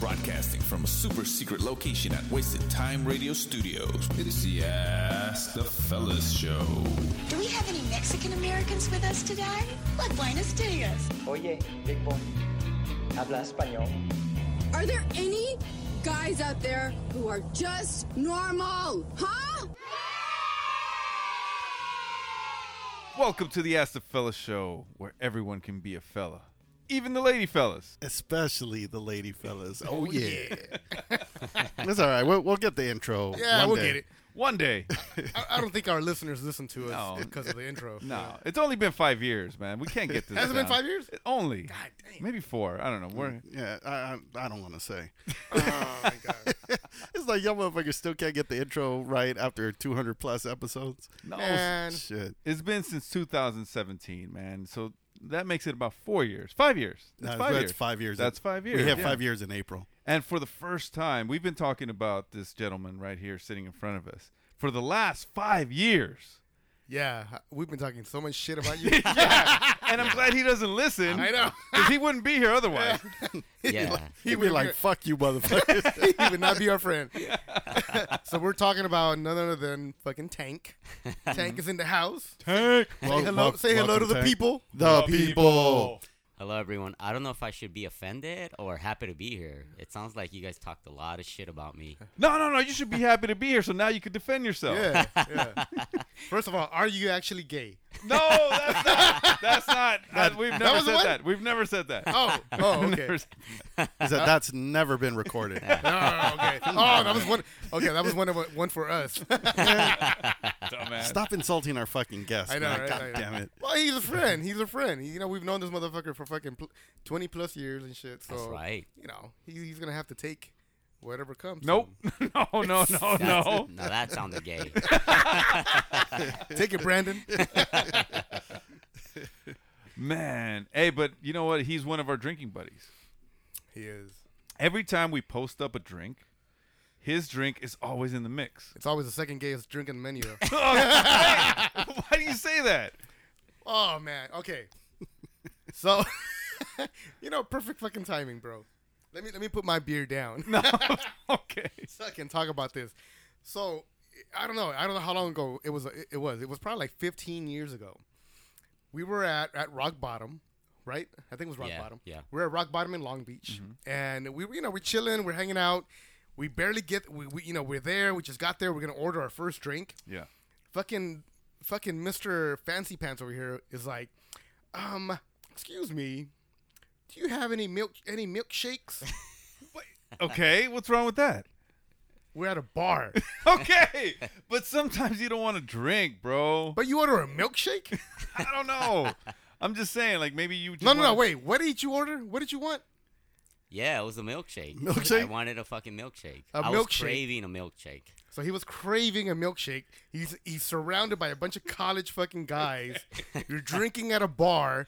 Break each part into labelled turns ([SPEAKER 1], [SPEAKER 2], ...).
[SPEAKER 1] broadcasting from a super secret location at Wasted Time Radio Studios. It is the Ask the Fellas Show.
[SPEAKER 2] Do we have any Mexican Americans with us today? Like Buenos Dias.
[SPEAKER 3] Oye, Big Boy, habla español.
[SPEAKER 4] Are there any guys out there who are just normal? Huh?
[SPEAKER 5] Welcome to the Ask the Fella show, where everyone can be a fella, even the lady fellas.
[SPEAKER 6] especially the lady fellas. Oh yeah, that's all right. We'll, we'll get the intro.
[SPEAKER 7] Yeah,
[SPEAKER 6] one
[SPEAKER 7] we'll
[SPEAKER 6] day.
[SPEAKER 7] get it.
[SPEAKER 5] One day.
[SPEAKER 7] I, I don't think our listeners listen to us
[SPEAKER 5] No.
[SPEAKER 7] because of the intro.
[SPEAKER 5] No, it's only been five years, man. We can't get this.
[SPEAKER 7] Has it been
[SPEAKER 5] down.
[SPEAKER 7] five years?
[SPEAKER 5] It- only.
[SPEAKER 7] God damn. Mm.
[SPEAKER 5] Maybe four. I don't know. We're
[SPEAKER 6] Yeah, I, I, I don't want to say.
[SPEAKER 7] Oh my god.
[SPEAKER 6] it's like y'all motherfuckers still can't get the intro right after 200 plus episodes.
[SPEAKER 5] no.
[SPEAKER 7] Man.
[SPEAKER 6] Shit,
[SPEAKER 5] It's been since 2017, man. So that makes it about four years, five years. It's
[SPEAKER 6] Nah,
[SPEAKER 5] five
[SPEAKER 6] that's
[SPEAKER 5] years.
[SPEAKER 6] five years.
[SPEAKER 5] That's five years.
[SPEAKER 6] We have
[SPEAKER 5] yeah.
[SPEAKER 6] five years in April.
[SPEAKER 5] And for the first time, we've been talking about this gentleman right here sitting in front of us for the last five years.
[SPEAKER 7] Yeah, we've been talking so much shit about you.
[SPEAKER 5] And I'm glad he doesn't listen.
[SPEAKER 7] I know.
[SPEAKER 5] Because he wouldn't be here otherwise.
[SPEAKER 8] Yeah.
[SPEAKER 6] He'd be like, "Fuck you, motherfuckers."
[SPEAKER 7] he would not be our friend. so we're talking about none other than fucking Tank. Tank is in the house.
[SPEAKER 5] Tank.
[SPEAKER 7] Say hello,
[SPEAKER 6] wel-
[SPEAKER 7] say hello to
[SPEAKER 6] welcome,
[SPEAKER 7] the
[SPEAKER 6] Tank.
[SPEAKER 7] people.
[SPEAKER 6] the people.
[SPEAKER 8] Hello, everyone. I don't know if I should be offended or happy to be here. It sounds like you guys talked a lot of shit about me.
[SPEAKER 5] No, no, no. You should be happy to be here so now you can defend yourself.
[SPEAKER 7] Yeah, yeah. First of all, are you actually gay?
[SPEAKER 5] No, that's not. That's not. that- we've never
[SPEAKER 7] was the
[SPEAKER 5] said
[SPEAKER 7] one?
[SPEAKER 5] that. We've never said that.
[SPEAKER 7] Oh, oh, okay.
[SPEAKER 5] Never s-
[SPEAKER 6] Is that that's never been recorded?
[SPEAKER 7] No, no, no, okay. Oh, that was one. Okay, that was one of one for us.
[SPEAKER 5] Dumbass.
[SPEAKER 6] Stop insulting our fucking guests.
[SPEAKER 7] I know,
[SPEAKER 6] man.
[SPEAKER 7] right?
[SPEAKER 6] God
[SPEAKER 7] I know.
[SPEAKER 6] damn it.
[SPEAKER 7] Well, he's a friend. He's a friend. He- you know, we've known this motherfucker for fucking pl- twenty plus years and shit. So
[SPEAKER 8] That's right.
[SPEAKER 7] You know, he, he's gonna have to take whatever comes.
[SPEAKER 5] Nope. No, no,
[SPEAKER 7] Oh,
[SPEAKER 5] no,
[SPEAKER 8] That's-
[SPEAKER 5] no.
[SPEAKER 8] No, that sounded gay.
[SPEAKER 7] take it, Brandon.
[SPEAKER 5] Man. Hey, but you know what? He's one of our drinking buddies.
[SPEAKER 7] he is.
[SPEAKER 5] Every time we post up a drink, his drink is always in the mix.
[SPEAKER 7] It's always the second gayest drinking menu.
[SPEAKER 5] Why do you say that?
[SPEAKER 7] oh man. Okay. So, you know, perfect fucking timing, bro. Let me let me put my beer down. No.
[SPEAKER 5] Okay.
[SPEAKER 7] Second, talk about this. So, I don't know. I don't know how long ago it was. It was. It was probably like 15 years ago. We were at at rock bottom, right? I think it was rock
[SPEAKER 8] Yeah,
[SPEAKER 7] bottom.
[SPEAKER 8] yeah. Mm-hmm.
[SPEAKER 7] We We're at rock bottom in Long Beach, and we were- you know we're chilling, we're hanging out. We barely get we, we you know we're there. We just got there. We're gonna order our first drink
[SPEAKER 5] Yeah.
[SPEAKER 7] fucking fucking Mr. Fancy Pants over here is like, um, excuse me, do you have any milk any milkshakes?
[SPEAKER 5] Okay. What's wrong with that?
[SPEAKER 7] We're at a bar.
[SPEAKER 5] Okay. But sometimes you don't want to drink, bro.
[SPEAKER 7] But you order a milkshake?
[SPEAKER 5] I don't know. I'm just saying, like maybe you. Just
[SPEAKER 7] No, no, no,
[SPEAKER 5] wanna-
[SPEAKER 7] wait. What did you order? What did you want?
[SPEAKER 8] Yeah, it was a milkshake. I
[SPEAKER 6] Milkshake?
[SPEAKER 8] wanted a fucking milkshake.
[SPEAKER 7] A
[SPEAKER 8] I was
[SPEAKER 7] milkshake.
[SPEAKER 8] craving a milkshake.
[SPEAKER 7] So he was craving a milkshake. He's he's surrounded by a bunch of college fucking guys. You're drinking at a bar,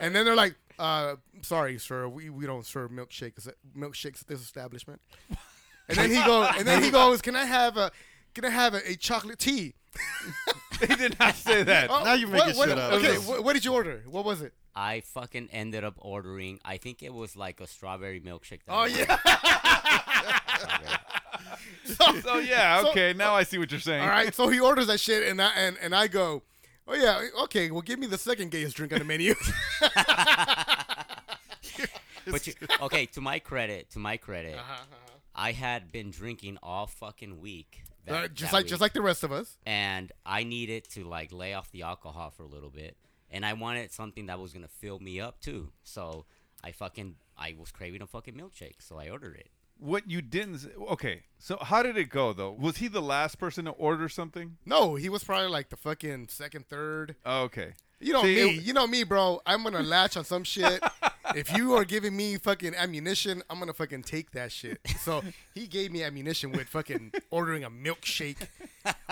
[SPEAKER 7] and then they're like, uh, "Sorry, sir, we, we don't serve milkshakes at- milkshakes at this establishment." And then he goes, and then he goes, "Can I have a can I have a, a chocolate tea?"
[SPEAKER 5] They did not say that.
[SPEAKER 7] Oh,
[SPEAKER 6] Now you're
[SPEAKER 7] what-
[SPEAKER 6] making
[SPEAKER 7] what-
[SPEAKER 6] shit up.
[SPEAKER 7] Okay,
[SPEAKER 6] This-
[SPEAKER 7] what, what did you order? What was it?
[SPEAKER 8] I fucking ended up ordering, I think it was like a strawberry milkshake. that
[SPEAKER 7] Oh
[SPEAKER 8] I
[SPEAKER 7] yeah.
[SPEAKER 5] So yeah.
[SPEAKER 7] So-
[SPEAKER 5] Okay. now I see what you're saying.
[SPEAKER 7] All right. So he orders that shit, and I and, and I go, "Oh yeah, okay. Well, give me the second gayest drink on the menu."
[SPEAKER 8] But you, okay, to my credit, to my credit, I had been drinking all fucking week. that-
[SPEAKER 7] Uh, just
[SPEAKER 8] that
[SPEAKER 7] like just
[SPEAKER 8] week,
[SPEAKER 7] like the rest of us.
[SPEAKER 8] and I needed to like lay off the alcohol for a little bit, and I wanted something that was gonna fill me up too. So I fucking I was craving a fucking milkshake, so I ordered it.
[SPEAKER 5] What you didn't. Say, okay. So how did it go though? Was he the last person to order something?
[SPEAKER 7] No, he was probably like the fucking second, third.
[SPEAKER 5] Oh, okay.
[SPEAKER 7] You know
[SPEAKER 5] See,
[SPEAKER 7] me.
[SPEAKER 5] it-
[SPEAKER 7] you know me, bro. I'm gonna latch on some shit. if you are giving me fucking ammunition, I'm gonna fucking take that shit. So he gave me ammunition with fucking ordering a milkshake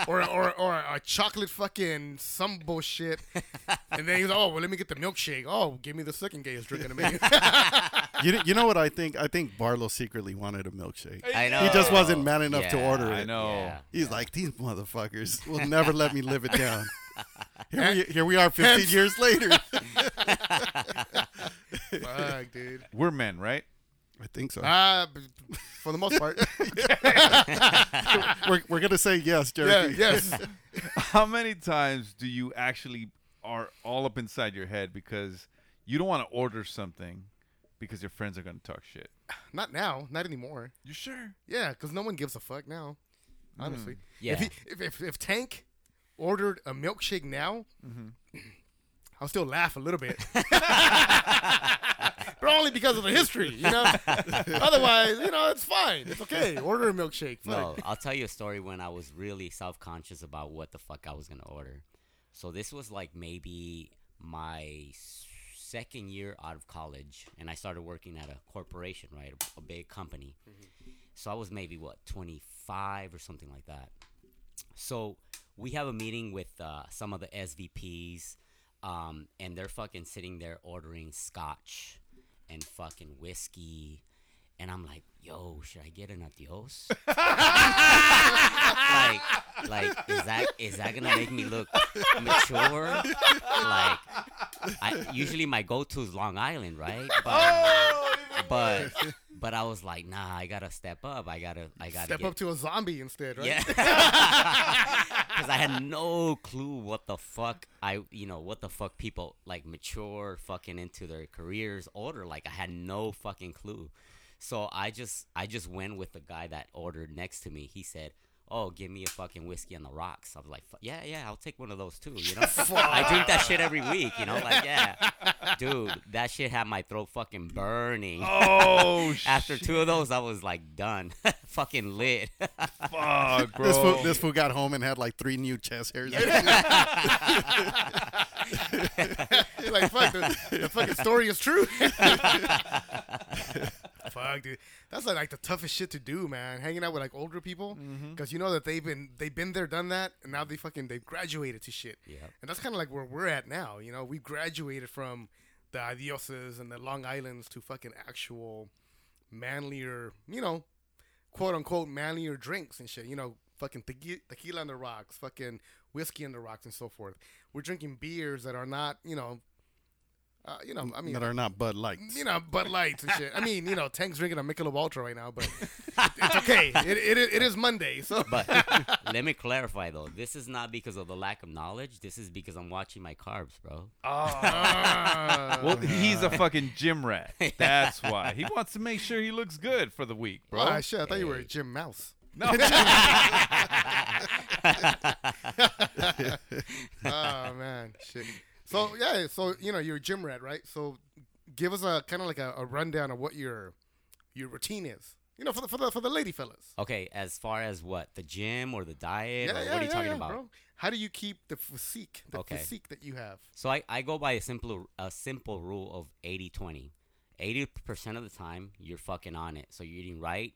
[SPEAKER 7] or or or a chocolate fucking some bullshit. And then he's oh well, let me get the milkshake. Oh, give me the second gayest drink in a minute.
[SPEAKER 6] You, you know what I think? I think Barlow secretly wanted a milkshake.
[SPEAKER 8] I know
[SPEAKER 6] He just wasn't man enough to
[SPEAKER 8] Yeah,
[SPEAKER 6] order it.
[SPEAKER 5] I know.
[SPEAKER 8] yeah.
[SPEAKER 6] He's like, these motherfuckers will never let me live it down. Here we, here we are 15 years later.
[SPEAKER 7] Fuck, dude.
[SPEAKER 5] We're men, right?
[SPEAKER 6] I think so.
[SPEAKER 7] Uh, b- for the most part.
[SPEAKER 6] we're we're gonna say yes,
[SPEAKER 7] yeah,
[SPEAKER 6] Jerry.
[SPEAKER 7] yes.
[SPEAKER 5] How many times do you actually are all up inside your head because you don't want to order something because your friends are going to talk shit?
[SPEAKER 7] Not now. Not anymore.
[SPEAKER 5] You sure?
[SPEAKER 7] Yeah, because no one gives a fuck now. Honestly. If,
[SPEAKER 8] Mm-hmm. Yeah.
[SPEAKER 7] he, if, if, if Tank ordered a milkshake now,
[SPEAKER 8] Mm-hmm.
[SPEAKER 7] I'll still laugh a little bit. but only because of the history, you know? Otherwise, you know, it's fine. It's okay. Order a milkshake.
[SPEAKER 8] No,
[SPEAKER 7] Fuck.
[SPEAKER 8] I'll tell you a story when I was really self conscious about what the fuck I was gonna order. So this was like maybe my s- second year out of college, and I started working at a corporation, right, a, a big company. So I was maybe what 25 or something like that. So we have a meeting with uh, some of the SVPs, um, and they're fucking sitting there ordering scotch and fucking whiskey. And I'm like, yo, should I get an adios? like, like is that is that gonna make me look mature? Like, I, usually my go-to is Long Island, right? But, but but I was like, nah, I gotta step up. I gotta I gotta
[SPEAKER 7] Step
[SPEAKER 8] get,
[SPEAKER 7] up to a zombie instead, right?
[SPEAKER 8] yeah. Because I had no clue what the fuck I, you know, what the fuck people like mature fucking into their careers order. Like I had no fucking clue. So I just, I just went with the guy that ordered next to me. He said, "Oh, give me a fucking whiskey on the rocks." I was like, "Fu- "Yeah, yeah, I'll take one of those too." You know, I drink that shit every week. You know, like yeah, dude, that shit had my throat fucking burning.
[SPEAKER 5] Oh,
[SPEAKER 8] After two of those, I was like done, fucking lit.
[SPEAKER 5] fuck, bro.
[SPEAKER 6] This fool, this fool got home and had like three new chest hairs.
[SPEAKER 7] You're like, fuck, the, the fucking story is true. fuck, dude, that's like, like the toughest shit to do, man. Hanging out with like older people,
[SPEAKER 6] Mm-hmm.
[SPEAKER 7] because you know that they've been they've been there, done that, and now they fucking they've graduated to shit. Yeah. And that's kind of like where we're at now. You know, we graduated from the adioses and the Long Islands to fucking actual manlier, you know, quote unquote manlier drinks and shit. You know, fucking tequi- tequila on the rocks, fucking whiskey on the rocks, and so forth. We're drinking beers that are not, you know, uh, you know, I mean,
[SPEAKER 6] that are not Bud Lights.
[SPEAKER 7] you know, Bud Lights and shit. I mean, you know, Tank's drinking a Michelob Ultra right now, but it- it's okay. It, it, it is Monday, so
[SPEAKER 8] But let me clarify though. This is not because of the lack of knowledge. This is because I'm watching my carbs, bro.
[SPEAKER 7] Oh.
[SPEAKER 5] well, he's a fucking gym rat. That's why he wants to make sure he looks good for the week, bro.
[SPEAKER 7] Ah, shit, I thought you were a Jim Mouse.
[SPEAKER 5] No,
[SPEAKER 7] oh man, shit. So yeah, so you know you're a gym rat, right? So give us a kind of like a, a rundown of what your your routine is. You know, for the for the for the lady fellas.
[SPEAKER 8] Okay, as far as what the gym or the diet,
[SPEAKER 7] Yeah,
[SPEAKER 8] or
[SPEAKER 7] yeah,
[SPEAKER 8] what are you
[SPEAKER 7] yeah,
[SPEAKER 8] talking
[SPEAKER 7] yeah,
[SPEAKER 8] about?
[SPEAKER 7] bro. How do you keep the physique, the
[SPEAKER 8] Okay.
[SPEAKER 7] physique that you have?
[SPEAKER 8] So I, I go by a simple a simple rule of 80-20. 80% of the time you're fucking on it. So you're eating right,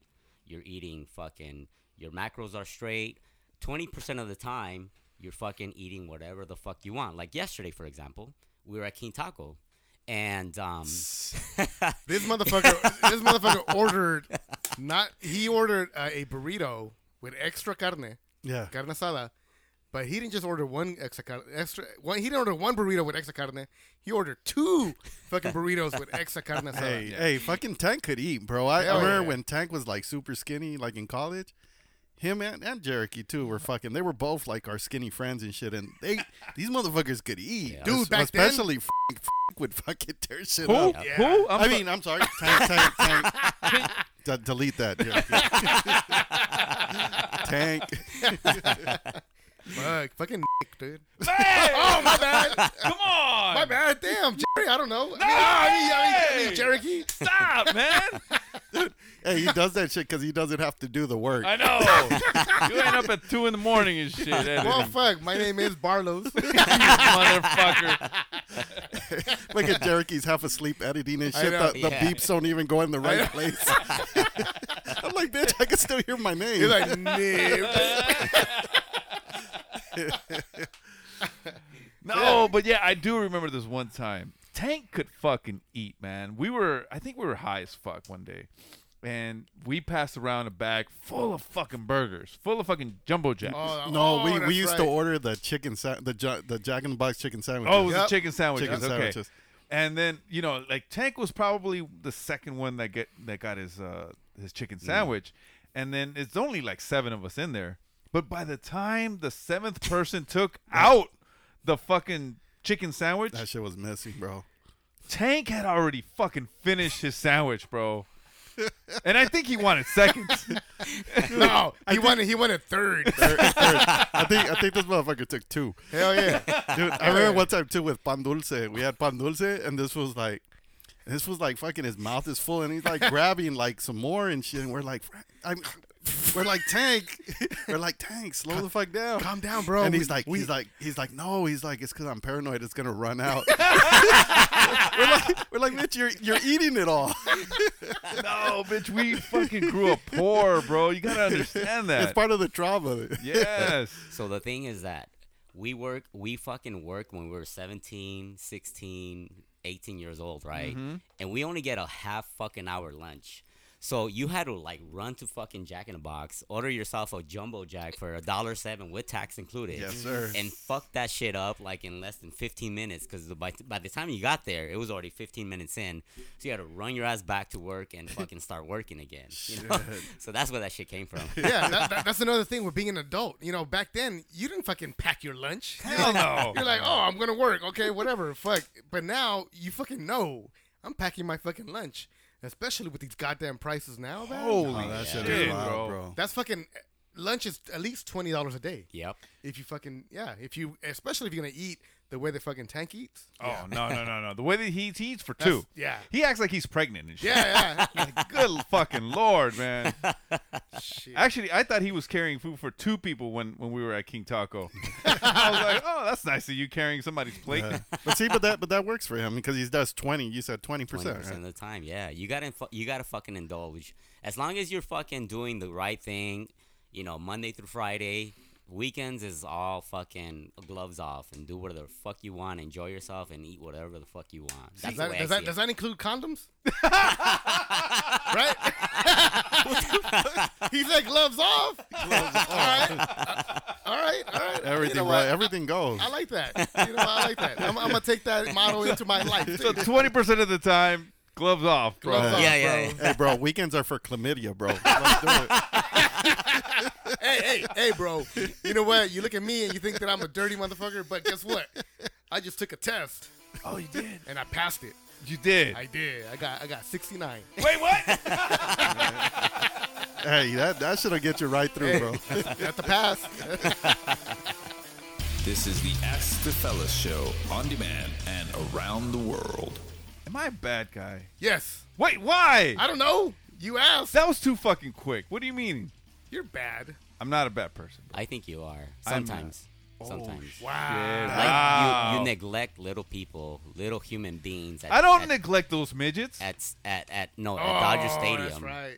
[SPEAKER 8] you're eating fucking your macros are straight. 20% of the time you're fucking eating whatever the fuck you want. Like yesterday for example, we were at King Taco and um
[SPEAKER 7] This motherfucker, this motherfucker ordered not he ordered uh, a burrito with extra carne,
[SPEAKER 6] Yeah.
[SPEAKER 7] carne asada, but he didn't just order one extra carne, extra one. He didn't order one burrito with extra carne. He ordered two fucking burritos with extra carne asada.
[SPEAKER 6] Hey, hey, fucking Tank could eat, bro. I, I
[SPEAKER 7] Hell
[SPEAKER 6] remember
[SPEAKER 7] yeah.
[SPEAKER 6] when Tank was like super skinny, like in college. Him and, and Jericho too were fucking. They were both like our skinny friends and shit. And they these motherfuckers could eat,
[SPEAKER 7] Dude, back then-
[SPEAKER 6] especially f- would fucking tear shit
[SPEAKER 5] who?
[SPEAKER 6] up.
[SPEAKER 5] Who? I'm
[SPEAKER 6] i
[SPEAKER 5] so-
[SPEAKER 6] mean, I'm sorry. Tank, tank, tank. D- delete that, Jericho. tank.
[SPEAKER 7] Fuck, fucking dude.
[SPEAKER 5] Hey,
[SPEAKER 7] Oh my bad,
[SPEAKER 5] come on!
[SPEAKER 7] my bad. Damn, Jerry, I don't know. I mean, I mean, I mean, I mean, Cherokee.
[SPEAKER 5] Stop, man!
[SPEAKER 6] Hey, he does that shit because he doesn't have to do the work.
[SPEAKER 5] I know. you ain't up at two in the morning and shit. eh, editing,
[SPEAKER 7] Well, Oh, fuck. My name is Barlos.
[SPEAKER 5] motherfucker.
[SPEAKER 6] Look at Jericho's half asleep editing and
[SPEAKER 7] I
[SPEAKER 6] shit.
[SPEAKER 7] know.
[SPEAKER 6] The, the
[SPEAKER 8] Yeah.
[SPEAKER 6] beeps don't even go in the right
[SPEAKER 7] know.
[SPEAKER 6] place. I'm like, bitch, I can still hear my name.
[SPEAKER 7] He's like, "Nah."
[SPEAKER 5] No, but yeah, I do remember this one time. Tank could fucking eat, man. We were, I think we were high as fuck one day, and we passed around a bag full of fucking burgers, full of fucking jumbo jacks. Oh,
[SPEAKER 7] Oh,
[SPEAKER 6] no,
[SPEAKER 7] oh,
[SPEAKER 6] we,
[SPEAKER 7] that's
[SPEAKER 6] we used
[SPEAKER 7] right.
[SPEAKER 6] to order the chicken sa- the ja- the Jack in the Box chicken sandwich.
[SPEAKER 5] Oh, it was
[SPEAKER 7] Yep.
[SPEAKER 5] the chicken sandwiches.
[SPEAKER 6] chicken
[SPEAKER 5] okay.
[SPEAKER 6] sandwiches.
[SPEAKER 5] And then you know, like Tank was probably the second one that get that got his uh his chicken sandwich, and then it's only like seven of us in there. But by the time the seventh person took out the fucking chicken sandwich,
[SPEAKER 6] That shit was messy, bro.
[SPEAKER 5] Tank had already fucking finished his sandwich, bro. And I think he wanted seconds.
[SPEAKER 7] No, he wanted he wanted third.
[SPEAKER 6] Third- third. I think I think this motherfucker took two.
[SPEAKER 7] Hell yeah.
[SPEAKER 6] Dude, I remember one time too with pan dulce. We had pan dulce, and this was like, this was like fucking. His mouth is full, and he's like grabbing like some more and shit. And we're like, I'm, we're like tank, we're like tank. Slow the fuck down.
[SPEAKER 7] Calm down, bro.
[SPEAKER 6] And
[SPEAKER 7] We-
[SPEAKER 6] he's like,
[SPEAKER 7] we-
[SPEAKER 6] he's like, he's like, no, he's like, it's because I'm paranoid. It's gonna run out. we're like, we're like, Mitch, you're you're eating it all.
[SPEAKER 5] no, bitch, we fucking grew up poor, bro. You gotta understand
[SPEAKER 6] it's
[SPEAKER 5] that.
[SPEAKER 6] part of the trauma.
[SPEAKER 5] yes.
[SPEAKER 8] So the thing is that we work, we fucking work when we were 17, 16, 18 years old, right?
[SPEAKER 6] Mm-hmm.
[SPEAKER 8] And we only get a half fucking hour lunch. So you had to like run to fucking Jack in the Box, order yourself a jumbo jack for a dollar seven with tax included,
[SPEAKER 6] Yes, sir.
[SPEAKER 8] and fuck that shit up like in less than fifteen minutes because by, by the time you got there, it was already fifteen minutes in. So you had to run your ass back to work and fucking start working again. You know? so that's where that shit came from.
[SPEAKER 7] yeah, that, that, that's another thing with being an adult. You know, back then you didn't fucking pack your lunch.
[SPEAKER 5] Hell no.
[SPEAKER 7] You're like, oh, I'm gonna work. Okay, whatever. Fuck. But now you fucking know I'm packing my fucking lunch, especially with these goddamn prices now. Man.
[SPEAKER 5] Holy
[SPEAKER 6] that shit
[SPEAKER 5] shit,
[SPEAKER 6] is wild,
[SPEAKER 5] bro.
[SPEAKER 6] bro.
[SPEAKER 7] that's fucking lunch is at least twenty dollars a day.
[SPEAKER 8] Yep.
[SPEAKER 7] If you fucking yeah, if you especially if you're gonna eat the way the fucking tank eats.
[SPEAKER 5] Oh no no no no! The way that he eats, he eats for
[SPEAKER 7] That's-
[SPEAKER 5] two.
[SPEAKER 7] yeah.
[SPEAKER 5] he acts like he's pregnant and shit.
[SPEAKER 7] Yeah, yeah.
[SPEAKER 5] Like, good fucking lord, man.
[SPEAKER 7] Shit.
[SPEAKER 5] Actually, I thought he was carrying food for two people when when we were at King Taco. I was like, oh, that's nice of you carrying somebody's plate.
[SPEAKER 6] But see, but that but that works for him because he does twenty. You said twenty
[SPEAKER 8] twenty
[SPEAKER 6] percent.
[SPEAKER 8] percent of the time. Yeah, you gotta fu- you gotta fucking indulge. As long as you're fucking doing the right thing, you know, Monday through Friday. Weekends is all fucking gloves off and do whatever the fuck you want, enjoy yourself, and eat whatever the fuck you want.
[SPEAKER 7] Does
[SPEAKER 8] That's the
[SPEAKER 7] that,
[SPEAKER 8] way
[SPEAKER 7] does,
[SPEAKER 8] I
[SPEAKER 7] that,
[SPEAKER 8] see
[SPEAKER 7] does
[SPEAKER 8] it.
[SPEAKER 7] that include condoms? right? He's like gloves off. All right, all right, all right.
[SPEAKER 6] Everything,
[SPEAKER 7] You know
[SPEAKER 6] bro,
[SPEAKER 7] what?
[SPEAKER 6] everything goes.
[SPEAKER 7] I like that. You know, I like that. I'm, I'm gonna take that model into my life.
[SPEAKER 5] So twenty percent of the time, gloves off, bro.
[SPEAKER 7] Gloves off,
[SPEAKER 8] Yeah, yeah,
[SPEAKER 7] bro.
[SPEAKER 8] yeah.
[SPEAKER 6] hey, bro, weekends are for chlamydia, bro. Like, do it.
[SPEAKER 7] Hey, hey, hey, bro. You know what? You look at me and you think that I'm a dirty motherfucker, but guess what? I just took a test
[SPEAKER 5] Oh, you did.
[SPEAKER 7] and I passed it.
[SPEAKER 5] You did.
[SPEAKER 7] I did. I got I got 69.
[SPEAKER 5] Wait, what?
[SPEAKER 6] Hey, that that shit'll get you right through, bro.
[SPEAKER 7] Got the pass.
[SPEAKER 1] This is the Ask the Fellas show on demand and around the world.
[SPEAKER 5] Am I a bad guy?
[SPEAKER 7] yes.
[SPEAKER 5] Wait, why?
[SPEAKER 7] I don't know. You asked.
[SPEAKER 5] That was too fucking quick. What do you mean?
[SPEAKER 7] You're bad.
[SPEAKER 5] I'm not a bad person.
[SPEAKER 8] I think you are
[SPEAKER 5] I'm not.
[SPEAKER 8] sometimes. Sometimes.
[SPEAKER 7] uh, oh, Wow.
[SPEAKER 8] Like you,
[SPEAKER 5] Wow.
[SPEAKER 8] you neglect little people, little human beings. At,
[SPEAKER 5] I don't
[SPEAKER 8] at,
[SPEAKER 5] neglect those midgets.
[SPEAKER 8] at, at at no at Dodger Stadium.
[SPEAKER 7] Oh, That's right.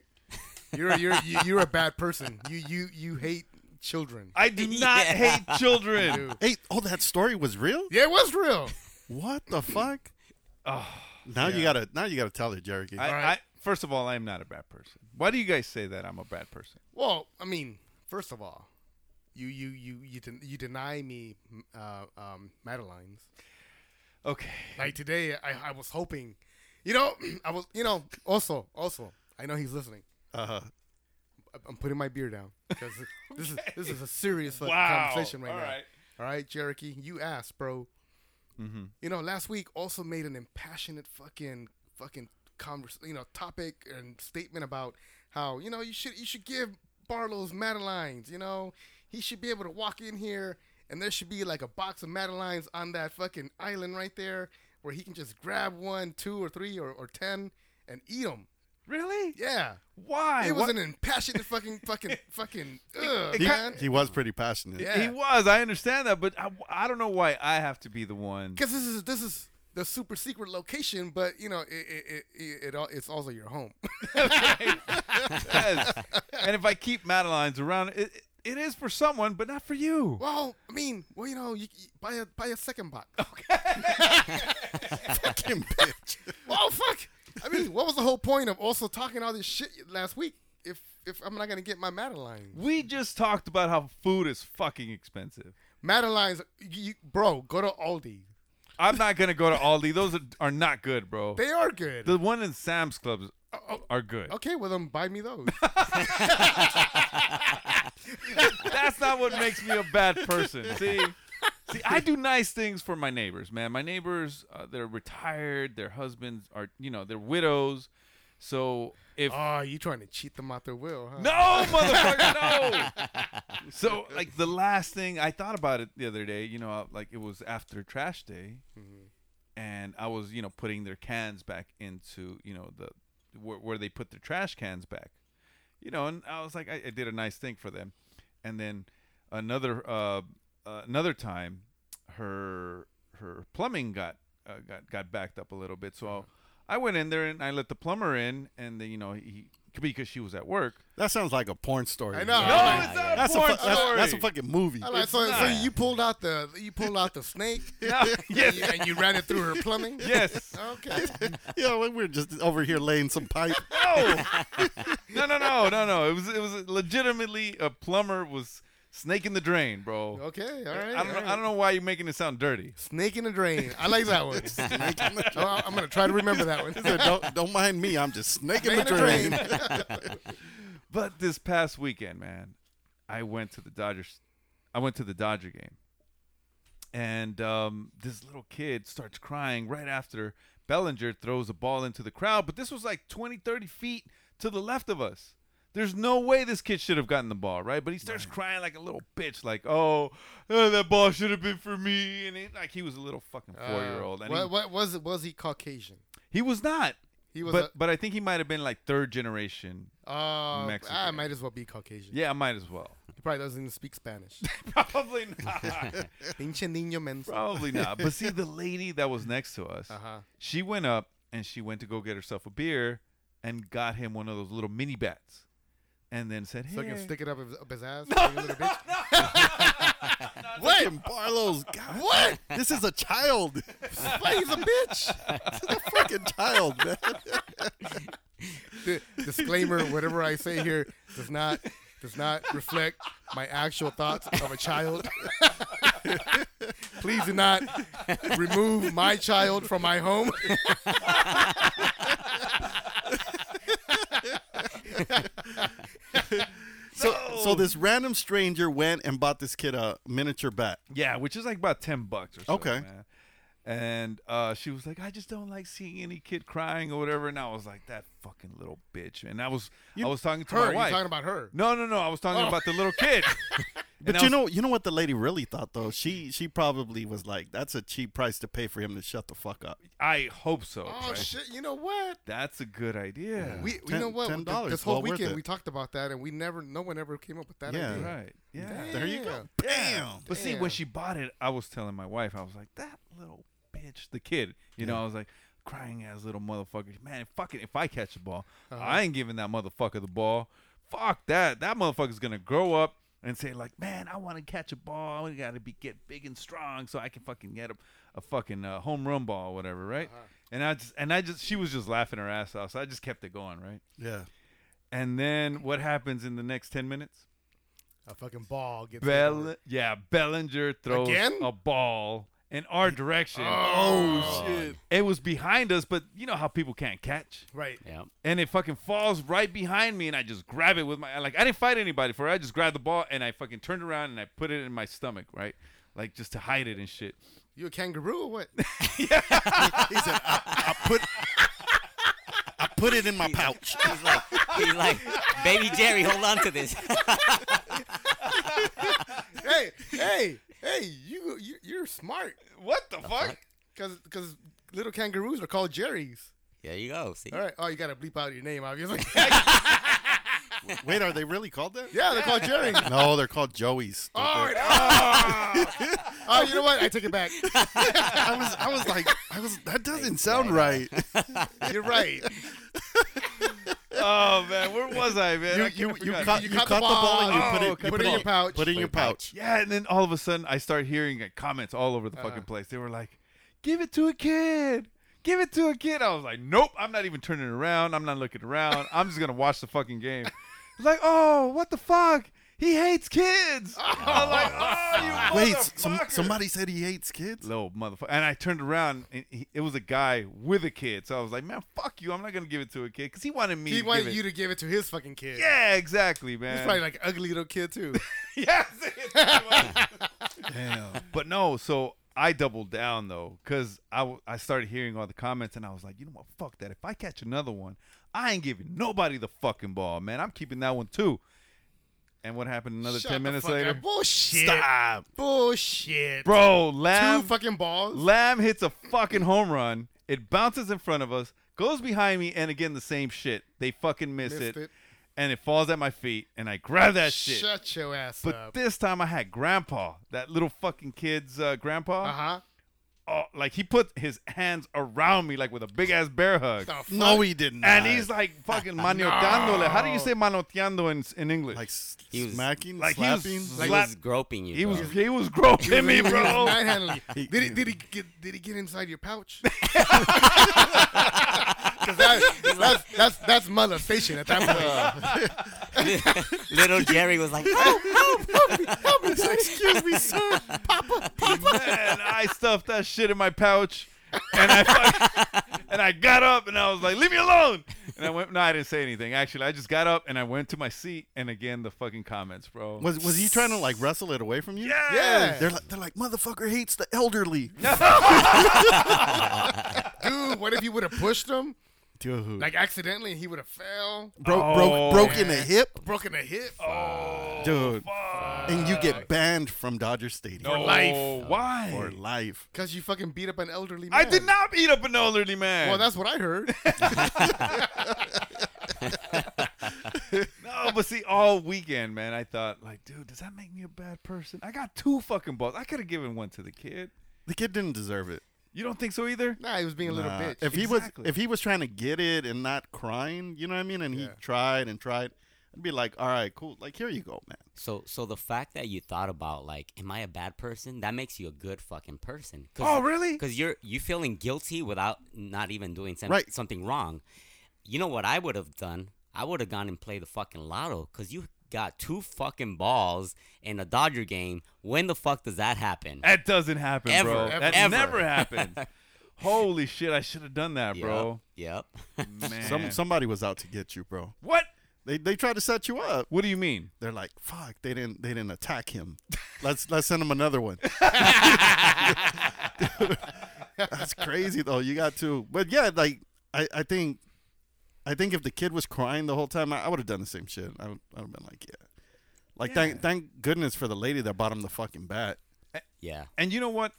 [SPEAKER 7] You're you're you- you're a bad person. You you you hate children.
[SPEAKER 5] I do not
[SPEAKER 8] Yeah.
[SPEAKER 5] hate children.
[SPEAKER 7] Dude.
[SPEAKER 6] hey, oh, that story was real.
[SPEAKER 7] Yeah, Oh, it was real.
[SPEAKER 6] What the fuck? now you gotta now you gotta tell it, Jerky.
[SPEAKER 5] I,
[SPEAKER 7] right.
[SPEAKER 5] I, first of all, I'm not a bad person. Why do you guys say that I'm a bad person?
[SPEAKER 7] Well, I mean, first of all, you you you you den- you deny me uh, um, Madeline's.
[SPEAKER 5] Okay.
[SPEAKER 7] Like today, I I was hoping, you know, I was you know also also I know he's listening.
[SPEAKER 5] Uh-huh.
[SPEAKER 6] Uh,
[SPEAKER 7] I- I'm putting my beer down because this is this is a serious fucking
[SPEAKER 5] Wow.
[SPEAKER 7] conversation right
[SPEAKER 5] All
[SPEAKER 7] now.
[SPEAKER 5] right.
[SPEAKER 7] All right, Cherokee, you asked, bro. You know, last week also made an impassionate fucking fucking converse, you know, topic and statement about how you know you should you should give Barlow's Madelines. You know, he should be able to walk in here and there should be like a box of Madelines on that fucking island right there where he can just grab one, two, or three, or, or ten and eat them.
[SPEAKER 5] Really?
[SPEAKER 7] Yeah.
[SPEAKER 5] Why?
[SPEAKER 7] It was
[SPEAKER 5] What-
[SPEAKER 7] an impassionate fucking fucking fucking ugh,
[SPEAKER 6] he,
[SPEAKER 7] man.
[SPEAKER 6] he was pretty passionate.
[SPEAKER 7] Yeah.
[SPEAKER 5] He was. I understand that, but I, I don't know why I have to be the one.
[SPEAKER 7] Because this is this is the super secret location, but you know it it it, it, it all, it's also your home.
[SPEAKER 5] Yes. and if I keep Madeline's around, it, it, it is for someone, but not for you.
[SPEAKER 7] well, I mean, well you know you, you buy a buy a second box.
[SPEAKER 6] Fucking bitch.
[SPEAKER 7] well, fuck. I mean, what was the whole point of also talking all this shit last week if if I'm not gonna get my Madeline?
[SPEAKER 5] We just talked about how food is fucking expensive.
[SPEAKER 7] Madeline's, you, you- bro, go to Aldi.
[SPEAKER 5] I'm not gonna go to Aldi. Those are, are not good, bro.
[SPEAKER 7] They are good.
[SPEAKER 5] The one in Sam's Clubs are good.
[SPEAKER 7] okay, well then buy me those.
[SPEAKER 5] That's not what makes me a bad person. See, see, I do nice things for my neighbors, man. My neighbors, uh, they're retired. Their husbands are, you know, they're widows. So if
[SPEAKER 7] oh, you trying to cheat them out their will, huh?
[SPEAKER 5] no, motherfucker, no. So like the last thing I thought about it the other day, you know, I- like it was after trash day, and I was, you know, putting their cans back into, you know, the where, where they put their trash cans back, you know, and I was like, I, I did a nice thing for them, and then another uh, uh another time, her her plumbing got uh, got got backed up a little bit, so. I went in there and I let the plumber in, and then you know he because she was at work,
[SPEAKER 6] That sounds like a porn story.
[SPEAKER 7] I know.
[SPEAKER 6] Yeah.
[SPEAKER 5] no,
[SPEAKER 7] Yeah,
[SPEAKER 5] it's
[SPEAKER 8] yeah.
[SPEAKER 5] not
[SPEAKER 6] That's
[SPEAKER 5] a
[SPEAKER 6] a, fu-
[SPEAKER 5] porn
[SPEAKER 6] that's,
[SPEAKER 5] story.
[SPEAKER 6] that's a fucking movie.
[SPEAKER 7] I like, so, so you pulled out the you pulled out the snake
[SPEAKER 5] Yeah,
[SPEAKER 7] and,
[SPEAKER 5] yes,
[SPEAKER 7] you, and you ran it through her plumbing.
[SPEAKER 5] yes.
[SPEAKER 7] Okay.
[SPEAKER 6] yeah, we- we're just over here laying some pipe.
[SPEAKER 5] No. no, no, no, no, no. It was it was legitimately a plumber was snaking the drain, bro.
[SPEAKER 7] Okay. All right.
[SPEAKER 5] I don't know, I don't know why you're making it sound dirty.
[SPEAKER 7] Snake in the drain. I like that one. So I- I'm gonna try to remember that one.
[SPEAKER 6] So don't, don't mind me. I'm just snaking the
[SPEAKER 7] Snake in the
[SPEAKER 6] drain.
[SPEAKER 7] drain.
[SPEAKER 5] But this past weekend, man, I went to the Dodgers. I went to the Dodger game, and um, this little kid starts crying right after Bellinger throws a ball into the crowd. But this was like 20, 30 feet to the left of us. There's no way this kid should have gotten the ball, right? But he starts crying like a little bitch, like, "Oh, oh, that ball should have been for me," and it, like he was a little fucking four year old.
[SPEAKER 7] Uh,
[SPEAKER 5] And
[SPEAKER 7] What,
[SPEAKER 5] he,
[SPEAKER 7] what was was he Caucasian?
[SPEAKER 5] he was not.
[SPEAKER 7] He was
[SPEAKER 5] but
[SPEAKER 7] a-
[SPEAKER 5] but I think he might have been like third generation.
[SPEAKER 7] Uh,
[SPEAKER 5] Mexican.
[SPEAKER 7] I might as well be Caucasian.
[SPEAKER 5] Yeah, I might as well.
[SPEAKER 7] He probably doesn't even speak Spanish.
[SPEAKER 5] Probably not.
[SPEAKER 7] Pinche niño menso.
[SPEAKER 5] Probably not. But see, the lady that was next to us,
[SPEAKER 7] Uh-huh.
[SPEAKER 5] she went up and she went to go get herself a beer and got him one of those little mini bats, and then said, "Hey."
[SPEAKER 7] So I can stick it up his, up his ass. like a little bitch.
[SPEAKER 6] What? Barlow's God. What? This is a child.
[SPEAKER 7] Why, he's a bitch.
[SPEAKER 6] a fucking child, man.
[SPEAKER 7] D- disclaimer: Whatever I say here does not does not reflect my actual thoughts of a child. Please do not remove my child from my home.
[SPEAKER 6] So, so this random stranger went and bought this kid a miniature bat.
[SPEAKER 5] Yeah, which is like about ten bucks or so.
[SPEAKER 6] Okay.
[SPEAKER 5] man. And uh, she was like, "I just don't like seeing any kid crying or whatever." And I was like, "That fucking little bitch." And I was, I was talking to
[SPEAKER 7] Her,
[SPEAKER 5] my
[SPEAKER 7] you
[SPEAKER 5] wife.
[SPEAKER 7] talking about her? Oh.
[SPEAKER 5] no, no, no. I was talking about the little kid.
[SPEAKER 6] But you know, you know what the lady really thought though. She she probably was like, "That's a cheap price to pay for him to shut the fuck up."
[SPEAKER 5] I hope so.
[SPEAKER 7] Oh
[SPEAKER 5] right?
[SPEAKER 7] shit! You know what?
[SPEAKER 5] That's a good idea.
[SPEAKER 7] We, you
[SPEAKER 6] Ten-
[SPEAKER 7] know what?
[SPEAKER 6] ten
[SPEAKER 7] Th-
[SPEAKER 6] dollars,
[SPEAKER 7] This whole
[SPEAKER 6] well worth
[SPEAKER 7] weekend
[SPEAKER 6] it.
[SPEAKER 7] we talked about that, and we never, no one ever came up with that
[SPEAKER 6] Yeah.
[SPEAKER 7] idea.
[SPEAKER 5] right. Yeah.
[SPEAKER 6] There you go. Bam.
[SPEAKER 5] But see, when
[SPEAKER 7] Damn.
[SPEAKER 5] she bought it, I was telling my wife, I was like, that little bitch, the kid. You know, I was like, crying ass little motherfucker. Man, fucking, if I catch the ball, I ain't giving that motherfucker the ball. Fuck that. That motherfucker's gonna grow up and say like, man, I want to catch a ball. I gotta be get big and strong so I can fucking get a, a fucking uh, home run ball, or whatever, right? And I just, and I just, she was just laughing her ass off, so I just kept it going, right?
[SPEAKER 6] Yeah.
[SPEAKER 5] And then what happens in the next ten minutes?
[SPEAKER 7] A fucking ball gets
[SPEAKER 5] Bell, yeah, Bellinger throws
[SPEAKER 7] Again?
[SPEAKER 5] a ball in our direction.
[SPEAKER 7] Oh shit!
[SPEAKER 5] It was behind us, but you know how people can't catch,
[SPEAKER 7] Right.
[SPEAKER 8] Yep.
[SPEAKER 5] and it fucking falls right behind me, and I just grab it with my like I didn't fight anybody for it. I just grabbed the ball and I fucking turned around and I put it in my stomach, right, like just to hide it and shit.
[SPEAKER 7] You a kangaroo or what?
[SPEAKER 6] He said, I, I put I put it in my pouch.
[SPEAKER 8] He's like, he's like, baby Jerry, hold on to this.
[SPEAKER 7] hey, hey, hey! You, you you're smart.
[SPEAKER 5] What the fuck?
[SPEAKER 7] Cause, cause little kangaroos are called Jerry's.
[SPEAKER 8] there you go. See,
[SPEAKER 7] All right. Oh, you gotta bleep out your name, obviously.
[SPEAKER 6] Wait, are they really called that?
[SPEAKER 7] yeah, they're called Jerry's.
[SPEAKER 6] No, they're called Joey's.
[SPEAKER 7] Oh,
[SPEAKER 6] They're-
[SPEAKER 7] oh, you know what? I take it back.
[SPEAKER 6] I was I was like I was that doesn't sound right.
[SPEAKER 7] You're right.
[SPEAKER 5] Oh man, where was I, man?
[SPEAKER 6] You
[SPEAKER 5] I
[SPEAKER 6] you,
[SPEAKER 5] kinda
[SPEAKER 6] you,
[SPEAKER 5] forgot.
[SPEAKER 6] caught, you caught the ball and you put it,
[SPEAKER 7] okay.
[SPEAKER 6] you
[SPEAKER 7] Put it in your pouch.
[SPEAKER 6] Put it in your pouch.
[SPEAKER 5] Yeah, and then all of a sudden I start hearing like, comments all over the
[SPEAKER 7] Uh-huh.
[SPEAKER 5] fucking place. They were like, "Give it to a kid." Give it to a kid. I was like, nope, I'm not even turning around. I'm not looking around. I'm just gonna watch the fucking game. It's like, oh, what the fuck? he hates kids. I'm like, oh, you
[SPEAKER 6] Wait, some,
[SPEAKER 5] motherfucker.
[SPEAKER 6] somebody said he hates kids.
[SPEAKER 5] Little motherfucker. And I turned around, and he, it was a guy with a kid. So I was like, man, fuck you. I'm not going to give it to a kid because he wanted me
[SPEAKER 7] He
[SPEAKER 5] to give
[SPEAKER 7] wanted
[SPEAKER 5] it.
[SPEAKER 7] you to give it to his fucking kid.
[SPEAKER 5] yeah, exactly, man.
[SPEAKER 7] He's probably like an ugly little kid too.
[SPEAKER 5] yes. But no, so I doubled down though, cause I, w- I started hearing all the comments and I was like, you know what, fuck that. If I catch another one, I ain't giving nobody the fucking ball, man. I'm keeping that one too. And what happened another
[SPEAKER 7] Shut
[SPEAKER 5] ten
[SPEAKER 7] the
[SPEAKER 5] minutes
[SPEAKER 7] fuck
[SPEAKER 5] later?
[SPEAKER 7] up. Bullshit.
[SPEAKER 5] Stop,
[SPEAKER 7] Bullshit.
[SPEAKER 5] bro.
[SPEAKER 7] Two
[SPEAKER 5] Lamb,
[SPEAKER 7] fucking balls.
[SPEAKER 5] Lamb hits a fucking home run. It bounces in front of us, goes behind me, and again the same shit. They fucking miss
[SPEAKER 7] Missed
[SPEAKER 5] it,
[SPEAKER 7] it.
[SPEAKER 5] and it falls at my feet, and I grab that shit.
[SPEAKER 7] Shut your ass
[SPEAKER 5] But
[SPEAKER 6] Uh,
[SPEAKER 7] up.
[SPEAKER 5] this time I had grandpa, that little fucking kid's uh, grandpa.
[SPEAKER 7] Uh
[SPEAKER 6] Uh-huh.
[SPEAKER 7] huh.
[SPEAKER 5] Oh, like he put his hands around me like with a big ass bear hug.
[SPEAKER 6] No, he didn't.
[SPEAKER 5] And he's like fucking manoteándole. How do you say manoteando in, in English?
[SPEAKER 6] like
[SPEAKER 8] He was-
[SPEAKER 6] smacking,
[SPEAKER 5] like he was
[SPEAKER 6] slapping.
[SPEAKER 8] He
[SPEAKER 5] Like-
[SPEAKER 8] was groping you.
[SPEAKER 5] he was
[SPEAKER 8] bro.
[SPEAKER 5] he was groping me, bro.
[SPEAKER 7] Nine handling. Did he, did he get did he get inside your pouch? Because that, that's that's that's molestation at that point.
[SPEAKER 5] Uh.
[SPEAKER 8] Little Jerry was like, oh,
[SPEAKER 6] Excuse me, sir.
[SPEAKER 5] Man, I stuffed that shit in my pouch, and I fucking, and I got up and I was like, "Leave me alone!" And I went. No, I didn't say anything. Actually, I just got up and I went to my seat. And again, the fucking comments, bro.
[SPEAKER 6] Was was he trying to like wrestle it away from you?
[SPEAKER 5] yeah,
[SPEAKER 7] Yeah.
[SPEAKER 6] They're like, they're like, motherfucker hates the elderly.
[SPEAKER 7] Dude, what if you would have pushed him
[SPEAKER 6] Dude.
[SPEAKER 7] like accidentally and he would have fell,
[SPEAKER 6] Bro-
[SPEAKER 5] Oh.
[SPEAKER 6] broke, broken a hip,
[SPEAKER 7] broken a hip?
[SPEAKER 6] dude, and you get banned from Dodger Stadium
[SPEAKER 5] No,
[SPEAKER 7] life.
[SPEAKER 5] Why?
[SPEAKER 6] for life.
[SPEAKER 7] Because you fucking beat up an elderly man.
[SPEAKER 5] I did not beat up an elderly man.
[SPEAKER 7] Well, that's what I heard.
[SPEAKER 5] no, but see, all weekend, man, I thought, like, dude, does that make me a bad person? I got two fucking balls. I could have given one to the kid.
[SPEAKER 6] The kid didn't deserve it.
[SPEAKER 5] You don't think so either?
[SPEAKER 7] Nah, he was being a little
[SPEAKER 6] Nah,
[SPEAKER 7] bitch.
[SPEAKER 6] If he
[SPEAKER 5] Exactly.
[SPEAKER 6] was if he was trying to get it and not crying, you know what I mean, and he tried and tried, I'd be like, all right, cool, like here you go, man.
[SPEAKER 8] So, so the fact that you thought about like, am I a bad person? That makes you a good fucking person.
[SPEAKER 5] Oh, really?
[SPEAKER 8] Because you're you feeling guilty without not even doing some,
[SPEAKER 6] Right.
[SPEAKER 8] something wrong. You know what I would have done? I would have gone and played the fucking lotto because you got two fucking balls in a Dodger game. When the fuck does that happen?
[SPEAKER 5] That doesn't happen,
[SPEAKER 8] Ever,
[SPEAKER 5] bro.
[SPEAKER 8] ever,
[SPEAKER 5] that
[SPEAKER 8] ever.
[SPEAKER 5] never happens. Holy shit, I should have done that, bro.
[SPEAKER 8] Yep. yep.
[SPEAKER 5] Man.
[SPEAKER 6] Some somebody was out to get you, bro.
[SPEAKER 5] what?
[SPEAKER 6] They they tried to set you up.
[SPEAKER 5] What do you mean?
[SPEAKER 6] They're like, fuck, they didn't they didn't attack him. Let's let's send him another one. That's crazy though. You got two, but yeah, like I I think. I think if the kid was crying the whole time, I, I would have done the same shit. I would have been like, yeah. Like, thank thank goodness for the lady that bought him the fucking bat.
[SPEAKER 8] yeah.
[SPEAKER 5] And you know what?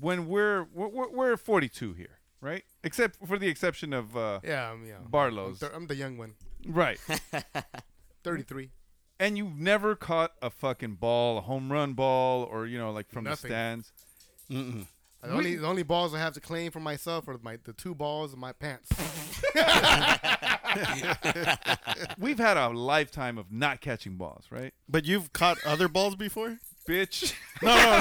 [SPEAKER 5] When we're we're, we're, we're 42 here, right? Except for the exception of uh,
[SPEAKER 7] yeah, I'm, yeah. I'm,
[SPEAKER 5] Barlow's,
[SPEAKER 7] th- I'm the young one,
[SPEAKER 5] right?
[SPEAKER 7] 33.
[SPEAKER 5] and you've never caught a fucking ball, a home run ball, or you know, like from
[SPEAKER 7] Nothing.
[SPEAKER 5] the stands.
[SPEAKER 7] The only, the only balls I have to claim for myself are my the two balls in my pants.
[SPEAKER 5] We've had a lifetime of not catching balls, right?
[SPEAKER 6] But you've caught other balls before?
[SPEAKER 5] Bitch.
[SPEAKER 6] No, no, no.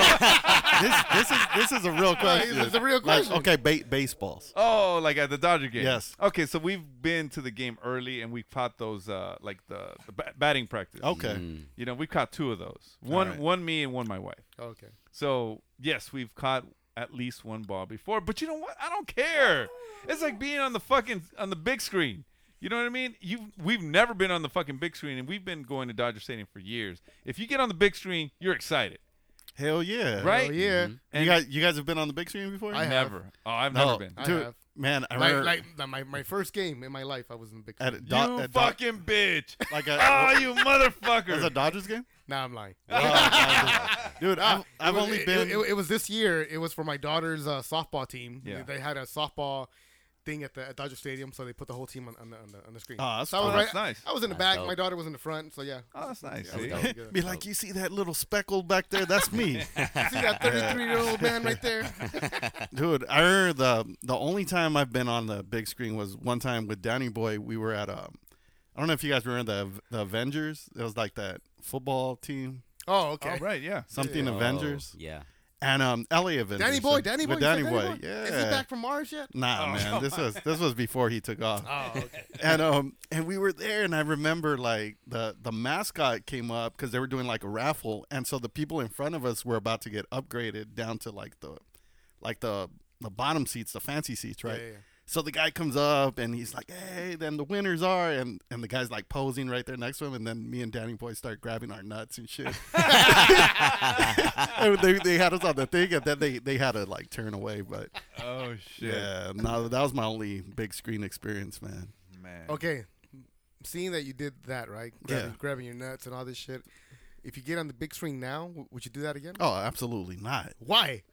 [SPEAKER 6] this this is this is a real question.
[SPEAKER 7] It's a real
[SPEAKER 6] Like,
[SPEAKER 7] question.
[SPEAKER 6] okay, ba- baseballs.
[SPEAKER 5] Oh, like at the Dodger game.
[SPEAKER 6] Yes.
[SPEAKER 5] Okay, so we've been to the game early and we caught those, uh, like the, the ba- batting practice.
[SPEAKER 6] Okay.
[SPEAKER 5] You know, we caught two of those. One,
[SPEAKER 6] right.
[SPEAKER 5] one me and one my wife.
[SPEAKER 7] okay.
[SPEAKER 5] So yes, we've caught at least one ball before. But you know what? I don't care. It's like being on the fucking on the big screen. You know what I mean? You we've never been on the fucking big screen, and we've been going to Dodger Stadium for years. If you get on the big screen, you're excited,
[SPEAKER 6] Hell yeah.
[SPEAKER 5] right?
[SPEAKER 7] Oh, yeah.
[SPEAKER 5] And
[SPEAKER 6] You guys you guys have been on the big screen before?
[SPEAKER 7] I have.
[SPEAKER 5] never. Oh, I've
[SPEAKER 6] No,
[SPEAKER 5] never been.
[SPEAKER 7] I
[SPEAKER 6] Dude,
[SPEAKER 7] have.
[SPEAKER 6] man, I
[SPEAKER 7] Like,
[SPEAKER 6] remember
[SPEAKER 7] like the- my, my first game in my life, I was in the big.
[SPEAKER 6] at a
[SPEAKER 7] Ten.
[SPEAKER 6] Do-
[SPEAKER 5] you
[SPEAKER 6] at Do-
[SPEAKER 5] fucking bitch!
[SPEAKER 6] like a
[SPEAKER 5] oh, you
[SPEAKER 6] was a
[SPEAKER 5] motherfucker!
[SPEAKER 6] Dodgers game?
[SPEAKER 7] Nah, I'm lying.
[SPEAKER 6] Dude, I've, I've
[SPEAKER 7] It was-
[SPEAKER 6] only
[SPEAKER 7] it-
[SPEAKER 6] been
[SPEAKER 7] It, it was this year. It was for my daughter's uh, softball team.
[SPEAKER 5] Yeah.
[SPEAKER 7] They had a softball thing at the at Dodger Stadium, so they put the whole team on, on, the, on, the, on the screen.
[SPEAKER 6] Oh, that's
[SPEAKER 7] so I was
[SPEAKER 6] cool.
[SPEAKER 7] right-
[SPEAKER 5] That's nice.
[SPEAKER 7] I was in the
[SPEAKER 8] That's
[SPEAKER 7] back. My
[SPEAKER 8] dope.
[SPEAKER 7] daughter was in the front. So yeah.
[SPEAKER 5] Oh, that's nice.
[SPEAKER 8] That was
[SPEAKER 5] see?
[SPEAKER 8] dope.
[SPEAKER 6] be like, you see that little speckle back there? That's me.
[SPEAKER 7] See that 33 year old man right there?
[SPEAKER 6] Dude, I remember the the only time I've been on the big screen was one time with Danny Boy. We were at um, I don't know if you guys remember the the Avengers. It was like that football team,
[SPEAKER 5] Oh,
[SPEAKER 7] Oh, okay.
[SPEAKER 5] right, yeah.
[SPEAKER 6] something
[SPEAKER 8] Oh,
[SPEAKER 6] Avengers.
[SPEAKER 8] yeah.
[SPEAKER 6] and um, LA Avengers.
[SPEAKER 7] Danny Boy, Danny Boy,
[SPEAKER 6] With
[SPEAKER 7] you said
[SPEAKER 6] Danny, Boy. Yeah.
[SPEAKER 7] Is he back from Mars yet?
[SPEAKER 6] Nah, man. This was this was before he took off.
[SPEAKER 7] Oh, okay.
[SPEAKER 6] and um and we were there and I remember like the the mascot came up because they were doing like a raffle and so the people in front of us were about to get upgraded down to like the like the the bottom seats the fancy seats right
[SPEAKER 7] yeah, yeah.
[SPEAKER 6] so the guy comes up and he's like hey then the winners are and and the guy's like posing right there next to him and then me and Danny Boy start grabbing our nuts and shit and they, they had us on the thing and then they they had to like turn away but
[SPEAKER 5] Oh shit,
[SPEAKER 6] yeah no that was my only big screen experience man
[SPEAKER 5] man.
[SPEAKER 7] okay. Seeing that you did that, right? Grabbing,
[SPEAKER 6] Yeah.
[SPEAKER 7] grabbing your nuts and all this shit. If you get on the big screen now, w- would you do that again?
[SPEAKER 6] oh absolutely not
[SPEAKER 7] Why?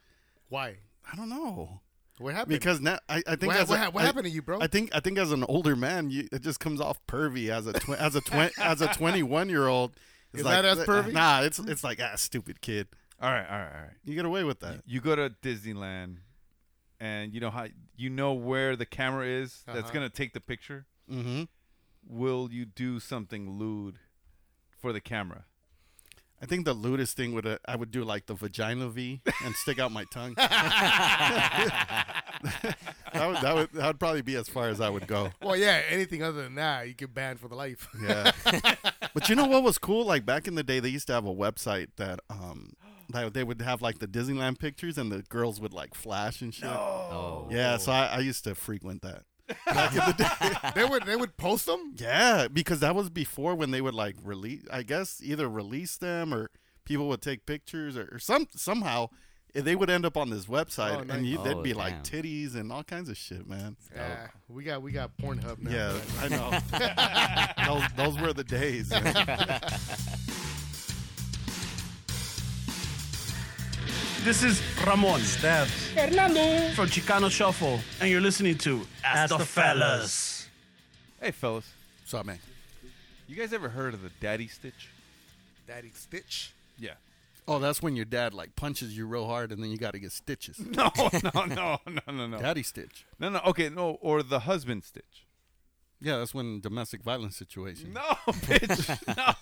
[SPEAKER 7] Why?
[SPEAKER 6] I don't know
[SPEAKER 7] What happened?
[SPEAKER 6] because now I, I think
[SPEAKER 7] What-
[SPEAKER 6] as
[SPEAKER 7] what
[SPEAKER 6] a-
[SPEAKER 7] hap- what
[SPEAKER 6] I-
[SPEAKER 7] happened to you, bro?
[SPEAKER 6] I think I think as an older man, you, it just comes off pervy as a tw- as a tw- as a twenty one year old. It's uh,
[SPEAKER 7] Is that as pervy?
[SPEAKER 6] Nah, it's it's like ah, stupid kid.
[SPEAKER 5] All right, all right, all right.
[SPEAKER 6] You get away with that.
[SPEAKER 5] You go to Disneyland, and you know how you know where the camera is that's
[SPEAKER 7] Uh-huh.
[SPEAKER 5] gonna take the picture.
[SPEAKER 6] Mm-hmm.
[SPEAKER 5] Will you do something lewd for the camera?
[SPEAKER 6] I think the lewdest thing would uh, I would do like the vagina V and stick out my tongue. that would that would that would probably be as far as I would go.
[SPEAKER 7] well, yeah. Anything other than that, you get banned for the life.
[SPEAKER 6] Yeah. but you know what was cool? Like back in the day, they used to have a website that um that they would have like the Disneyland pictures and the girls would like flash and shit.
[SPEAKER 8] Oh.
[SPEAKER 6] Yeah, so I, I used to frequent that.
[SPEAKER 7] they would they would post them.
[SPEAKER 6] Yeah, because that was before when they would like release. I guess either release them or people would take pictures or, or some somehow eh, they would end up on this website
[SPEAKER 7] Oh,
[SPEAKER 6] and
[SPEAKER 7] nice.
[SPEAKER 6] you,
[SPEAKER 8] Oh,
[SPEAKER 6] they'd be
[SPEAKER 8] damn.
[SPEAKER 6] like titties and all kinds of shit, man.
[SPEAKER 7] Yeah, we got we got Pornhub
[SPEAKER 8] Oh,
[SPEAKER 7] now.
[SPEAKER 6] Yeah,
[SPEAKER 7] but-
[SPEAKER 6] I know. those, those were the days. man.
[SPEAKER 9] This is Ramon Stabs Hernando from Chicano Shuffle, and you're listening to Ask, the, Fellas.
[SPEAKER 5] Hey, fellas,
[SPEAKER 6] So man,
[SPEAKER 5] you guys ever heard of the daddy stitch?
[SPEAKER 7] Daddy Stitch.
[SPEAKER 5] Yeah.
[SPEAKER 6] oh, that's when your dad like punches you real hard and then you got to get stitches.
[SPEAKER 5] No, no, no, no, no, no,
[SPEAKER 6] Daddy stitch.
[SPEAKER 5] no, no. Okay, no, or the husband stitch.
[SPEAKER 6] Yeah, that's when domestic violence situation.
[SPEAKER 5] No, bitch, no,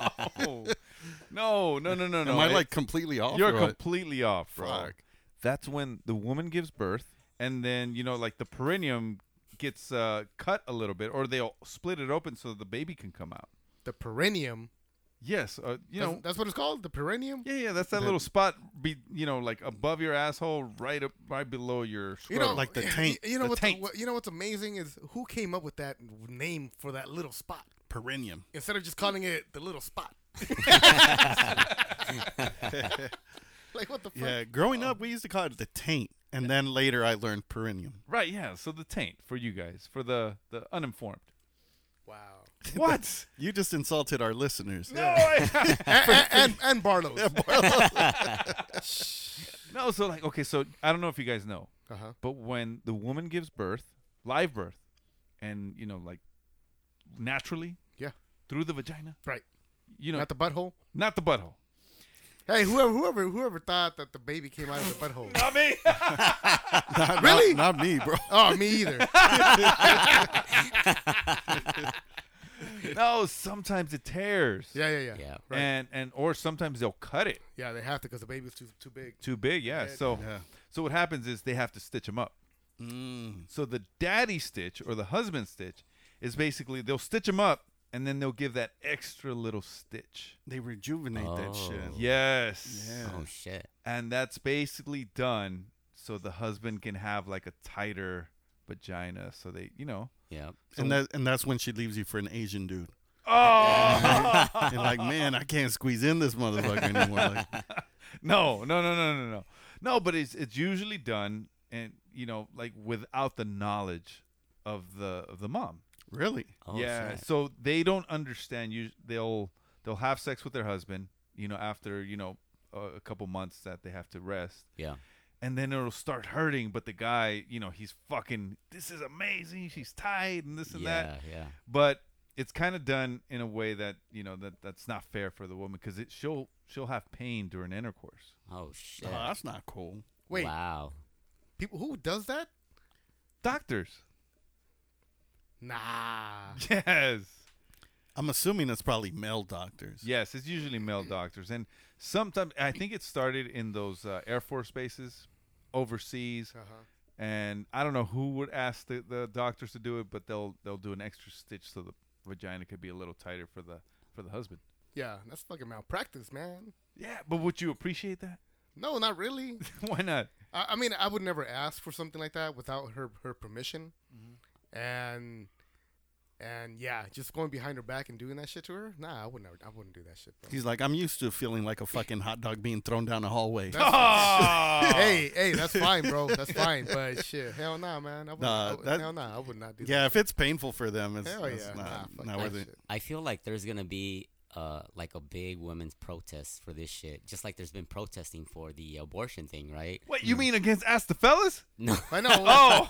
[SPEAKER 5] no, no, no, no, no.
[SPEAKER 6] Am I
[SPEAKER 5] It-
[SPEAKER 6] like completely off?
[SPEAKER 5] You're
[SPEAKER 6] or what?
[SPEAKER 5] completely off, bro.
[SPEAKER 6] Fuck.
[SPEAKER 5] That's when the woman gives birth, and then you know, like the perineum gets uh, cut a little bit, or they'll split it open so the baby can come out.
[SPEAKER 7] The perennium.
[SPEAKER 5] Yes, uh, you
[SPEAKER 7] That's,
[SPEAKER 5] know.
[SPEAKER 7] that's what it's called. The perennium.
[SPEAKER 5] yeah, yeah, that's that little spot, be you know, like above your asshole, right up, right below your.
[SPEAKER 7] You
[SPEAKER 5] Scrotum.
[SPEAKER 7] know,
[SPEAKER 6] like the taint,
[SPEAKER 7] You know
[SPEAKER 5] the
[SPEAKER 7] what's
[SPEAKER 5] taint.
[SPEAKER 7] what, you know what's amazing is who came up with that name for that little spot
[SPEAKER 6] Perineum.
[SPEAKER 7] instead of just calling it the little spot. like what the fuck?
[SPEAKER 6] Yeah,
[SPEAKER 5] oh.
[SPEAKER 6] growing up, we used to call it the taint, and then later I learned perineum.
[SPEAKER 5] right, yeah. So the taint for you guys, for the the uninformed.
[SPEAKER 7] Wow.
[SPEAKER 5] What?
[SPEAKER 6] You just insulted our listeners.
[SPEAKER 7] and, and, and, and Barlow's.
[SPEAKER 5] no, so like, okay, so I don't know if you guys know,
[SPEAKER 7] Uh-huh.
[SPEAKER 5] But when the woman gives birth, live birth, and you know, like naturally
[SPEAKER 7] Yeah.
[SPEAKER 5] through the vagina,
[SPEAKER 7] Right.
[SPEAKER 5] you know,
[SPEAKER 7] Not the butthole.
[SPEAKER 5] not the butthole.
[SPEAKER 7] Hey, whoever, whoever, whoever thought that the baby came out of the butthole.
[SPEAKER 5] I mean,
[SPEAKER 6] Not-
[SPEAKER 7] Really?
[SPEAKER 6] Not, not me, bro.
[SPEAKER 7] Oh, me either.
[SPEAKER 5] no, sometimes it tears.
[SPEAKER 7] Yeah, yeah, yeah.
[SPEAKER 8] Yeah.
[SPEAKER 7] Right.
[SPEAKER 5] And and or sometimes they'll cut it
[SPEAKER 7] yeah, they have to because the baby's too too big.
[SPEAKER 5] too big. Yeah. So
[SPEAKER 6] Yeah.
[SPEAKER 5] so what happens is they have to stitch them up. So the daddy stitch or the husband stitch is basically they'll stitch them up and then they'll give that extra little stitch.
[SPEAKER 6] They rejuvenate that shit.
[SPEAKER 8] Oh.
[SPEAKER 5] Yes.
[SPEAKER 8] Oh shit.
[SPEAKER 5] and that's basically done so the husband can have like a tighter vagina so they you know
[SPEAKER 8] Yep.
[SPEAKER 6] And that and that's when she leaves you for an Asian dude.
[SPEAKER 5] oh
[SPEAKER 6] And like, man, I can't squeeze in this motherfucker anymore. Like,
[SPEAKER 5] no no no no no no no but it's it's usually done and you know like without the knowledge of the of the mom
[SPEAKER 6] really?
[SPEAKER 8] Oh
[SPEAKER 5] yeah
[SPEAKER 8] shit.
[SPEAKER 5] so they don't understand you they'll they'll have sex with their husband you know after you know a, a couple months that they have to rest
[SPEAKER 8] Yeah.
[SPEAKER 5] and then it'll start hurting but the guy you know he's fucking this is amazing she's tight and this and that
[SPEAKER 8] Yeah. Yeah.
[SPEAKER 5] but it's kind of done in a way that you know that that's not fair for the woman because it she'll she'll have pain during intercourse.
[SPEAKER 8] Oh shit.
[SPEAKER 6] Oh, that's not cool.
[SPEAKER 7] Wait,
[SPEAKER 8] Wow.
[SPEAKER 7] people who does that?
[SPEAKER 5] Doctors,
[SPEAKER 7] Nah.
[SPEAKER 5] yes,
[SPEAKER 6] I'm assuming it's probably male doctors.
[SPEAKER 5] Yes, it's usually male doctors, and sometimes I think it started in those uh, Air Force bases overseas, and I don't know who would ask the, the doctors to do it, but they'll they'll do an extra stitch so the vagina could be a little tighter for the for the husband.
[SPEAKER 7] Yeah, that's fucking malpractice, man.
[SPEAKER 5] Yeah, but would you appreciate that?
[SPEAKER 7] No, not really.
[SPEAKER 5] Why not?
[SPEAKER 7] I, I mean, I would never ask for something like that without her her permission,
[SPEAKER 6] Mm-hmm.
[SPEAKER 7] and and yeah, just going behind her back and doing that shit to her. Nah, I would never. I wouldn't do that shit. Bro.
[SPEAKER 6] He's like, I'm used to feeling like a fucking hot dog being thrown down a hallway.
[SPEAKER 7] Hey, hey, that's fine, bro. That's fine. But shit, hell nah, man. I would,
[SPEAKER 6] Nah,
[SPEAKER 7] I would-
[SPEAKER 6] that-
[SPEAKER 7] hell nah, I would not do
[SPEAKER 6] yeah,
[SPEAKER 7] that.
[SPEAKER 6] if it's painful for them, it's,
[SPEAKER 7] Hell
[SPEAKER 6] it's
[SPEAKER 7] yeah. Nah,
[SPEAKER 6] not,
[SPEAKER 7] fuck
[SPEAKER 6] not
[SPEAKER 7] that
[SPEAKER 6] worth it.
[SPEAKER 7] shit.
[SPEAKER 8] I feel like there's gonna be uh like a big women's protest for this shit, just like there's been protesting for the abortion thing, right?
[SPEAKER 5] What you mean against ask the fellas?
[SPEAKER 8] No,
[SPEAKER 7] I know. Oh,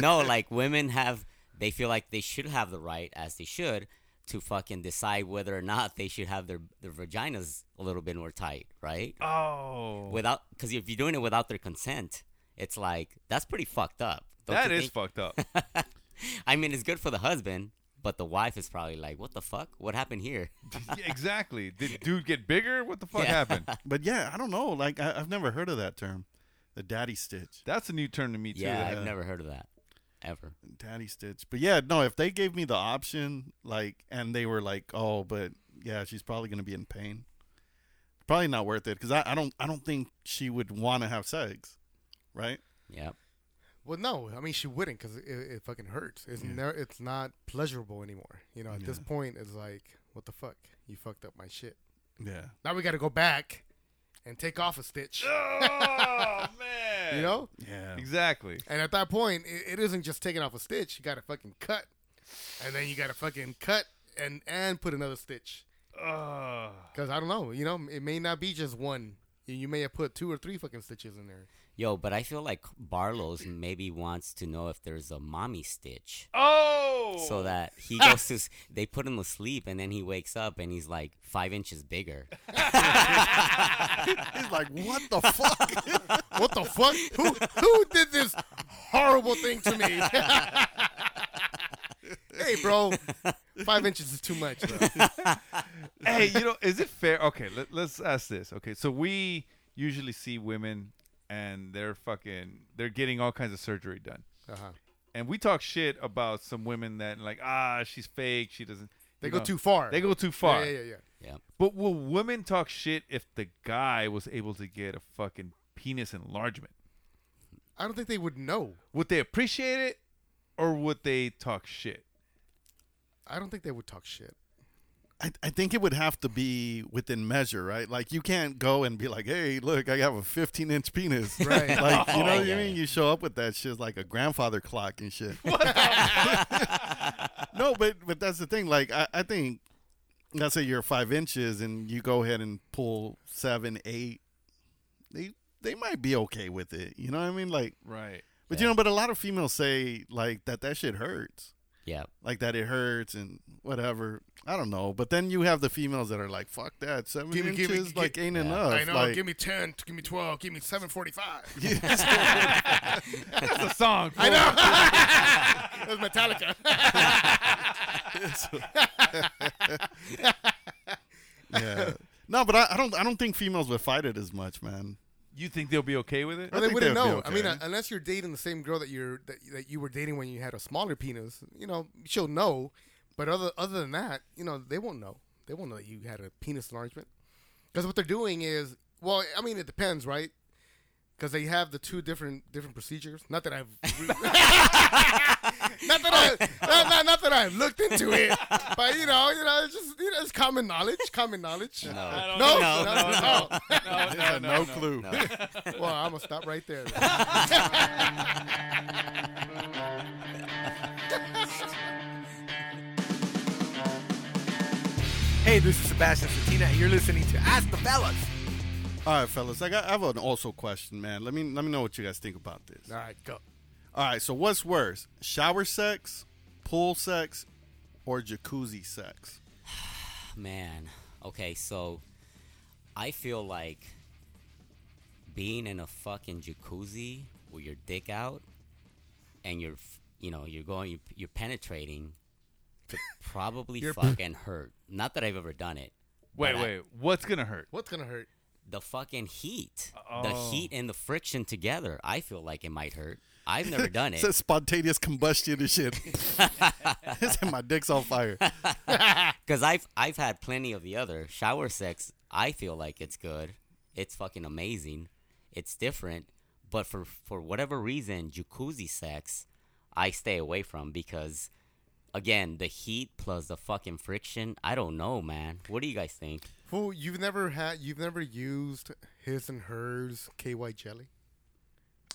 [SPEAKER 8] no, like women have, they feel like they should have the right, as they should, to fucking decide whether or not they should have their their vaginas a little bit more tight, right?
[SPEAKER 5] Oh,
[SPEAKER 8] Without, because if you're doing it without their consent, it's like that's pretty fucked up. Don't
[SPEAKER 5] that
[SPEAKER 8] you
[SPEAKER 5] is
[SPEAKER 8] think?
[SPEAKER 5] fucked up.
[SPEAKER 8] I mean, it's good for the husband, but the wife is probably like, "What the fuck? What happened here?"
[SPEAKER 5] Yeah, exactly. Did dude get bigger? What the fuck
[SPEAKER 8] Yeah.
[SPEAKER 5] happened?
[SPEAKER 6] But yeah, I don't know. Like, I, I've never heard of that term, the daddy stitch,
[SPEAKER 5] That's a new term to me too.
[SPEAKER 8] yeah,
[SPEAKER 5] that-
[SPEAKER 8] I've never heard of that ever.
[SPEAKER 6] daddy stitch. But yeah, no, if they gave me the option, like, and they were like, oh, but yeah, she's probably gonna be in pain. Probably not worth it because I, I don't, I don't think she would want to have sex, right?
[SPEAKER 8] Yep.
[SPEAKER 7] well, no. I mean, she wouldn't because it, it fucking hurts. It's ne- It's not pleasurable anymore. You know, at this point, it's like, what the fuck? You fucked up my shit.
[SPEAKER 6] Yeah.
[SPEAKER 7] Now we got to go back and take off a stitch.
[SPEAKER 5] Oh man.
[SPEAKER 7] You know.
[SPEAKER 6] Yeah.
[SPEAKER 5] Exactly.
[SPEAKER 7] And at that point, it, it isn't just taking off a stitch. You got to fucking cut, and then you got to fucking cut and and put another stitch.
[SPEAKER 5] Oh.
[SPEAKER 7] Because I don't know, you know, it may not be just one. You- You may have put two or three fucking stitches in there.
[SPEAKER 8] Yo, but I feel like Barlow's maybe wants to know if there's a mommy stitch.
[SPEAKER 5] Oh.
[SPEAKER 8] so that he goes to s- they put him to sleep and then he wakes up and he's like five inches bigger
[SPEAKER 6] He's like, what the fuck?
[SPEAKER 7] What the fuck? Who who did this horrible thing to me? hey, bro, five inches is too much. Bro.
[SPEAKER 5] hey, you know, is it fair? Okay, let, let's ask this. Okay, so we usually see women and they're fucking, they're getting all kinds of surgery done.
[SPEAKER 7] Uh-huh.
[SPEAKER 5] And we talk shit about some women that, like, ah, she's fake. She doesn't.
[SPEAKER 7] They
[SPEAKER 5] you
[SPEAKER 7] go
[SPEAKER 5] know,
[SPEAKER 7] too far.
[SPEAKER 5] They go too far.
[SPEAKER 7] Yeah, yeah, yeah.
[SPEAKER 8] yeah
[SPEAKER 5] But will women talk shit if the guy was able to get a fucking penis enlargement?
[SPEAKER 7] I don't think they would know.
[SPEAKER 5] Would they appreciate it or would they talk shit?
[SPEAKER 7] I don't think they would talk shit.
[SPEAKER 6] I, I think it would have to be within measure, right? Like you can't go and be like, "Hey, look, I have a 15 inch penis."
[SPEAKER 7] Right.
[SPEAKER 6] Like you know what
[SPEAKER 8] Oh, Yeah.
[SPEAKER 6] I mean? You show up with that shit like a grandfather clock and shit. no, but but that's the thing. Like I, I think, let's say you're five inches and you go ahead and pull seven, eight. They they might be okay with it. You know what I mean? Like,
[SPEAKER 5] Right.
[SPEAKER 6] but you know, but a lot of females say like that that shit hurts
[SPEAKER 8] yeah
[SPEAKER 6] like that it hurts and whatever. I don't know. But then you have the females that are like, fuck that. Seven
[SPEAKER 7] Gimme,
[SPEAKER 6] inches
[SPEAKER 7] gimme, gi-
[SPEAKER 6] like ain't enough.
[SPEAKER 7] I know.
[SPEAKER 6] Like,
[SPEAKER 7] give me ten. Give me twelve. Give me seven forty-five.
[SPEAKER 5] That's a song.
[SPEAKER 7] I know. That's Metallica.
[SPEAKER 6] yeah. No, but I, I don't I don't think females would fight it as much, man.
[SPEAKER 5] You think they'll be okay with it?
[SPEAKER 7] Well, they
[SPEAKER 6] think
[SPEAKER 7] wouldn't
[SPEAKER 6] they'd be
[SPEAKER 7] know. I mean,
[SPEAKER 6] okay.
[SPEAKER 7] uh, unless you're dating the same girl that you're that, that you were dating when you had a smaller penis, you know, she'll know. But other other than that, you know, they won't know. They won't know that you had a penis enlargement. Because what they're doing is, well, I mean, it depends, right? Because they have the two different different procedures. Not that I've, not that I, not, not, not that I've looked into it. But you know, you know, it's just you know, it's common knowledge. Common knowledge. No, no, no, Oh.
[SPEAKER 8] No, no,
[SPEAKER 7] no.
[SPEAKER 5] No, no, no, no.
[SPEAKER 6] clue.
[SPEAKER 7] Well, I'm gonna stop right there.
[SPEAKER 10] Hey, this is Sebastian Satina, and you're listening to Ask the Fellas.
[SPEAKER 6] All right, fellas. I got I have an also question, man. Let me let me know what you guys think about this.
[SPEAKER 7] All right, go.
[SPEAKER 6] All right, so what's worse? Shower sex, pool sex, or jacuzzi sex?
[SPEAKER 8] man okay so i feel like being in a fucking jacuzzi with your dick out and you're f- you know you're going you're, you're penetrating probably fucking hurt. Not that I've ever done it.
[SPEAKER 5] Wait,
[SPEAKER 8] but I-
[SPEAKER 5] wait. What's gonna hurt?
[SPEAKER 7] What's gonna hurt?
[SPEAKER 8] the fucking heat, the heat and the friction together. I feel like it might hurt. I've never done it.
[SPEAKER 6] It's a spontaneous combustion and shit. It's like my dick's on fire.
[SPEAKER 8] Because I've I've had plenty of the other shower sex. I feel like it's good. It's fucking amazing. It's different. But for for whatever reason, jacuzzi sex, I stay away from because, again, the heat plus the fucking friction. I don't know, man. What do you guys think?
[SPEAKER 7] Who you've never had? You've never used his and hers KY jelly,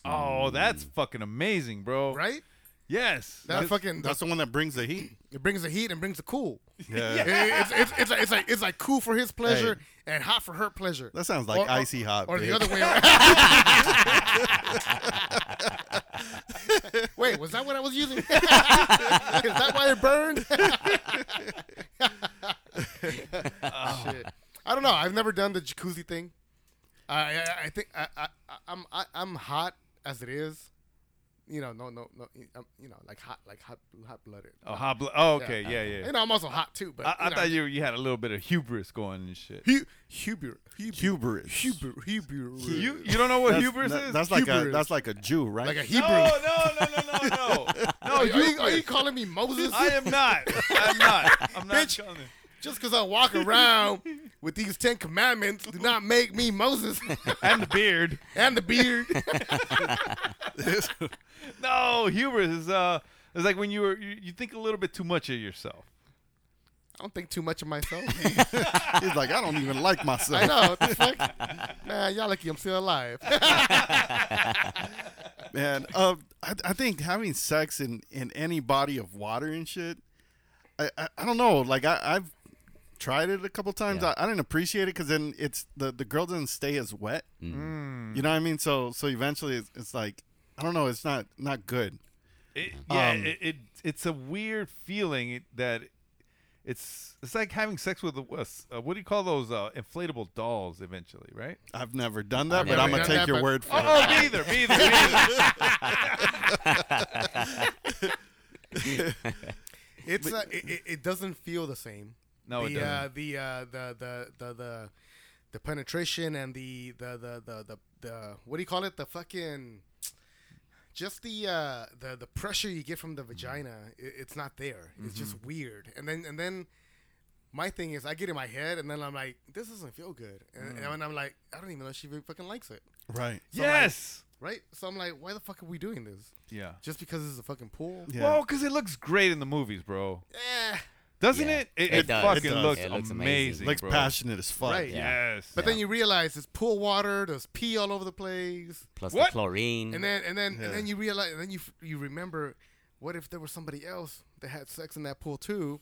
[SPEAKER 5] Oh, that's
[SPEAKER 7] Mm.
[SPEAKER 5] fucking amazing, bro.
[SPEAKER 7] right?
[SPEAKER 5] Yes.
[SPEAKER 7] That fucking
[SPEAKER 6] That's the one that brings the heat.
[SPEAKER 7] it brings the heat and brings the cool.
[SPEAKER 6] Yeah.
[SPEAKER 7] It- it's, it's, it's, like, it's like it's like cool for his pleasure and hot for her pleasure.
[SPEAKER 6] That sounds like
[SPEAKER 7] Or- or-
[SPEAKER 6] icy hot.
[SPEAKER 7] Or the
[SPEAKER 6] bitch.
[SPEAKER 7] other way around. Wait, was that what I was using? Is that why it burned? Shit. I don't know. I've never done the jacuzzi thing. I I, I think I, I I- I'm I, I'm hot as it is. You know, no, no, no. I'm, you know, like hot, like hot, hot blooded.
[SPEAKER 5] Oh, hot blo- oh, okay. Yeah, yeah.
[SPEAKER 7] You know, I'm also hot too. But
[SPEAKER 5] I, I
[SPEAKER 7] know,
[SPEAKER 5] thought you you had a little bit of hubris going and shit.
[SPEAKER 7] Hu- Huber. Huber.
[SPEAKER 6] Hubris.
[SPEAKER 7] Huber. Huber.
[SPEAKER 5] You you don't know what
[SPEAKER 6] That's,
[SPEAKER 5] hubris
[SPEAKER 6] that-
[SPEAKER 5] is?
[SPEAKER 6] that's like a
[SPEAKER 7] Hubris.
[SPEAKER 6] that's like a Jew, right?
[SPEAKER 7] Like a
[SPEAKER 5] no,
[SPEAKER 7] Hebrew.
[SPEAKER 5] no, no, no, no, no.
[SPEAKER 7] Are
[SPEAKER 5] No,
[SPEAKER 7] you, are you calling me Moses?
[SPEAKER 5] I am not. I'm not. I'm not
[SPEAKER 7] Bitch.
[SPEAKER 5] calling it.
[SPEAKER 7] Just because I walk around with these Ten Commandments do not make me Moses
[SPEAKER 5] And the beard.
[SPEAKER 7] and the beard.
[SPEAKER 5] No, hubris is uh it's like when you were you, you think a little bit too much of yourself.
[SPEAKER 7] I don't think too much of myself.
[SPEAKER 6] He's like, I don't even like myself.
[SPEAKER 7] I know. what the fuck? Man, y'all lucky I'm still alive.
[SPEAKER 6] man. Uh, I, I think having sex in, in any body of water and shit, I, I, I don't know. Like I, I've tried it a couple times.
[SPEAKER 8] Yeah.
[SPEAKER 6] I, I didn't appreciate it because then it's the, the girl doesn't stay as wet.
[SPEAKER 7] Mm.
[SPEAKER 6] You know what I mean? So so eventually it's, it's like I don't know. It's not not good.
[SPEAKER 5] It, yeah,
[SPEAKER 6] Um,
[SPEAKER 5] it, it it's a weird feeling it- that it's it's like having sex with a, a s- uh, what do you call those uh, inflatable dolls? Eventually, right?
[SPEAKER 6] I've never done that,
[SPEAKER 8] I've
[SPEAKER 6] but
[SPEAKER 8] never
[SPEAKER 6] I'm gonna
[SPEAKER 7] done
[SPEAKER 6] take
[SPEAKER 7] that,
[SPEAKER 6] your
[SPEAKER 7] but-
[SPEAKER 6] word for
[SPEAKER 5] Oh,
[SPEAKER 6] it.
[SPEAKER 5] oh, me either, me either, me either.
[SPEAKER 7] It's uh, it, it- it doesn't feel the same.
[SPEAKER 5] No,
[SPEAKER 7] the,
[SPEAKER 5] it doesn't.
[SPEAKER 7] Uh, the, uh, the the the the the penetration and the the the the the, the what do you call it? The fucking just the uh, the the pressure you get from the vagina. It, it's not there.
[SPEAKER 5] Mm-hmm.
[SPEAKER 7] It's just weird. And then and then my thing is, I get in my head, and then I'm like, this doesn't feel good. And,
[SPEAKER 5] Mm.
[SPEAKER 7] and I'm like, I don't even know if she really fucking likes it,
[SPEAKER 6] Right.
[SPEAKER 5] yes.
[SPEAKER 7] right? So I'm like, why the fuck are we doing this?
[SPEAKER 5] Yeah.
[SPEAKER 7] Just because this is a fucking pool?
[SPEAKER 6] Yeah.
[SPEAKER 5] Well, because it looks great in the movies, bro.
[SPEAKER 7] Eh.
[SPEAKER 5] Doesn't
[SPEAKER 8] Yeah.
[SPEAKER 5] it? It,
[SPEAKER 8] It
[SPEAKER 5] it
[SPEAKER 8] does.
[SPEAKER 5] fucking
[SPEAKER 6] It does.
[SPEAKER 5] looks,
[SPEAKER 8] It looks
[SPEAKER 5] amazing.
[SPEAKER 8] amazing.
[SPEAKER 6] Looks
[SPEAKER 5] bro.
[SPEAKER 6] passionate as fuck.
[SPEAKER 7] Right.
[SPEAKER 5] Yes.
[SPEAKER 7] But then you realize there's pool water, there's pee all over the place,
[SPEAKER 8] Plus
[SPEAKER 5] What?
[SPEAKER 8] the chlorine.
[SPEAKER 7] and then and then
[SPEAKER 6] Mm. Yeah.
[SPEAKER 7] and then you realize, and then you f- you remember, what if there was somebody else that had sex in that pool too,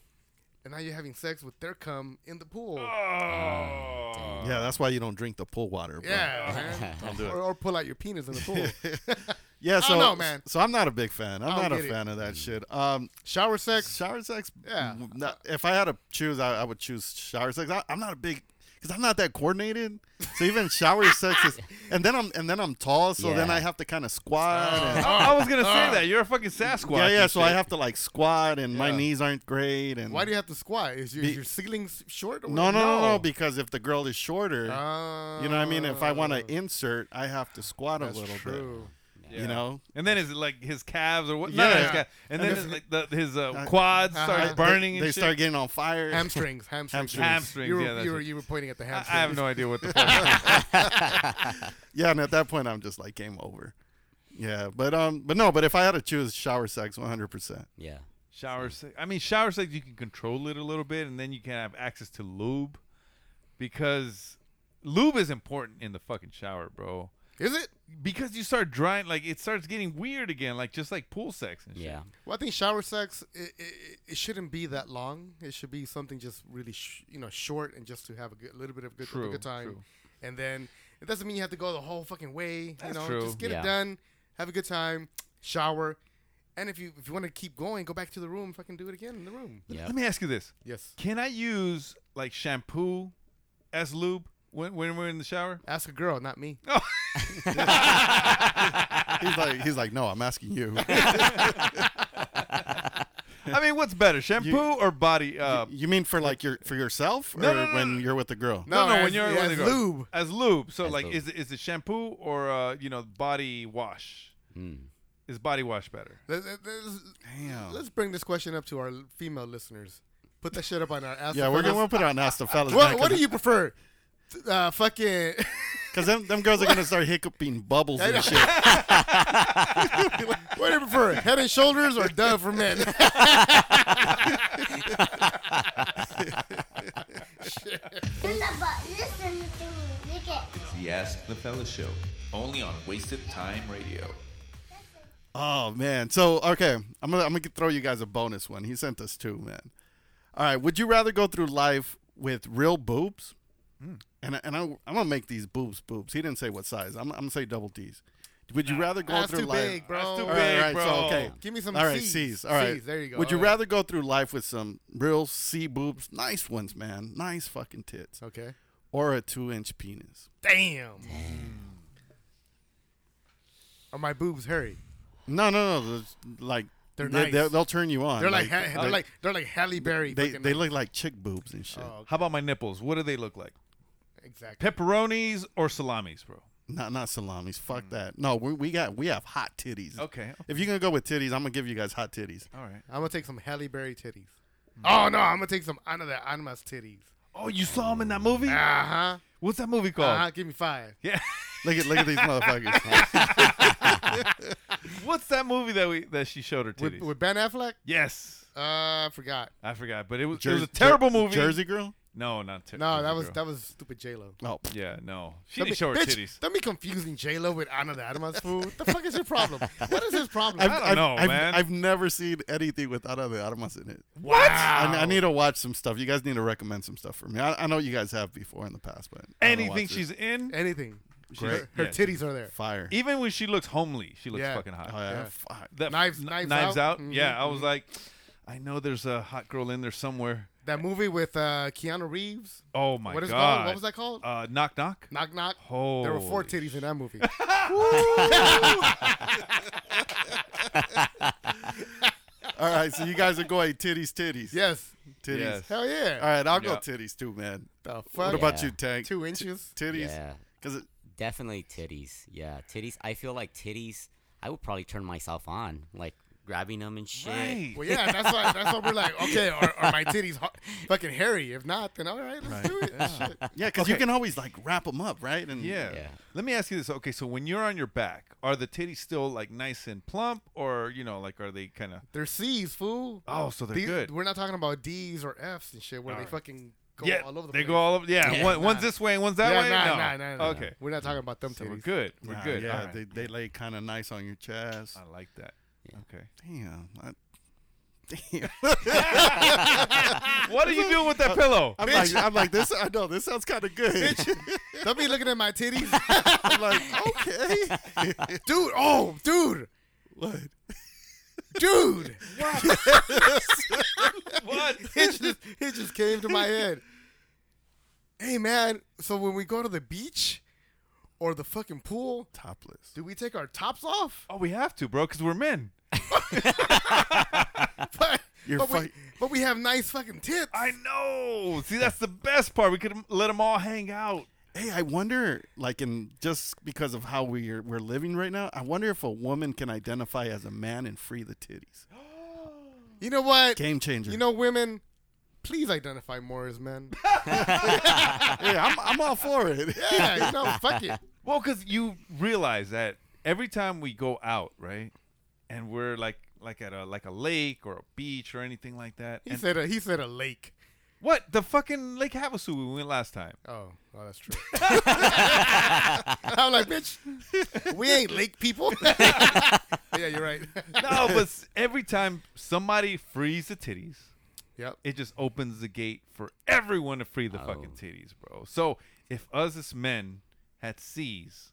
[SPEAKER 7] and now you're having sex with their cum in the pool.
[SPEAKER 5] Oh.
[SPEAKER 6] Yeah, that's why you don't drink the pool water. Bro.
[SPEAKER 7] yeah, man.
[SPEAKER 6] do it.
[SPEAKER 7] Or, or pull out your penis in the pool.
[SPEAKER 6] Yeah,
[SPEAKER 7] don't
[SPEAKER 6] so
[SPEAKER 7] know, man.
[SPEAKER 6] so I'm not a big fan. I'm
[SPEAKER 7] I don't
[SPEAKER 6] not a
[SPEAKER 7] get it.
[SPEAKER 6] fan of
[SPEAKER 5] Mm.
[SPEAKER 6] that shit. Um,
[SPEAKER 7] Shower sex.
[SPEAKER 6] shower sex.
[SPEAKER 7] Yeah.
[SPEAKER 6] m- not- if I had to choose, I, I would choose shower sex. I, I'm not a big because I'm not that coordinated. So even shower sex is, and then I'm and then I'm tall, so then
[SPEAKER 8] Yeah.
[SPEAKER 6] I have to kind of
[SPEAKER 7] Oh,
[SPEAKER 6] squat. and,
[SPEAKER 5] I, I was gonna say that you're a fucking Sasquatch.
[SPEAKER 6] yeah, yeah.
[SPEAKER 5] and
[SPEAKER 6] So
[SPEAKER 5] shit.
[SPEAKER 6] I have to like squat, and my
[SPEAKER 7] Yeah.
[SPEAKER 6] knees aren't great. And
[SPEAKER 7] Oh. Why do you have to squat? Is your,
[SPEAKER 6] Be-
[SPEAKER 7] is your ceiling s- short? Or
[SPEAKER 6] no, no, no, no, Because if the girl is shorter,
[SPEAKER 7] Uh,
[SPEAKER 6] you know what I mean. If I want to insert, I have to squat a
[SPEAKER 7] Oh. that's
[SPEAKER 6] little
[SPEAKER 7] true.
[SPEAKER 6] bit. You know,
[SPEAKER 5] And then is it like his calves or what? None of his
[SPEAKER 6] Yeah.
[SPEAKER 5] calves. And, then
[SPEAKER 6] And
[SPEAKER 5] it's like the, his uh,
[SPEAKER 6] I-
[SPEAKER 5] quads
[SPEAKER 7] I-
[SPEAKER 5] start
[SPEAKER 7] I-
[SPEAKER 6] They-
[SPEAKER 5] burning. and
[SPEAKER 6] They,
[SPEAKER 5] shit.
[SPEAKER 6] start getting on fire.
[SPEAKER 7] Hamstrings, hamstrings,
[SPEAKER 6] Hamstrings.
[SPEAKER 5] Hamstrings,
[SPEAKER 7] You were,
[SPEAKER 5] yeah, that's
[SPEAKER 7] you, were,
[SPEAKER 5] it.
[SPEAKER 7] you were pointing at the
[SPEAKER 5] I,
[SPEAKER 7] hamstrings.
[SPEAKER 5] I have no idea what the fuck.
[SPEAKER 6] Yeah, and at that point, I'm just like game over. Yeah, but um, but no, but if I had to choose shower sex, 100. percent
[SPEAKER 8] yeah.
[SPEAKER 5] shower sex. I mean, shower sex. You can control it a little bit, and then you can have access to lube, because lube is important in the fucking shower, bro.
[SPEAKER 7] Is it?
[SPEAKER 5] Because you start drying, like it starts getting weird again, like just like pool sex and shit.
[SPEAKER 8] Yeah.
[SPEAKER 7] Well, I think shower sex it, it, it shouldn't be that long. It should be something just really sh- you know short and just to have a good, little bit of good,
[SPEAKER 5] True,
[SPEAKER 7] good time.
[SPEAKER 5] true.
[SPEAKER 7] And then it doesn't mean you have to go the whole fucking way. you
[SPEAKER 5] That's
[SPEAKER 7] know,
[SPEAKER 5] true.
[SPEAKER 7] just get
[SPEAKER 8] Yeah.
[SPEAKER 7] it done, have a good time, shower, and if you if you want to keep going, go back to the room, fucking do it again in the room.
[SPEAKER 8] Yeah.
[SPEAKER 5] Let me ask you this:
[SPEAKER 7] Yes.
[SPEAKER 5] Can I use like shampoo as lube when when we're in the shower?
[SPEAKER 7] Ask a girl, not me.
[SPEAKER 6] He's like, he's like, no, I'm asking you.
[SPEAKER 5] I mean, what's better, shampoo or body? Uh,
[SPEAKER 6] you mean for like your for yourself or
[SPEAKER 5] No, no, no,
[SPEAKER 6] when
[SPEAKER 5] no.
[SPEAKER 6] you're with the girl?
[SPEAKER 5] no, no,
[SPEAKER 7] as-
[SPEAKER 5] when you're
[SPEAKER 7] as
[SPEAKER 5] when they go-
[SPEAKER 7] lube.
[SPEAKER 5] as lube. So
[SPEAKER 8] As
[SPEAKER 5] like,
[SPEAKER 8] lube.
[SPEAKER 5] is it, is it shampoo or uh, you know body wash?
[SPEAKER 8] Hmm.
[SPEAKER 5] Is body wash better?
[SPEAKER 7] Let's, let's-
[SPEAKER 6] Damn.
[SPEAKER 7] let's bring this question up to our female listeners. Put that shit up on our ass.
[SPEAKER 6] Yeah, we're gonna we'll put it on Asta fellas.
[SPEAKER 7] What, what do you prefer? Uh, fucking.
[SPEAKER 6] Because them, them girls are gonna start hiccuping bubbles and shit.
[SPEAKER 7] what do you prefer? Head and shoulders or Dove for men?
[SPEAKER 2] Remember, listen to music.
[SPEAKER 1] The Ask the Fellas Show, only on Wasted Time Radio.
[SPEAKER 6] Oh man. So okay, I'm gonna I'm gonna throw you guys a bonus one. He sent us two, man. All right. Would you rather go through life with real boobs?
[SPEAKER 7] Hmm.
[SPEAKER 6] And I- and I, I'm gonna make these boobs boobs. He didn't say what size. I'm, I'm gonna say double D's. Would you rather go
[SPEAKER 7] That's
[SPEAKER 6] through
[SPEAKER 7] too
[SPEAKER 6] life?
[SPEAKER 7] big, bro.
[SPEAKER 5] That's too
[SPEAKER 6] Oh, All right,
[SPEAKER 5] big,
[SPEAKER 6] all right,
[SPEAKER 5] bro.
[SPEAKER 6] so, okay.
[SPEAKER 7] Give me some
[SPEAKER 6] All right,
[SPEAKER 7] C's.
[SPEAKER 6] C's. All right.
[SPEAKER 7] C's, there you go,
[SPEAKER 6] Would you
[SPEAKER 7] all right.
[SPEAKER 6] rather go through life with some real C boobs, nice ones, man, nice fucking tits,
[SPEAKER 7] Okay.
[SPEAKER 6] or a two-inch penis?
[SPEAKER 7] Damn. Are my boobs hairy?
[SPEAKER 6] No, no, no. those, Like
[SPEAKER 7] They're
[SPEAKER 6] they,
[SPEAKER 7] nice.
[SPEAKER 6] They'll, they'll turn you on.
[SPEAKER 7] They're like, ha- they're like they're like Halle Berry.
[SPEAKER 6] they,
[SPEAKER 7] fucking- Oh,
[SPEAKER 6] they look like chick boobs and shit.
[SPEAKER 5] How about my nipples? What do they look like?
[SPEAKER 7] exactly.
[SPEAKER 5] Pepperonis or salamis, bro?
[SPEAKER 6] Not not salamis. Fuck that. No, we, we got we have hot titties.
[SPEAKER 5] Mm. Okay.
[SPEAKER 6] If you're gonna go with titties, I'm gonna give you guys hot titties.
[SPEAKER 5] All right.
[SPEAKER 7] I'm gonna take some Halle Berry titties.
[SPEAKER 6] Mm.
[SPEAKER 7] Oh no, I'm gonna take some Ana de Animas titties.
[SPEAKER 5] Oh, you saw him in that movie?
[SPEAKER 6] Ah.
[SPEAKER 7] Uh huh.
[SPEAKER 5] What's that movie called?
[SPEAKER 7] Uh huh. Give me five.
[SPEAKER 5] Yeah.
[SPEAKER 6] Look at look at these motherfuckers.
[SPEAKER 5] What's that movie that we that she showed her
[SPEAKER 7] With,
[SPEAKER 5] titties?
[SPEAKER 7] with Ben Affleck?
[SPEAKER 5] yes,
[SPEAKER 7] Uh, I forgot.
[SPEAKER 5] I forgot, but it was it
[SPEAKER 6] Jer-
[SPEAKER 5] was a terrible
[SPEAKER 6] Jer-
[SPEAKER 5] movie.
[SPEAKER 6] Jersey Girl.
[SPEAKER 5] No, not ter-
[SPEAKER 7] No,
[SPEAKER 5] Jersey
[SPEAKER 7] that was
[SPEAKER 5] Girl.
[SPEAKER 7] that was stupid J Lo.
[SPEAKER 6] Oh,
[SPEAKER 5] Yeah, no. She didn't show her
[SPEAKER 7] bitch,
[SPEAKER 5] titties.
[SPEAKER 7] Don't be confusing J Lo with Ana de Animas food. What the fuck is your problem? What is his problem?
[SPEAKER 5] I don't know,
[SPEAKER 6] I've,
[SPEAKER 5] man.
[SPEAKER 6] I've never seen anything without other Adamas in it.
[SPEAKER 5] What?
[SPEAKER 6] I, I need to watch some stuff. You guys need to recommend some stuff for me. I, I know you guys have before in the past, but I haven't
[SPEAKER 5] Anything
[SPEAKER 6] watched it.
[SPEAKER 5] she's in,
[SPEAKER 7] anything.
[SPEAKER 5] Great.
[SPEAKER 7] Her, her
[SPEAKER 5] Yeah.
[SPEAKER 7] titties are there.
[SPEAKER 6] fire.
[SPEAKER 5] even when she looks homely, she looks
[SPEAKER 7] Yeah.
[SPEAKER 5] fucking hot.
[SPEAKER 6] oh, yeah.
[SPEAKER 7] Yeah.
[SPEAKER 6] Fuck.
[SPEAKER 5] That-
[SPEAKER 7] Knives-
[SPEAKER 5] kn-
[SPEAKER 7] Knives
[SPEAKER 5] knives out.
[SPEAKER 7] Out? Mhm,
[SPEAKER 5] Yeah, I was like, I know there's a hot girl in there somewhere.
[SPEAKER 7] That movie with uh, Keanu Reeves.
[SPEAKER 5] Oh my
[SPEAKER 7] What is it called?
[SPEAKER 5] god!
[SPEAKER 7] What was that called?
[SPEAKER 5] Uh, knock knock.
[SPEAKER 7] Knock knock.
[SPEAKER 5] Oh,
[SPEAKER 7] there were four titties in that movie.
[SPEAKER 6] All right, so you guys are going titties, titties,
[SPEAKER 7] yes.
[SPEAKER 6] titties.
[SPEAKER 5] Yes.
[SPEAKER 7] Hell yeah.
[SPEAKER 6] All right, I'll go
[SPEAKER 5] Yeah.
[SPEAKER 6] titties too, man.
[SPEAKER 7] The fuck?
[SPEAKER 6] What about
[SPEAKER 8] Yeah.
[SPEAKER 6] you, Tank?
[SPEAKER 7] two inches?
[SPEAKER 6] titties?
[SPEAKER 8] Yeah.
[SPEAKER 6] Because
[SPEAKER 8] Definitely titties. Yeah, titties. I feel like titties. I would probably turn myself on, like grabbing them and shit.
[SPEAKER 5] Right.
[SPEAKER 7] Well, yeah, that's why. That's why we're like, okay, are, are my titties ho- fucking hairy? If not, then all right, let's do it. Shit.
[SPEAKER 6] yeah, because you can always like wrap them up, right? And
[SPEAKER 5] Yeah.
[SPEAKER 8] Yeah.
[SPEAKER 5] Let me ask you this. Okay, so when you're on your back, are the titties still like nice and plump, or you know, like are they kind of?
[SPEAKER 7] They're C's, fool.
[SPEAKER 5] Oh, so they're
[SPEAKER 7] These-
[SPEAKER 5] good.
[SPEAKER 7] We're not talking about D's or F's and shit where they fucking go
[SPEAKER 5] yeah,
[SPEAKER 7] all over the
[SPEAKER 5] they
[SPEAKER 7] place.
[SPEAKER 5] go all over. Yeah,
[SPEAKER 8] Yeah.
[SPEAKER 5] one, one's this way and one's that
[SPEAKER 7] yeah,
[SPEAKER 5] way.
[SPEAKER 7] Nah,
[SPEAKER 5] no.
[SPEAKER 7] nah, nah, nah,
[SPEAKER 5] okay,
[SPEAKER 7] We're not talking about them
[SPEAKER 5] so we're
[SPEAKER 7] titties.
[SPEAKER 5] good. We're
[SPEAKER 6] Nah,
[SPEAKER 5] good.
[SPEAKER 6] Yeah,
[SPEAKER 5] All right.
[SPEAKER 6] they, they lay kind of nice on your chest.
[SPEAKER 5] I like that. Okay.
[SPEAKER 6] Damn. I, damn.
[SPEAKER 5] What are you doing with that pillow?
[SPEAKER 6] I'm like, I'm like this. I know this sounds kind of good.
[SPEAKER 7] Don't be looking at my titties,
[SPEAKER 6] I'm like, okay.
[SPEAKER 7] dude. Oh, dude,
[SPEAKER 6] What?
[SPEAKER 7] dude.
[SPEAKER 5] What?
[SPEAKER 7] It just, it just came to my head. Hey, man. So when we go to the beach or the fucking pool,
[SPEAKER 6] Topless.
[SPEAKER 7] do we take our tops off?
[SPEAKER 5] Oh, we have to, bro, because we're men.
[SPEAKER 7] But,
[SPEAKER 6] You're
[SPEAKER 7] but, we,
[SPEAKER 6] fuck-
[SPEAKER 7] but we have nice fucking tits.
[SPEAKER 5] I know. See, that's the best part. We could let them all hang out.
[SPEAKER 6] Hey, I wonder, like, in just because of how we're we're living right now, I wonder if a woman can identify as a man and free the titties.
[SPEAKER 7] you know what?
[SPEAKER 6] Game changer.
[SPEAKER 7] You know, women, please identify more as men.
[SPEAKER 6] yeah, I'm, I'm all for it.
[SPEAKER 7] Yeah, you know, fuck it.
[SPEAKER 5] Well, because you realize that every time we go out, right, and we're like like at a like a lake or a beach or anything like that.
[SPEAKER 7] He
[SPEAKER 5] and-
[SPEAKER 7] said a, he said a lake.
[SPEAKER 5] what the fucking Lake Havasu we went last time.
[SPEAKER 7] Oh, oh, that's true. I'm like, bitch, we ain't lake people. yeah, you're right.
[SPEAKER 5] No, but s- every time somebody frees the titties,
[SPEAKER 7] yep.
[SPEAKER 5] it just opens the gate for everyone to free the fucking
[SPEAKER 8] Oh.
[SPEAKER 5] titties, bro. So if us as men had C's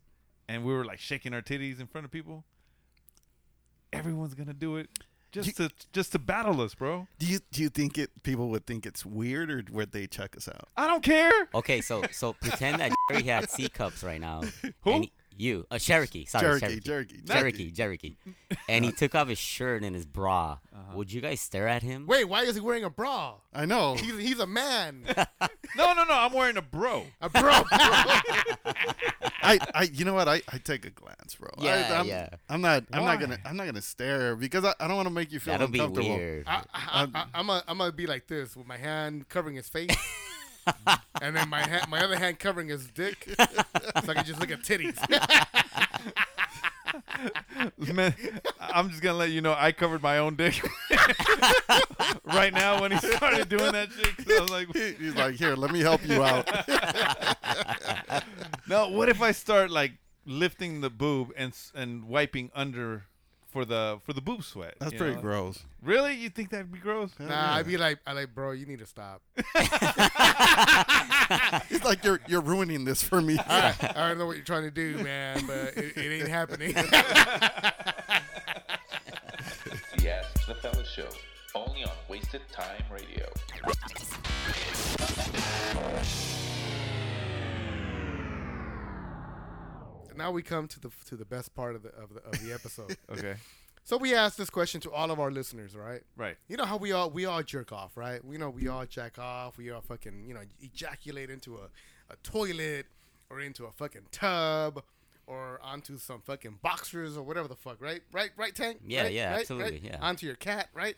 [SPEAKER 5] and we were like shaking our titties in front of people, everyone's gonna do it just to just to battle us, bro.
[SPEAKER 6] Do you do you think it people would think it's weird or would they check us out?
[SPEAKER 5] I don't care.
[SPEAKER 8] Okay, so so pretend that Jerry had C cups right now.
[SPEAKER 5] Who?
[SPEAKER 8] and you, a Cherokee. Sorry,
[SPEAKER 6] Cherokee,
[SPEAKER 8] Cherokee,
[SPEAKER 6] Cherokee,
[SPEAKER 8] Cherokee, Cherokee. and he took off his shirt and his bra. Would you guys stare at him?
[SPEAKER 7] Wait, why is he wearing a bra?
[SPEAKER 6] I know.
[SPEAKER 7] He's, he's a man.
[SPEAKER 5] No, no, no. I'm wearing a bro.
[SPEAKER 7] A bro.
[SPEAKER 6] I, I, you know what? I, I take a glance, bro.
[SPEAKER 8] Yeah,
[SPEAKER 6] I, I'm,
[SPEAKER 8] yeah.
[SPEAKER 6] I'm not. I'm
[SPEAKER 5] Why?
[SPEAKER 6] not gonna. I'm not gonna stare because I, I don't want to make you feel
[SPEAKER 8] That'll be
[SPEAKER 6] uncomfortable.
[SPEAKER 8] weird.
[SPEAKER 7] I, I, I, I'm gonna I'm gonna be like this with my hand covering his face, and then my hand, my other hand covering his dick, so I can just look at titties.
[SPEAKER 5] Man, I'm just gonna let you know I covered my own dick right now when he started doing that shit. 'cause I was like,
[SPEAKER 6] He's like, here, let me help you out.
[SPEAKER 5] no. What if I start like lifting the boob and s- and wiping under for the for the boob sweat?
[SPEAKER 6] That's
[SPEAKER 5] you
[SPEAKER 6] pretty
[SPEAKER 5] know?
[SPEAKER 6] gross.
[SPEAKER 5] Really? You think that'd be gross?
[SPEAKER 7] Nah, I'd be like, I like, bro, you need to stop.
[SPEAKER 6] It's like you're you're ruining this for me.
[SPEAKER 7] I, I don't know what you're trying to do, man, but it, it ain't happening.
[SPEAKER 1] The Ask the Fella Show, only on Wasted Time Radio.
[SPEAKER 7] now we come to the to the best part of the of the, of the episode.
[SPEAKER 5] Okay.
[SPEAKER 7] So we asked this question to all of our listeners, right?
[SPEAKER 5] Right.
[SPEAKER 7] You know how we all we all jerk off, right? We know we all jack off. We all fucking you know ejaculate into a, a toilet or into a fucking tub or onto some fucking boxers or whatever the fuck, right? Right, right, Tank.
[SPEAKER 8] Yeah,
[SPEAKER 7] Right?
[SPEAKER 8] yeah,
[SPEAKER 7] Right?
[SPEAKER 8] absolutely,
[SPEAKER 7] Right?
[SPEAKER 8] yeah.
[SPEAKER 7] Onto your cat, right?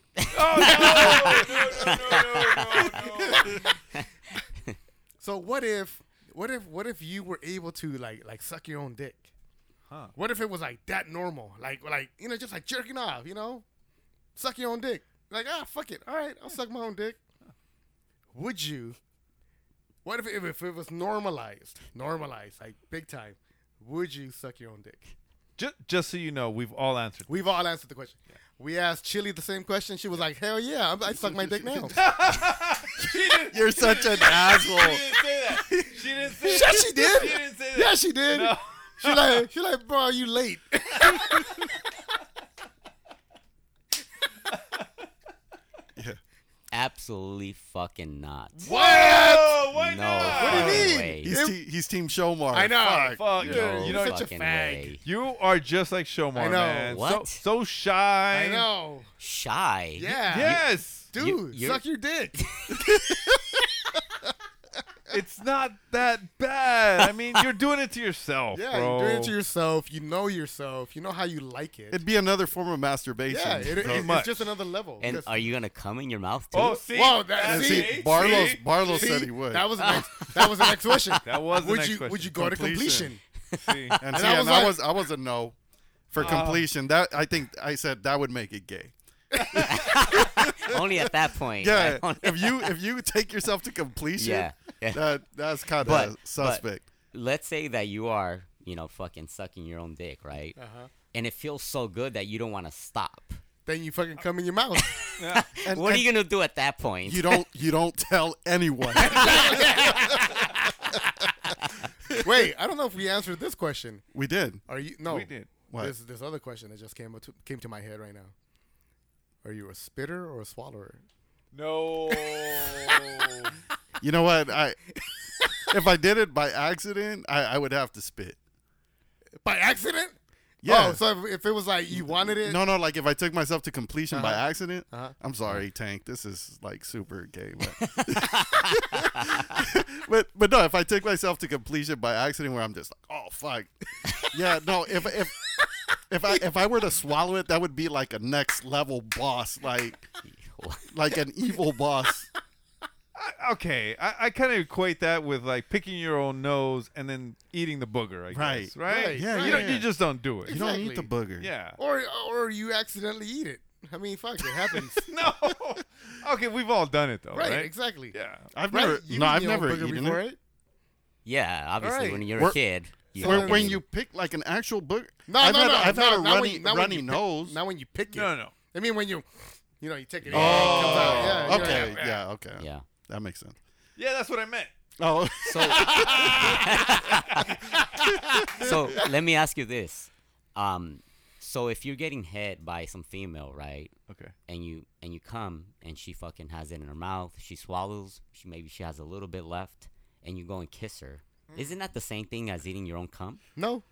[SPEAKER 7] so what if what if what if you were able to like like suck your own dick? Huh? What if it was like that normal, like like you know just like jerking off, you know, suck your own dick. Like ah fuck it, all right, I'll suck my own dick. Would you? What if if, if it was normalized, normalized like big time? Would you suck your own dick?
[SPEAKER 5] Just just so you know, we've all answered.
[SPEAKER 7] We've all answered the question. We asked Chili the same question. She was like, "Hell yeah, I'm- I suck my dick now."
[SPEAKER 6] You're such an asshole.
[SPEAKER 5] She didn't say.
[SPEAKER 7] yeah, she did.
[SPEAKER 5] didn't say
[SPEAKER 7] Yeah, she did. She like, she like, bro, you late.
[SPEAKER 8] Absolutely fucking not.
[SPEAKER 5] What? Why
[SPEAKER 8] No.
[SPEAKER 5] not?
[SPEAKER 8] fucking
[SPEAKER 7] mean?
[SPEAKER 8] way.
[SPEAKER 6] He's, te- he's team Showmar.
[SPEAKER 7] I know.
[SPEAKER 5] Fuck.
[SPEAKER 8] No
[SPEAKER 5] you know,
[SPEAKER 7] such a
[SPEAKER 8] fucking
[SPEAKER 7] fag.
[SPEAKER 8] way.
[SPEAKER 5] you are just like Shomar,
[SPEAKER 7] I know.
[SPEAKER 5] man.
[SPEAKER 8] What?
[SPEAKER 5] So, so shy.
[SPEAKER 7] I know.
[SPEAKER 8] Shy.
[SPEAKER 7] Yeah.
[SPEAKER 5] Yes.
[SPEAKER 7] Dude,
[SPEAKER 8] you're-
[SPEAKER 7] suck your dick.
[SPEAKER 5] It's not that bad. I mean, you're doing it to yourself,
[SPEAKER 7] Yeah,
[SPEAKER 5] bro.
[SPEAKER 7] you're doing it to yourself. You know yourself. You know how you like it.
[SPEAKER 6] It'd be another form of masturbation.
[SPEAKER 7] yeah, it, it-
[SPEAKER 5] much.
[SPEAKER 7] it's just another level.
[SPEAKER 8] And
[SPEAKER 7] Just-
[SPEAKER 8] are you gonna come in your mouth too?
[SPEAKER 5] Oh, see,
[SPEAKER 7] Whoa, that-
[SPEAKER 6] And
[SPEAKER 5] That's-
[SPEAKER 7] see,
[SPEAKER 6] see, Barlow, Barlow
[SPEAKER 7] See?
[SPEAKER 6] said he would.
[SPEAKER 7] That was the next, that was the next question.
[SPEAKER 5] That was the
[SPEAKER 7] would
[SPEAKER 5] next
[SPEAKER 7] you
[SPEAKER 5] question.
[SPEAKER 7] would you go
[SPEAKER 6] Completion.
[SPEAKER 5] see.
[SPEAKER 6] and,
[SPEAKER 7] and
[SPEAKER 6] see,
[SPEAKER 7] I was
[SPEAKER 6] and
[SPEAKER 7] like- Oh.
[SPEAKER 6] I was I was a no for completion. that I think I said that would make it gay.
[SPEAKER 8] Only at that point.
[SPEAKER 6] Yeah,
[SPEAKER 8] Only-
[SPEAKER 6] if you if you take yourself to completion,
[SPEAKER 8] Yeah, yeah.
[SPEAKER 6] that that's kind
[SPEAKER 8] But-
[SPEAKER 6] of
[SPEAKER 8] but-
[SPEAKER 6] suspect.
[SPEAKER 8] let's say that you are, you know, fucking sucking your own dick, right? Uh-huh. And it feels so good that you don't want to stop.
[SPEAKER 7] to completion? Then you fucking come in your mouth.
[SPEAKER 6] and,
[SPEAKER 8] What are
[SPEAKER 6] and
[SPEAKER 8] you gonna do at that point?
[SPEAKER 6] you don't you don't tell anyone.
[SPEAKER 7] Wait, I don't know if we answered this question.
[SPEAKER 6] we did.
[SPEAKER 7] Are you no?
[SPEAKER 5] We did.
[SPEAKER 6] What?
[SPEAKER 7] This this other question that just came up to, came to my head right now. Are you a spitter or a swallower?
[SPEAKER 5] No.
[SPEAKER 6] You know what? I if I did it by accident, I, I would have to spit.
[SPEAKER 7] By accident?
[SPEAKER 6] Yeah.
[SPEAKER 7] Oh, so if, if it was like you wanted it,
[SPEAKER 6] No, no. Like if I took myself to completion by
[SPEAKER 7] Uh-huh.
[SPEAKER 6] accident,
[SPEAKER 7] Uh-huh.
[SPEAKER 6] I'm sorry, Tank. This is like super gay, but but but no. If I took myself to completion by accident, where I'm just like, oh fuck, yeah. No, if if if I if I were to swallow it, that would be like a next level boss, like like an evil boss.
[SPEAKER 5] okay, I, I kind of equate that with like picking your own nose and then eating the booger. I
[SPEAKER 6] Right.
[SPEAKER 5] guess, right?
[SPEAKER 7] Right,
[SPEAKER 5] You
[SPEAKER 6] right.
[SPEAKER 5] don't. You just don't do it.
[SPEAKER 6] You don't eat the booger.
[SPEAKER 5] Yeah.
[SPEAKER 7] or or you accidentally eat it. I mean, fuck, it happens.
[SPEAKER 5] No. okay, we've all done it though,
[SPEAKER 7] right,
[SPEAKER 5] right?
[SPEAKER 7] Exactly.
[SPEAKER 5] Yeah.
[SPEAKER 6] I've
[SPEAKER 7] Right.
[SPEAKER 6] never.
[SPEAKER 7] You
[SPEAKER 6] no,
[SPEAKER 7] eat
[SPEAKER 6] I've
[SPEAKER 7] your own
[SPEAKER 6] never
[SPEAKER 7] booger
[SPEAKER 6] eaten
[SPEAKER 7] before,
[SPEAKER 6] it.
[SPEAKER 7] right?
[SPEAKER 8] yeah, obviously,
[SPEAKER 7] Alright.
[SPEAKER 8] when you're a
[SPEAKER 6] We're-
[SPEAKER 8] kid. You
[SPEAKER 6] When,
[SPEAKER 8] fucking-
[SPEAKER 6] when you pick like an actual booger.
[SPEAKER 7] No,
[SPEAKER 6] I've
[SPEAKER 7] no,
[SPEAKER 6] had,
[SPEAKER 7] no.
[SPEAKER 6] I've
[SPEAKER 7] no,
[SPEAKER 6] had a
[SPEAKER 7] not when
[SPEAKER 6] runny,
[SPEAKER 7] you- not when
[SPEAKER 6] runny
[SPEAKER 7] you pick-
[SPEAKER 6] nose.
[SPEAKER 7] Not when you pick it.
[SPEAKER 5] No, no.
[SPEAKER 7] I mean, when you, you know, you take it. Oh, Yeah, yeah.
[SPEAKER 6] okay. Yeah. Okay.
[SPEAKER 8] Yeah.
[SPEAKER 6] That makes sense.
[SPEAKER 5] Yeah, that's what I meant.
[SPEAKER 6] Oh,
[SPEAKER 8] So, so let me ask you this. Um, so if you're getting hit by some female, right,
[SPEAKER 5] Okay.
[SPEAKER 8] and you and you come and she fucking has it in her mouth, she swallows, she maybe she has a little bit left, and you go and kiss her. Isn't that the same thing as eating your own cum?
[SPEAKER 7] No.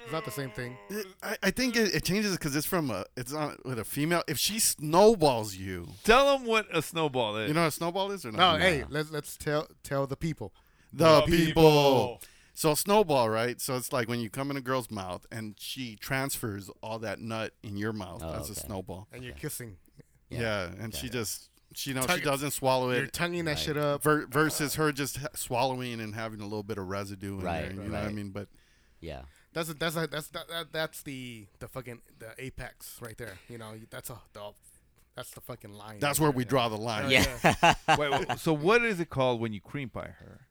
[SPEAKER 7] It's not the same thing.
[SPEAKER 6] It- I, I think it, it changes because it's from a it's on with a female. If she snowballs you,
[SPEAKER 5] Tell them what a snowball is.
[SPEAKER 6] you know what a snowball is or not?
[SPEAKER 7] No, hey, let's let's tell tell the people.
[SPEAKER 6] the
[SPEAKER 5] The
[SPEAKER 6] people.
[SPEAKER 5] people.
[SPEAKER 6] So snowball, right? So it's like when you come in a girl's mouth and she transfers all that nut in your mouth
[SPEAKER 8] Oh,
[SPEAKER 6] as a
[SPEAKER 8] okay.
[SPEAKER 6] snowball.
[SPEAKER 7] And you're kissing.
[SPEAKER 6] Yeah, and she just she knows
[SPEAKER 7] Tug-
[SPEAKER 6] she doesn't swallow
[SPEAKER 7] You're
[SPEAKER 6] it.
[SPEAKER 7] tonguing that shit up.
[SPEAKER 6] uh, ver- versus her just ha- swallowing and having a little bit of residue in
[SPEAKER 8] Right,
[SPEAKER 6] there. You know what I
[SPEAKER 8] right.
[SPEAKER 6] mean? But
[SPEAKER 8] Yeah.
[SPEAKER 7] That's that's that's that, that that's the the fucking the apex right there. You know, that's a the, that's the fucking line.
[SPEAKER 6] that's
[SPEAKER 7] right
[SPEAKER 6] where we
[SPEAKER 7] there.
[SPEAKER 6] draw the line.
[SPEAKER 8] Yeah.
[SPEAKER 5] Wait, wait, so what is it called when you cream pie her?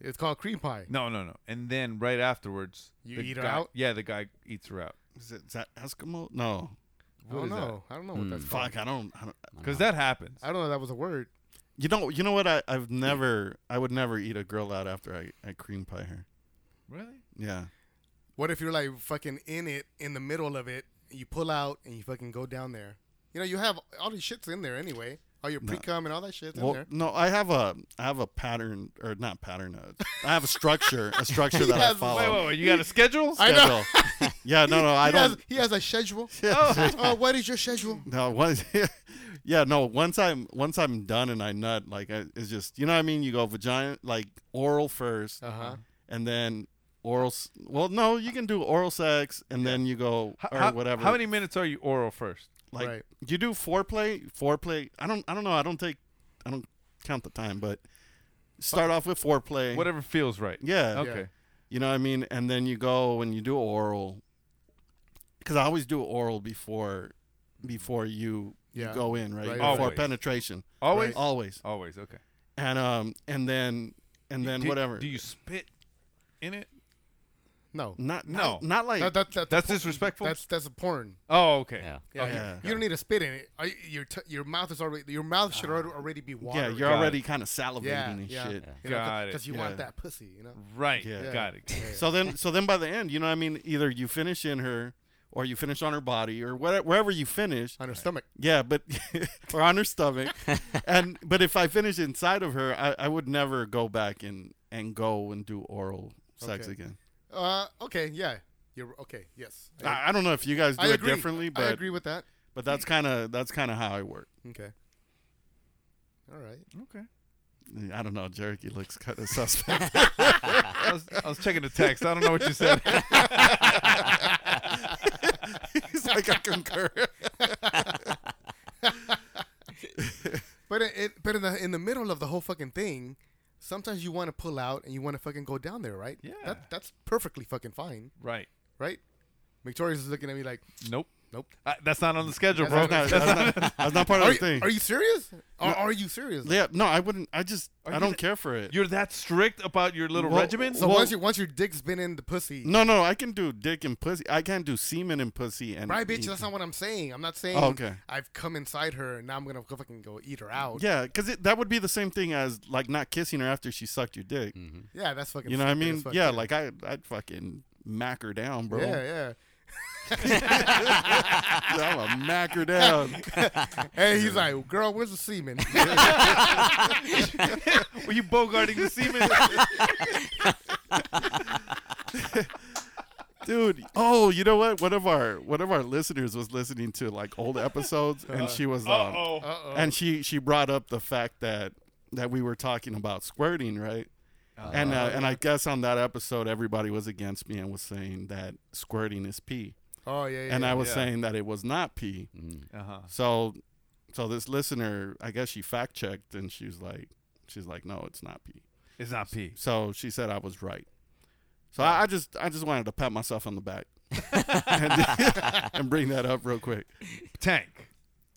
[SPEAKER 7] It's called cream pie.
[SPEAKER 5] No, no, no. And then right afterwards,
[SPEAKER 7] You
[SPEAKER 5] the
[SPEAKER 7] eat her
[SPEAKER 5] guy,
[SPEAKER 7] out?
[SPEAKER 5] Yeah, the guy eats her out.
[SPEAKER 6] Is, it, is that Eskimo? No.
[SPEAKER 7] I don't
[SPEAKER 5] is that?
[SPEAKER 7] know. I don't know what that's called.
[SPEAKER 6] Hmm. Fuck, I don't, I don't.
[SPEAKER 5] Because that happens.
[SPEAKER 7] I don't know. That was a word.
[SPEAKER 6] You know, you know what? I, I've never, I would never eat a girl out after I, I cream pie her.
[SPEAKER 5] Really?
[SPEAKER 6] Yeah.
[SPEAKER 7] What if you're like fucking in it in the middle of it? You pull out and you fucking go down there. You know, you have all these shits in there anyway. All your pre cum and all that shit's in
[SPEAKER 6] Well,
[SPEAKER 7] there.
[SPEAKER 6] no, I have a, I have a pattern, or not pattern. uh, I have a structure, a structure that I
[SPEAKER 7] Yes,
[SPEAKER 6] follow.
[SPEAKER 5] Wait, wait, wait. You got a schedule?
[SPEAKER 7] I know.
[SPEAKER 6] Schedule. yeah, no, no, I
[SPEAKER 7] He has,
[SPEAKER 6] don't.
[SPEAKER 7] he has a schedule.
[SPEAKER 6] Yeah.
[SPEAKER 7] oh, what is your schedule?
[SPEAKER 6] No, once, yeah, no. Once I'm once I'm done and I nut, like I, it's just you know what I mean. You go vagina, like oral 1st
[SPEAKER 7] Uh-huh.
[SPEAKER 6] and then oral. s- Well, no, you can do oral sex, and then you go
[SPEAKER 5] How-
[SPEAKER 6] or
[SPEAKER 5] how,
[SPEAKER 6] whatever.
[SPEAKER 5] How many minutes are you oral first?
[SPEAKER 6] Like
[SPEAKER 7] Right.
[SPEAKER 6] you do foreplay, foreplay. I don't, I don't know. I don't take, I don't count the time, but start off with foreplay.
[SPEAKER 5] Whatever feels right.
[SPEAKER 6] Yeah.
[SPEAKER 5] Okay.
[SPEAKER 6] You know what I mean? And then you go and you do oral. Because I always do oral before before you,
[SPEAKER 7] Yeah.
[SPEAKER 6] you go in, right?
[SPEAKER 7] Right.
[SPEAKER 6] Before
[SPEAKER 5] Always.
[SPEAKER 6] penetration.
[SPEAKER 5] Always?
[SPEAKER 6] Always.
[SPEAKER 5] Always. Okay.
[SPEAKER 6] And um and then and then
[SPEAKER 5] do,
[SPEAKER 6] whatever.
[SPEAKER 5] Do you spit in it?
[SPEAKER 7] No.
[SPEAKER 6] not
[SPEAKER 5] No.
[SPEAKER 6] not, not like
[SPEAKER 7] That, that, that's
[SPEAKER 5] That's
[SPEAKER 7] a por-
[SPEAKER 5] disrespectful?
[SPEAKER 7] That's that's a porn.
[SPEAKER 5] Oh, okay.
[SPEAKER 8] Yeah.
[SPEAKER 7] Yeah, you-
[SPEAKER 6] Yeah.
[SPEAKER 7] you, don't need to spit in it. Are you- your t- your mouth is already your mouth should already, already be
[SPEAKER 6] Ah. Yeah,
[SPEAKER 7] watering.
[SPEAKER 6] you're
[SPEAKER 5] Got
[SPEAKER 6] already kind of salivating
[SPEAKER 7] Yeah,
[SPEAKER 6] and
[SPEAKER 7] yeah.
[SPEAKER 6] shit.
[SPEAKER 7] you know, 'cause-
[SPEAKER 5] Got it.
[SPEAKER 7] Cause you
[SPEAKER 6] Yeah.
[SPEAKER 7] want that pussy, you know.
[SPEAKER 5] Right.
[SPEAKER 6] Yeah.
[SPEAKER 5] Got it.
[SPEAKER 6] So then so then by the end, you know what I mean? Either you finish in her or you finish on her body or whatever, wherever you finish.
[SPEAKER 7] On her stomach.
[SPEAKER 6] Yeah, but or on her stomach. and but if I finish inside of her, I, I would never go back and and go and do oral sex
[SPEAKER 7] Okay.
[SPEAKER 6] again.
[SPEAKER 7] Uh, okay, yeah. You're okay. Yes.
[SPEAKER 6] I, I don't know if you guys Ah, do
[SPEAKER 7] I
[SPEAKER 6] it
[SPEAKER 7] agree.
[SPEAKER 6] differently,
[SPEAKER 7] I
[SPEAKER 6] but
[SPEAKER 7] agree with that.
[SPEAKER 6] but that's kind of that's kind of how I work.
[SPEAKER 7] Okay. All right.
[SPEAKER 6] Mm.
[SPEAKER 5] Okay.
[SPEAKER 6] I don't know, Jerick, you looks kind of suspect.
[SPEAKER 5] I was, I was checking the text. I don't know what you said.
[SPEAKER 6] He's like, I concur.
[SPEAKER 7] But it, it but in the in the middle of the whole fucking thing, sometimes you want to pull out and you want to fucking go down there, right?
[SPEAKER 5] Yeah.
[SPEAKER 7] That, that's perfectly fucking fine,
[SPEAKER 5] right.
[SPEAKER 7] right? Victoria's is looking at me like,
[SPEAKER 5] Nope.
[SPEAKER 7] nope.
[SPEAKER 5] Uh, that's not on the schedule, bro.
[SPEAKER 6] That's not, that's not, that's not part of
[SPEAKER 7] Are
[SPEAKER 6] the
[SPEAKER 7] you,
[SPEAKER 6] thing.
[SPEAKER 7] are you serious? Are, are you serious?
[SPEAKER 6] yeah, no, I wouldn't. I just I
[SPEAKER 5] you
[SPEAKER 6] don't
[SPEAKER 5] the-
[SPEAKER 6] care for it.
[SPEAKER 5] You're that strict about your little
[SPEAKER 6] Well,
[SPEAKER 5] regimen?
[SPEAKER 7] So
[SPEAKER 6] Well-
[SPEAKER 7] once your once your dick's been in the pussy,
[SPEAKER 6] No, no, I can do dick and pussy. I can't do semen and pussy and
[SPEAKER 7] right, bitch?
[SPEAKER 6] eat-
[SPEAKER 7] That's not what I'm saying. I'm not saying
[SPEAKER 6] Oh, okay.
[SPEAKER 7] I've come inside her and now I'm gonna go fucking go eat her out.
[SPEAKER 6] Yeah, because that would be the same thing as like not kissing her after she sucked your dick.
[SPEAKER 7] Yeah, that's fucking.
[SPEAKER 6] You know what I
[SPEAKER 7] stupid
[SPEAKER 6] mean?
[SPEAKER 7] as fuck,
[SPEAKER 6] Yeah, like I, I'd fucking mack her down, bro.
[SPEAKER 7] yeah, yeah.
[SPEAKER 6] I'm a mack her down.
[SPEAKER 7] Hey, he's like, girl, where's the semen?
[SPEAKER 5] Were you bogarting the semen?
[SPEAKER 6] dude. Oh, you know what? One of our one of our listeners was listening to like old episodes,
[SPEAKER 5] Uh-huh.
[SPEAKER 6] and she was
[SPEAKER 5] Oh.
[SPEAKER 6] um,
[SPEAKER 5] Uh-oh.
[SPEAKER 6] and she she brought up the fact that that we were talking about squirting, right? and uh, and I guess on that episode, everybody was against me and was saying that squirting is pee,
[SPEAKER 7] oh yeah, Mm-hmm. yeah.
[SPEAKER 6] and I was
[SPEAKER 5] yeah.
[SPEAKER 6] saying that it was not pee.
[SPEAKER 5] Uh-huh.
[SPEAKER 6] So, so this listener, I guess she fact checked, and she was like, she's like, no, it's not pee.
[SPEAKER 5] It's not pee.
[SPEAKER 6] So she said I was right. So I, I just I just wanted to pat myself on the back and, and bring that up real quick.
[SPEAKER 5] Tank,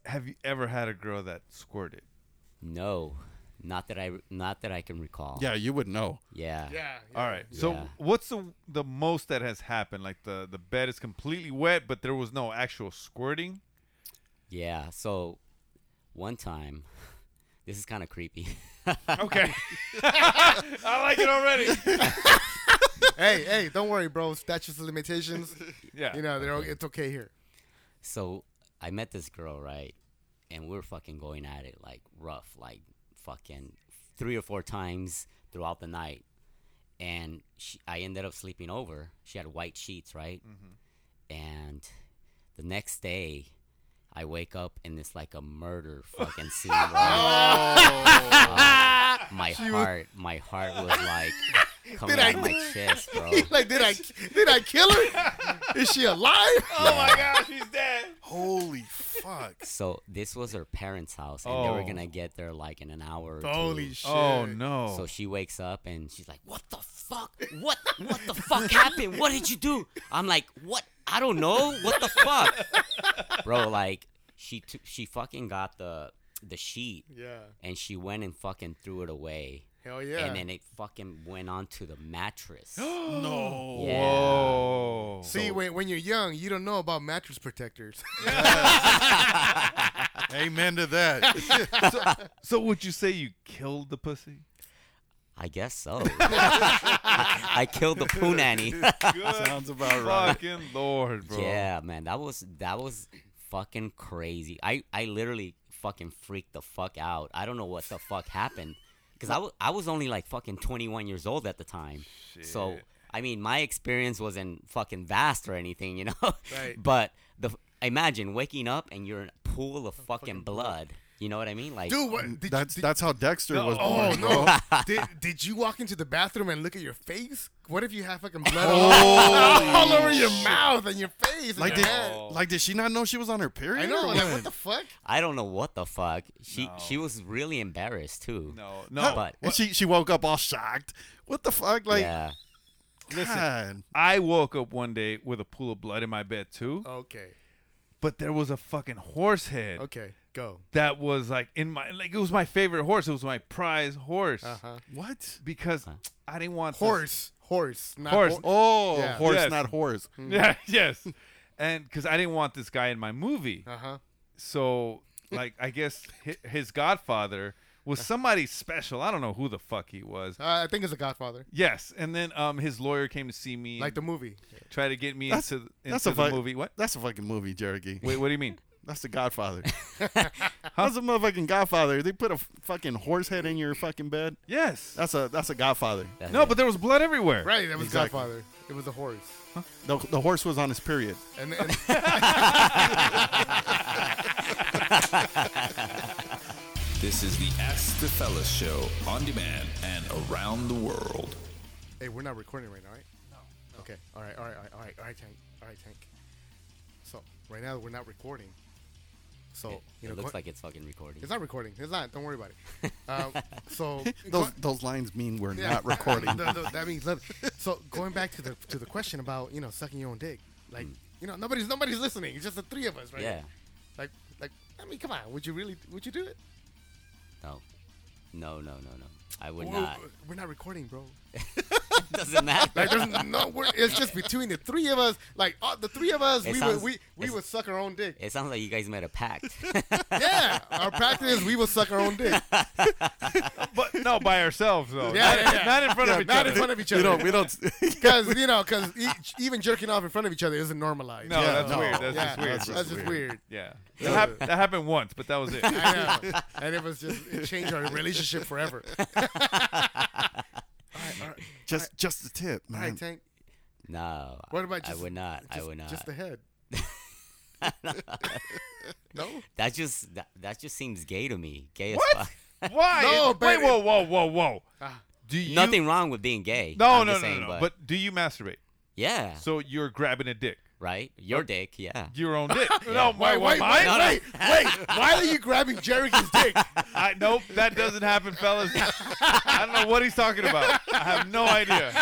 [SPEAKER 5] have you ever had a girl that squirted?
[SPEAKER 8] No. Not that I not that I can recall.
[SPEAKER 6] Yeah, you would know.
[SPEAKER 8] Yeah.
[SPEAKER 7] yeah,
[SPEAKER 5] All right. So
[SPEAKER 8] Yeah.
[SPEAKER 5] what's the the most that has happened? Like the the bed is completely wet, but there was no actual squirting.
[SPEAKER 8] Yeah. So one time this is kind of creepy.
[SPEAKER 5] Okay. I like it already.
[SPEAKER 7] hey, hey, don't worry, bro. Statutes of limitations.
[SPEAKER 5] Yeah.
[SPEAKER 7] You know, they're o- it's okay here.
[SPEAKER 8] so I met this girl, right? And we were fucking going at it like rough, like fucking three or four times throughout the night. and she, I ended up sleeping over. She had white sheets, right?
[SPEAKER 7] Mm-hmm.
[SPEAKER 8] And the next day, I wake up and it's like a murder fucking scene. right? Uh, my heart, my heart was like coming
[SPEAKER 7] Did I-
[SPEAKER 8] out of my chest, bro.
[SPEAKER 7] like, did I did I kill her? Is she alive?
[SPEAKER 5] Oh my gosh, he's dead.
[SPEAKER 6] Holy fuck.
[SPEAKER 8] So this was her parents' house, and they
[SPEAKER 5] Oh.
[SPEAKER 8] were gonna get there like in an hour. Or
[SPEAKER 7] Holy
[SPEAKER 8] two.
[SPEAKER 7] shit!
[SPEAKER 5] Oh no.
[SPEAKER 8] So she wakes up and she's like, "What the fuck? What? What the fuck happened? What did you do?" I'm like, "What? I don't know. What the fuck, bro?" Like she t- she fucking got the the sheet
[SPEAKER 7] Yeah.
[SPEAKER 8] and she went and fucking threw it away,
[SPEAKER 7] Hell yeah.
[SPEAKER 8] and then it fucking went onto the mattress.
[SPEAKER 6] No.
[SPEAKER 8] Yeah.
[SPEAKER 5] Whoa.
[SPEAKER 7] See, when, when you're young, you don't know about mattress protectors.
[SPEAKER 6] Amen to that.
[SPEAKER 5] So would you say you killed the pussy?
[SPEAKER 8] I guess so. I, I killed the poo nanny.
[SPEAKER 6] Sounds about right.
[SPEAKER 5] Fucking lord, bro.
[SPEAKER 8] Yeah, man, that was that was fucking crazy. I I literally fucking freaked the fuck out. I don't know what the fuck happened because I wa- I was only like fucking 21 years old at the time. So I mean, my experience wasn't fucking vast or anything, you know.
[SPEAKER 7] Right.
[SPEAKER 8] But the imagine waking up and you're in a pool of fucking, blood. You know what I mean? Like,
[SPEAKER 7] Dude, what? Did,
[SPEAKER 6] That's
[SPEAKER 7] did,
[SPEAKER 6] that's how Dexter was
[SPEAKER 7] oh,
[SPEAKER 6] born, bro.
[SPEAKER 7] no. did, did you walk into the bathroom and look at your face? What if you have fucking blood
[SPEAKER 6] Holy
[SPEAKER 7] all, all over your mouth and your face? and
[SPEAKER 6] Like
[SPEAKER 7] your
[SPEAKER 6] did
[SPEAKER 7] head?
[SPEAKER 6] like did she not know she was on her period?
[SPEAKER 7] I know.
[SPEAKER 6] or
[SPEAKER 7] Like, what the fuck?
[SPEAKER 8] I don't know what the fuck. She she was really embarrassed too.
[SPEAKER 5] No,
[SPEAKER 6] Huh?
[SPEAKER 5] no.
[SPEAKER 8] But-
[SPEAKER 6] and she she woke up all shocked. What the fuck? Like,
[SPEAKER 8] yeah.
[SPEAKER 6] God.
[SPEAKER 5] I woke up one day with a pool of blood in my bed too,
[SPEAKER 7] Okay.
[SPEAKER 5] but there was a fucking horse head
[SPEAKER 7] Okay. Go.
[SPEAKER 5] that was like in my like it was my favorite horse. It was my prize horse
[SPEAKER 7] Uh-huh.
[SPEAKER 6] what?
[SPEAKER 5] because I didn't want to-
[SPEAKER 7] Horse. Horse. Not
[SPEAKER 5] Horse.
[SPEAKER 7] hor-
[SPEAKER 6] Oh,
[SPEAKER 7] Yeah.
[SPEAKER 6] horse,
[SPEAKER 5] Yes.
[SPEAKER 6] not horse.
[SPEAKER 5] Yeah, yes. And because I didn't want this guy in my movie,
[SPEAKER 7] Uh-huh.
[SPEAKER 5] so like I guess hi- his godfather
[SPEAKER 7] Uh-huh.
[SPEAKER 5] was somebody special. I don't know who the fuck he was.
[SPEAKER 7] Uh, I think it's a Godfather.
[SPEAKER 5] Yes, and then um his lawyer came to see me,
[SPEAKER 7] Like the movie.
[SPEAKER 5] try to get me
[SPEAKER 6] That's-
[SPEAKER 5] into th- into
[SPEAKER 6] that's
[SPEAKER 5] the
[SPEAKER 6] a vi-
[SPEAKER 5] movie. What?
[SPEAKER 6] That's a fucking movie, Jerky.
[SPEAKER 5] Wait, what do you mean?
[SPEAKER 6] That's the Godfather. How's the motherfucking Godfather? They put a f- fucking horse head in your fucking bed.
[SPEAKER 5] Yes.
[SPEAKER 6] That's a that's a Godfather.
[SPEAKER 8] That's
[SPEAKER 5] no,
[SPEAKER 8] it.
[SPEAKER 5] but there was blood everywhere.
[SPEAKER 7] Right. That was
[SPEAKER 6] Exactly.
[SPEAKER 7] Godfather. It was a horse.
[SPEAKER 6] The, the horse was on his period.
[SPEAKER 7] And, and
[SPEAKER 1] This is the Ask the Fellas show on demand and around the world.
[SPEAKER 7] Hey, we're not recording right now, right? No. Okay. All right. All right. All right. All right. All right. Tank. All right, Tank. So right now we're not recording. So
[SPEAKER 8] It,
[SPEAKER 7] you know,
[SPEAKER 8] it looks
[SPEAKER 7] go-
[SPEAKER 8] like it's fucking recording.
[SPEAKER 7] it's not recording. It's not. Don't worry about it. Um, so
[SPEAKER 6] Those
[SPEAKER 7] go-
[SPEAKER 6] those lines mean we're
[SPEAKER 7] yeah.
[SPEAKER 6] not recording.
[SPEAKER 7] No, no, that means nothing. So going back to the to the question about you know sucking your own dick, like you know nobody's nobody's listening. It's just the three of us, right?
[SPEAKER 8] Mm. Yeah.
[SPEAKER 7] Like like I mean, come on. Would you really? Would you do it?
[SPEAKER 8] No. No, no, no, no. I would
[SPEAKER 7] We're-
[SPEAKER 8] not.
[SPEAKER 7] We're not recording, bro.
[SPEAKER 8] Doesn't matter.
[SPEAKER 7] Like there's no. We're, it's just between the three of us. Like uh, the three of us,
[SPEAKER 8] It
[SPEAKER 7] we
[SPEAKER 8] sounds-
[SPEAKER 7] would we we
[SPEAKER 8] it's-
[SPEAKER 7] would suck our own dick.
[SPEAKER 8] It sounds like you guys made a pact.
[SPEAKER 7] Yeah, our practice is we will suck our own dick. Yeah,
[SPEAKER 5] But no, by ourselves though.
[SPEAKER 7] yeah,
[SPEAKER 5] Not-
[SPEAKER 7] yeah.
[SPEAKER 5] Not in front
[SPEAKER 7] Yeah,
[SPEAKER 5] of each
[SPEAKER 7] not
[SPEAKER 5] other.
[SPEAKER 7] in front of each
[SPEAKER 6] we don't
[SPEAKER 7] other.
[SPEAKER 6] we don't.
[SPEAKER 7] Because you know, because even jerking off in front of each other isn't normalized.
[SPEAKER 5] No,
[SPEAKER 7] yeah.
[SPEAKER 5] Oh, that's
[SPEAKER 6] no.
[SPEAKER 5] weird. That's
[SPEAKER 7] Yeah,
[SPEAKER 5] just weird.
[SPEAKER 7] That's, just weird.
[SPEAKER 5] Yeah, that, hap- that happened once, but that was it.
[SPEAKER 7] I know, and it was just it changed our relationship forever. All
[SPEAKER 6] Just just the tip, man.
[SPEAKER 7] right, Tank.
[SPEAKER 8] no.
[SPEAKER 7] What about just,
[SPEAKER 8] I would not. I
[SPEAKER 7] just-
[SPEAKER 8] would not.
[SPEAKER 7] Just the head. no,
[SPEAKER 8] that just that, that just seems gay to me. Gay as
[SPEAKER 5] What?
[SPEAKER 8] fuck.
[SPEAKER 5] Why?
[SPEAKER 7] No, Ah.
[SPEAKER 5] Wait,
[SPEAKER 7] but-
[SPEAKER 5] whoa, whoa, whoa, whoa. Do you?
[SPEAKER 8] Nothing wrong with being gay.
[SPEAKER 5] No,
[SPEAKER 8] I'm
[SPEAKER 5] no,
[SPEAKER 8] just
[SPEAKER 5] no,
[SPEAKER 8] saying,
[SPEAKER 5] no.
[SPEAKER 8] But,
[SPEAKER 5] But, do you masturbate?
[SPEAKER 8] yeah,
[SPEAKER 5] So you're grabbing a dick,
[SPEAKER 8] right. Your dick. Yeah.
[SPEAKER 5] your own dick. No, why,
[SPEAKER 7] wait, wait,
[SPEAKER 5] mine?
[SPEAKER 8] No, no.
[SPEAKER 7] wait, wait. Why are you grabbing Jerry's dick?
[SPEAKER 5] I, nope, that doesn't happen, fellas. I don't know what he's talking about. I have no idea.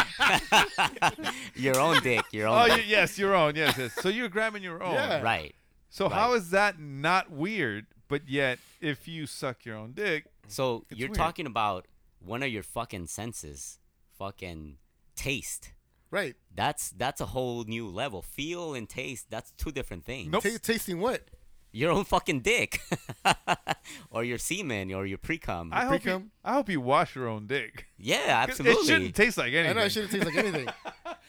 [SPEAKER 8] Your own dick. Your own.
[SPEAKER 5] Oh, y
[SPEAKER 8] dick.
[SPEAKER 5] yes, your own. Yes, yes. So you're grabbing your own.
[SPEAKER 7] Yeah.
[SPEAKER 8] Right.
[SPEAKER 5] So how
[SPEAKER 8] Right.
[SPEAKER 5] is that not weird? But yet, if you suck your own dick,
[SPEAKER 8] So you're
[SPEAKER 5] weird.
[SPEAKER 8] talking about one of your fucking senses, fucking taste.
[SPEAKER 7] Right.
[SPEAKER 8] That's that's a whole new level. Feel and taste. That's two different things.
[SPEAKER 5] Nope.
[SPEAKER 7] Ta- tasting what?
[SPEAKER 8] Your own fucking dick, or your semen, or your pre cum.
[SPEAKER 5] I hope you,
[SPEAKER 7] Pre-cum?
[SPEAKER 5] I hope you wash your own dick.
[SPEAKER 8] Yeah,
[SPEAKER 5] 'Cause
[SPEAKER 8] absolutely.
[SPEAKER 5] It shouldn't taste like
[SPEAKER 7] I
[SPEAKER 5] anything.
[SPEAKER 7] know it shouldn't taste like anything.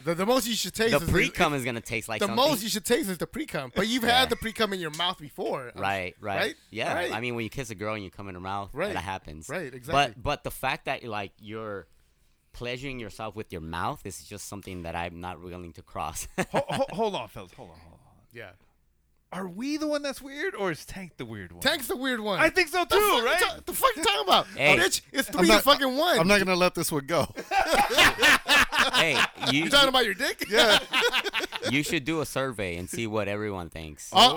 [SPEAKER 7] The, the most you should taste
[SPEAKER 8] the
[SPEAKER 7] is
[SPEAKER 8] pre cum is gonna taste like
[SPEAKER 7] the
[SPEAKER 8] something.
[SPEAKER 7] most you should taste is the pre cum, but you've had the pre cum in your mouth before, I'm-
[SPEAKER 8] right, right,
[SPEAKER 7] Right?
[SPEAKER 8] Yeah,
[SPEAKER 7] Right.
[SPEAKER 8] I mean, when you kiss a girl and you come in her mouth,
[SPEAKER 7] Right,
[SPEAKER 8] that happens.
[SPEAKER 7] right, exactly.
[SPEAKER 8] But but the fact that like your pleasuring yourself with your mouth is just something that I'm not willing to cross.
[SPEAKER 5] Ho- ho- hold on, fellas. Hold on, hold on.
[SPEAKER 7] Yeah.
[SPEAKER 5] Are we the one that's weird, or is Tank the weird one?
[SPEAKER 7] Tank's the weird one.
[SPEAKER 5] I think so too,
[SPEAKER 7] fuck you
[SPEAKER 5] right?
[SPEAKER 7] ta- the fuck you talking about?
[SPEAKER 8] Hey.
[SPEAKER 7] Bitch, it's
[SPEAKER 6] I'm
[SPEAKER 7] three
[SPEAKER 6] not-
[SPEAKER 7] to fucking one.
[SPEAKER 6] I'm not gonna let this one go.
[SPEAKER 8] hey, you,
[SPEAKER 7] you talking about your dick?
[SPEAKER 6] Yeah,
[SPEAKER 8] you should do a survey and see what everyone thinks.
[SPEAKER 7] All, all-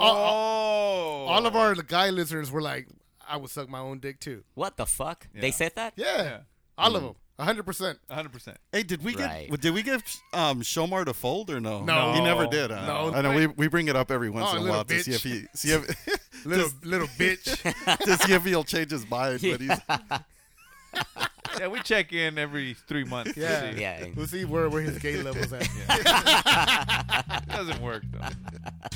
[SPEAKER 7] all-
[SPEAKER 5] oh,
[SPEAKER 7] all of our guy listeners were like, I would suck my own dick too.
[SPEAKER 8] What the fuck? They
[SPEAKER 5] Yeah.
[SPEAKER 8] said that?
[SPEAKER 7] Yeah.
[SPEAKER 5] Yeah.
[SPEAKER 7] All
[SPEAKER 6] Mm.
[SPEAKER 7] of them. 100%.
[SPEAKER 5] 100. percent
[SPEAKER 6] Hey, did we
[SPEAKER 8] Right.
[SPEAKER 6] get did we give um, Shomar the fold or no?
[SPEAKER 7] No.
[SPEAKER 6] he never did. Huh?
[SPEAKER 7] No.
[SPEAKER 6] I know we, we bring it up every once in
[SPEAKER 7] Oh,
[SPEAKER 6] a
[SPEAKER 7] little
[SPEAKER 6] while to see
[SPEAKER 7] bitch.
[SPEAKER 6] if he see if
[SPEAKER 7] Little little bitch.
[SPEAKER 6] to see if he'll change his mind. But he's,
[SPEAKER 5] Yeah, we check in every three months. to
[SPEAKER 7] Yeah.
[SPEAKER 5] see.
[SPEAKER 8] Yeah.
[SPEAKER 7] Let's see where, where his gay level's at.
[SPEAKER 5] It doesn't work though.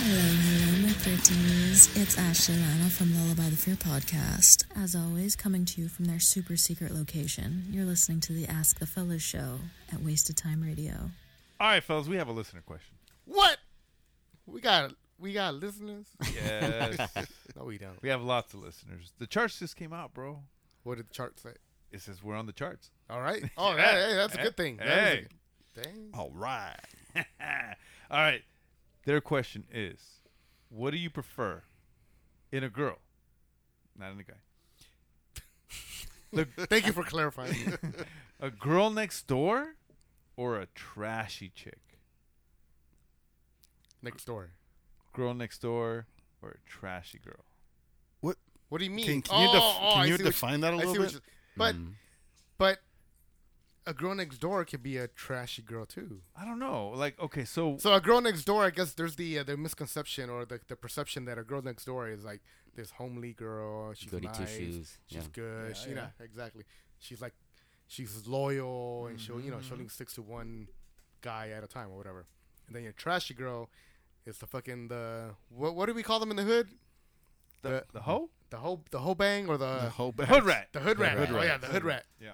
[SPEAKER 11] Hello, my 13s. It's Ashley Lana from Lullaby the Fear podcast. As always, coming to you from their super secret location. You're listening to the Ask the Fellas show at Wasted Time Radio.
[SPEAKER 5] All right, fellas, we have a listener question.
[SPEAKER 7] what? We got we got listeners?
[SPEAKER 5] Yes,
[SPEAKER 7] No, we don't.
[SPEAKER 5] we have lots of listeners. The charts just came out, bro.
[SPEAKER 7] What did the chart say?
[SPEAKER 5] It says we're on the charts.
[SPEAKER 7] All right. Oh,
[SPEAKER 5] Yeah.
[SPEAKER 7] hey, hey, that's a good thing. That is
[SPEAKER 5] Hey.
[SPEAKER 7] a good thing.
[SPEAKER 6] all right.
[SPEAKER 5] All right. Their question is, what do you prefer in a girl, not in a guy?
[SPEAKER 7] Thank you for clarifying.
[SPEAKER 5] A girl next door or a trashy chick?
[SPEAKER 7] Next door.
[SPEAKER 5] Girl next door or a trashy girl?
[SPEAKER 6] What
[SPEAKER 7] What do you mean? Oh,
[SPEAKER 6] Can- can you def- can
[SPEAKER 7] I
[SPEAKER 6] you
[SPEAKER 7] see what
[SPEAKER 6] define that a
[SPEAKER 7] I
[SPEAKER 6] little
[SPEAKER 7] see what
[SPEAKER 6] bit? Mm.
[SPEAKER 7] you- But but a girl next door could be a trashy girl too.
[SPEAKER 5] I don't know. Like, okay, so,
[SPEAKER 7] So a girl next door, I guess there's the uh, the misconception or the, the perception that a girl next door is like this homely girl. She's
[SPEAKER 8] Goody
[SPEAKER 7] nice.
[SPEAKER 8] two-shoes,
[SPEAKER 7] She's
[SPEAKER 8] yeah.
[SPEAKER 7] good. she, you know, exactly. She's like she's loyal and she'll you know she only sticks to one guy at a time or whatever. And then your trashy girl is the fucking the what what do we call them in the hood?
[SPEAKER 5] the, the hoe?
[SPEAKER 7] The whole the whole bang or the
[SPEAKER 6] The whole
[SPEAKER 5] The
[SPEAKER 6] bag.
[SPEAKER 5] hood rat.
[SPEAKER 7] the hood rat.
[SPEAKER 8] rat.
[SPEAKER 7] Oh yeah, the hood rat.
[SPEAKER 5] Yeah.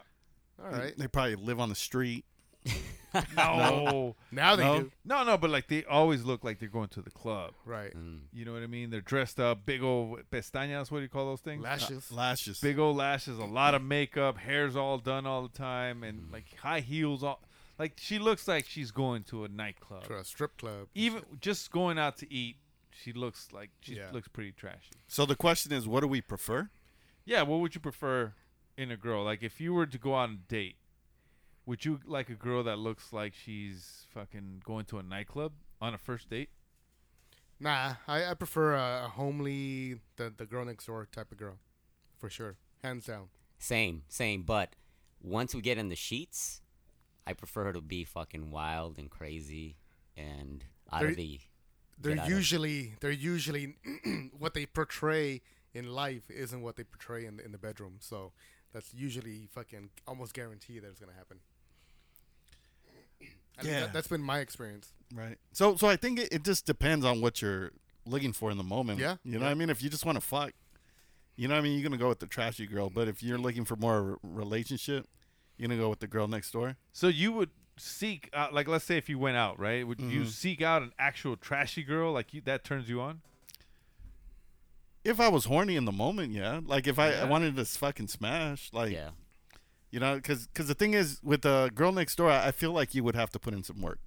[SPEAKER 7] All right.
[SPEAKER 6] They probably live on the street.
[SPEAKER 5] No.
[SPEAKER 7] Now they
[SPEAKER 6] No.
[SPEAKER 7] do.
[SPEAKER 5] no, no, but like they always look like they're going to the club.
[SPEAKER 7] Right.
[SPEAKER 8] Mm.
[SPEAKER 5] You know what I mean? They're dressed up, big old pestañas. What do you call those things? Uh,
[SPEAKER 7] Lashes.
[SPEAKER 6] Lashes.
[SPEAKER 5] big old lashes, a lot of makeup, hair's all done all the time, and like high heels. All like she looks like she's going to a nightclub.
[SPEAKER 7] to a strip club.
[SPEAKER 5] Even just going out to eat, she looks like she
[SPEAKER 7] Yeah.
[SPEAKER 5] looks pretty trashy.
[SPEAKER 6] So the question is, what do we prefer?
[SPEAKER 5] Yeah, what would you prefer in a girl? Like if you were to go on a date, would you like a girl that looks like she's fucking going to a nightclub on a first date?
[SPEAKER 7] Nah, I, I prefer a, a homely, the, the girl next door type of girl, for sure, hands down.
[SPEAKER 8] Same, same. But once we get in the sheets, I prefer her to be fucking wild and crazy and out
[SPEAKER 7] There-
[SPEAKER 8] of the.
[SPEAKER 7] They're
[SPEAKER 8] get out of-
[SPEAKER 7] usually they're usually what they portray in life isn't what they portray in the, in the bedroom. So that's usually fucking almost guarantee that it's gonna happen. I mean,
[SPEAKER 6] Yeah.
[SPEAKER 7] that, that's been my experience.
[SPEAKER 6] Right. So so I think it, it just depends on what you're looking for in the moment.
[SPEAKER 7] Yeah,
[SPEAKER 6] You know what
[SPEAKER 7] yeah.
[SPEAKER 6] I mean? If you just want to fuck, you know what I mean? You're gonna go with the trashy girl. But if you're looking for more of a relationship, you're gonna go with the girl next door.
[SPEAKER 5] So you would seek out, like let's say if you went out, right? Would you seek out an actual trashy girl like you, that turns you on?
[SPEAKER 6] If I was horny in the moment, yeah. Like if I, I
[SPEAKER 5] Yeah.
[SPEAKER 6] wanted to s- fucking smash, like
[SPEAKER 8] Yeah.
[SPEAKER 6] you know, because the thing is with the girl next door, I I feel like you would have to put in some work.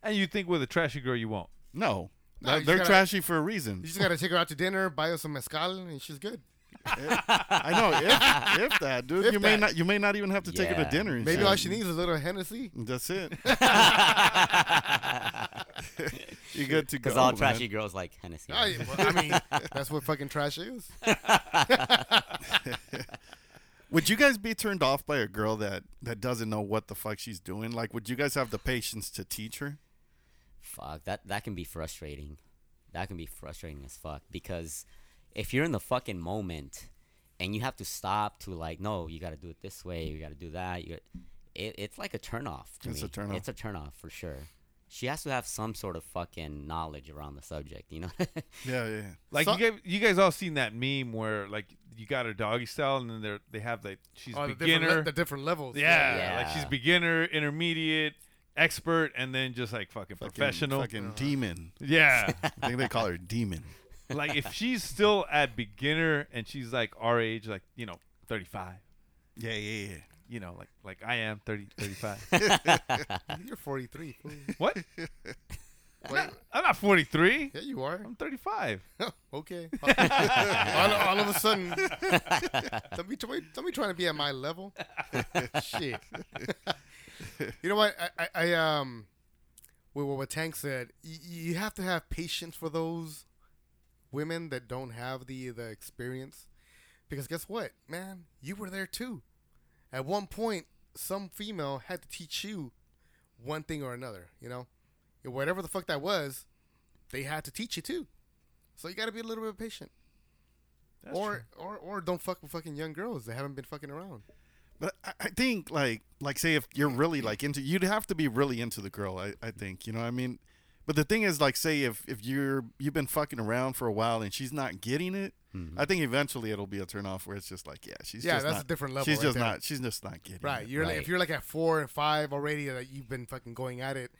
[SPEAKER 5] And you think with a trashy girl you won't.
[SPEAKER 6] No,
[SPEAKER 7] No,
[SPEAKER 6] They're-
[SPEAKER 7] you
[SPEAKER 6] they're
[SPEAKER 7] gotta-
[SPEAKER 6] trashy for a reason.
[SPEAKER 7] You just gotta take her out to dinner, buy her some mezcal, and she's good.
[SPEAKER 6] I know. If, if that, dude,
[SPEAKER 7] If
[SPEAKER 6] you may
[SPEAKER 7] that.
[SPEAKER 6] not you may not even have to take her to
[SPEAKER 8] Yeah.
[SPEAKER 6] dinner. And
[SPEAKER 7] Maybe
[SPEAKER 6] shit.
[SPEAKER 7] all she needs is a little Hennessy.
[SPEAKER 6] That's it. you good to go.
[SPEAKER 8] Because all
[SPEAKER 6] man.
[SPEAKER 8] trashy girls like Hennessy.
[SPEAKER 7] I, I mean, that's what fucking trash is.
[SPEAKER 6] Would you guys be turned off by a girl that that doesn't know what the fuck she's doing? Like, would you guys have the patience to teach her?
[SPEAKER 8] Fuck that. That can be frustrating. That can be frustrating as fuck because if you're in the fucking moment and you have to stop to like, no, you got to do it this way, you got to do that. You got it, it's like a turnoff to
[SPEAKER 6] It's
[SPEAKER 8] me.
[SPEAKER 6] a turnoff.
[SPEAKER 8] It's a turnoff for sure. She has to have some sort of fucking knowledge around the subject, you know.
[SPEAKER 6] Yeah, yeah.
[SPEAKER 5] Like
[SPEAKER 7] So-
[SPEAKER 5] you guys, you guys all seen that meme where like you got her doggy style, and then they are they have like she's
[SPEAKER 7] Oh, the different, le-
[SPEAKER 5] beginner,
[SPEAKER 7] the different levels.
[SPEAKER 5] yeah,
[SPEAKER 8] Yeah.
[SPEAKER 5] like she's beginner, intermediate, expert, and then just like fucking,
[SPEAKER 6] Fucking-
[SPEAKER 5] professional,
[SPEAKER 6] fucking demon.
[SPEAKER 5] yeah.
[SPEAKER 6] I think they call her demon.
[SPEAKER 5] like if she's still at beginner and she's like our age, like you know, thirty five.
[SPEAKER 6] Yeah, yeah, yeah.
[SPEAKER 5] You know, like like I am 30, 35.
[SPEAKER 7] You're 43.
[SPEAKER 5] What? I'm not- I'm not 43.
[SPEAKER 7] Yeah, you are.
[SPEAKER 5] I'm 35.
[SPEAKER 7] okay. all, all of a sudden, don't be, try- don't be trying to be at my level. Shit. you know what? I, I, I um, with what Tank said, y- you have to have patience for those women that don't have the the experience, because guess what, man, you were there too. At one point, some female had to teach you one thing or another. You know, whatever the fuck that was, they had to teach you too. So you got to be a little bit patient. or, or or don't fuck with fucking young girls that haven't been fucking around.
[SPEAKER 6] But I, I think like like say if you're really like into you'd have to be really into the girl, I, I think. You know what I mean? But the thing is like say if, if you're you've been fucking around for a while and she's not getting it, I think eventually it'll be a turnoff where it's just like, yeah, she's
[SPEAKER 7] Mm-hmm. Yeah,
[SPEAKER 6] just
[SPEAKER 7] that's
[SPEAKER 6] not-
[SPEAKER 7] a different level
[SPEAKER 6] She's
[SPEAKER 7] right
[SPEAKER 6] just
[SPEAKER 7] there.
[SPEAKER 6] not she's just not getting
[SPEAKER 7] Right.
[SPEAKER 6] it.
[SPEAKER 7] You're Like,
[SPEAKER 8] Right.
[SPEAKER 7] if you're like at four and five already that you've been fucking going at it,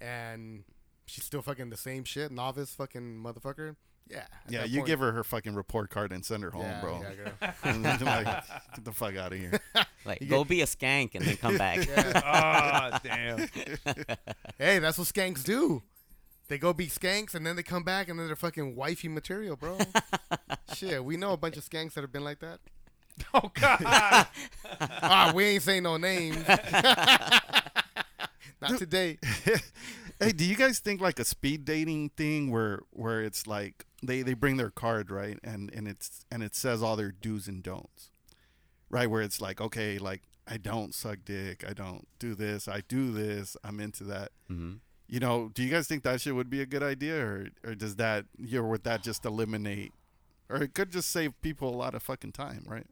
[SPEAKER 7] and she's still fucking the same shit, novice fucking motherfucker. Yeah. at
[SPEAKER 6] Yeah,
[SPEAKER 7] that
[SPEAKER 6] you
[SPEAKER 7] point.
[SPEAKER 6] give her her fucking report card and send her home,
[SPEAKER 7] Yeah,
[SPEAKER 6] bro.
[SPEAKER 7] yeah, girl.
[SPEAKER 6] And then, like, get the fuck out of here.
[SPEAKER 8] Like, go be a skank and then come back.
[SPEAKER 5] Ah, damn.
[SPEAKER 7] hey, that's what skanks do. They go be skanks and then they come back and then they're fucking wifey material, bro. shit, we know a bunch of skanks that have been like that.
[SPEAKER 5] Oh God.
[SPEAKER 7] Ah, we ain't saying no names. Not today.
[SPEAKER 6] Hey, do you guys think like a speed dating thing where where it's like they they bring their card right and and it's and it says all their do's and don'ts, right? Where it's like okay, like I don't suck dick, I don't do this, I do this, I'm into that. You know, do you guys think that shit would be a good idea, or or does that you know, would that just eliminate, or it could just save people a lot of fucking time, right?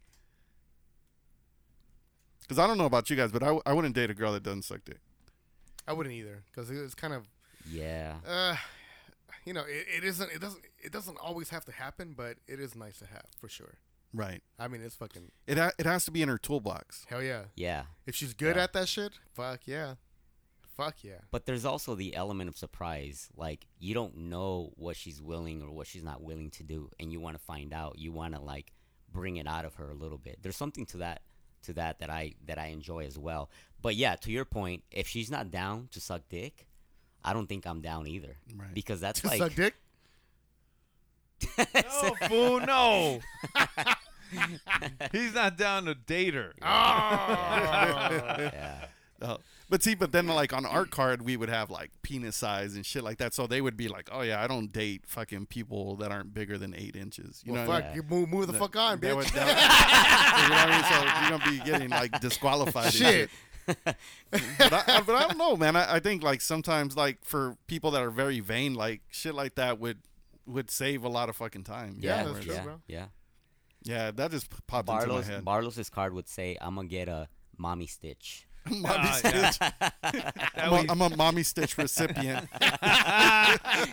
[SPEAKER 6] Because I don't know about you guys, but I, w- I wouldn't date a girl that doesn't suck dick.
[SPEAKER 7] I wouldn't either because it's kind of
[SPEAKER 8] yeah.
[SPEAKER 7] uh, you know, it, it isn't. It doesn't. It doesn't always have to happen, but it is nice to have for sure.
[SPEAKER 6] Right.
[SPEAKER 7] I mean, it's fucking
[SPEAKER 6] It ha- it has to be in her toolbox.
[SPEAKER 7] hell yeah.
[SPEAKER 8] Yeah.
[SPEAKER 7] If she's good
[SPEAKER 8] Yeah.
[SPEAKER 7] at that shit, fuck yeah, fuck yeah.
[SPEAKER 8] But there's also the element of surprise. Like you don't know what she's willing or what she's not willing to do, and you want to find out. You want to like bring it out of her a little bit. There's something to that to that that I that I enjoy as well. But yeah, to your point, if she's not down to suck dick, I don't think I'm down either.
[SPEAKER 6] Right.
[SPEAKER 8] Because that's
[SPEAKER 7] To
[SPEAKER 8] like
[SPEAKER 7] suck dick.
[SPEAKER 5] No, fool, no. He's not down to date her.
[SPEAKER 7] Oh,
[SPEAKER 8] yeah.
[SPEAKER 6] Oh. But see, but then like on our card, we would have like penis size and shit like that. So they would be like, "Oh yeah, I don't date fucking people that aren't bigger than eight inches." You
[SPEAKER 7] Well,
[SPEAKER 6] know, what I
[SPEAKER 7] fuck,
[SPEAKER 6] mean?
[SPEAKER 7] you move, move the fuck on,
[SPEAKER 6] That
[SPEAKER 7] bitch.
[SPEAKER 6] would- that would- you know what I mean? So you're gonna be getting like disqualified. and
[SPEAKER 7] Shit.
[SPEAKER 6] But I, I- but I don't know, man. I, I think like sometimes like for people that are very vain, like shit like that would would save a lot of fucking time.
[SPEAKER 8] Yeah,
[SPEAKER 7] that's true,
[SPEAKER 8] yeah,
[SPEAKER 7] bro.
[SPEAKER 8] yeah.
[SPEAKER 6] yeah, that just popped into
[SPEAKER 8] Barlow's
[SPEAKER 6] my head.
[SPEAKER 8] Barlow's card would say, "I'm gonna get a mommy stitch."
[SPEAKER 6] Mommy
[SPEAKER 5] Ah, yeah.
[SPEAKER 6] Stitch. I'm, a, I'm a mommy Stitch recipient.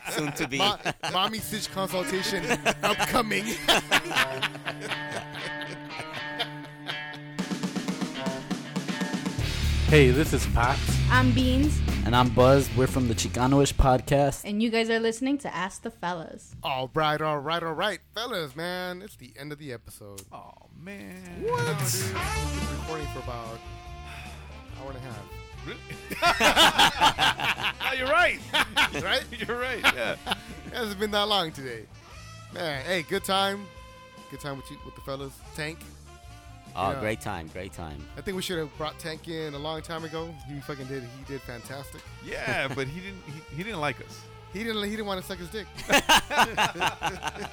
[SPEAKER 8] Soon to be.
[SPEAKER 7] Mo- mommy stitch consultation upcoming.
[SPEAKER 12] Hey, this is Pat.
[SPEAKER 13] I'm Beans,
[SPEAKER 14] And I'm Buzz. We're from the Chicanoish podcast.
[SPEAKER 13] and you guys are listening to Ask the Fellas.
[SPEAKER 7] all right, all right, all right, fellas, man. It's the end of the episode.
[SPEAKER 5] Oh man.
[SPEAKER 7] What? Been recording for about hour and a half.
[SPEAKER 5] Oh, you're right.
[SPEAKER 7] right?
[SPEAKER 5] You're right. Yeah.
[SPEAKER 7] It hasn't been that long today. Man, hey, good time. Good time with you with the fellas. Tank.
[SPEAKER 8] Oh,
[SPEAKER 7] Yeah.
[SPEAKER 8] great time, great time.
[SPEAKER 7] I think we should have brought Tank in a long time ago. He fucking did he did fantastic.
[SPEAKER 5] Yeah, but he didn't. He, he didn't like us.
[SPEAKER 7] He didn't he dn't want to suck his dick. hey,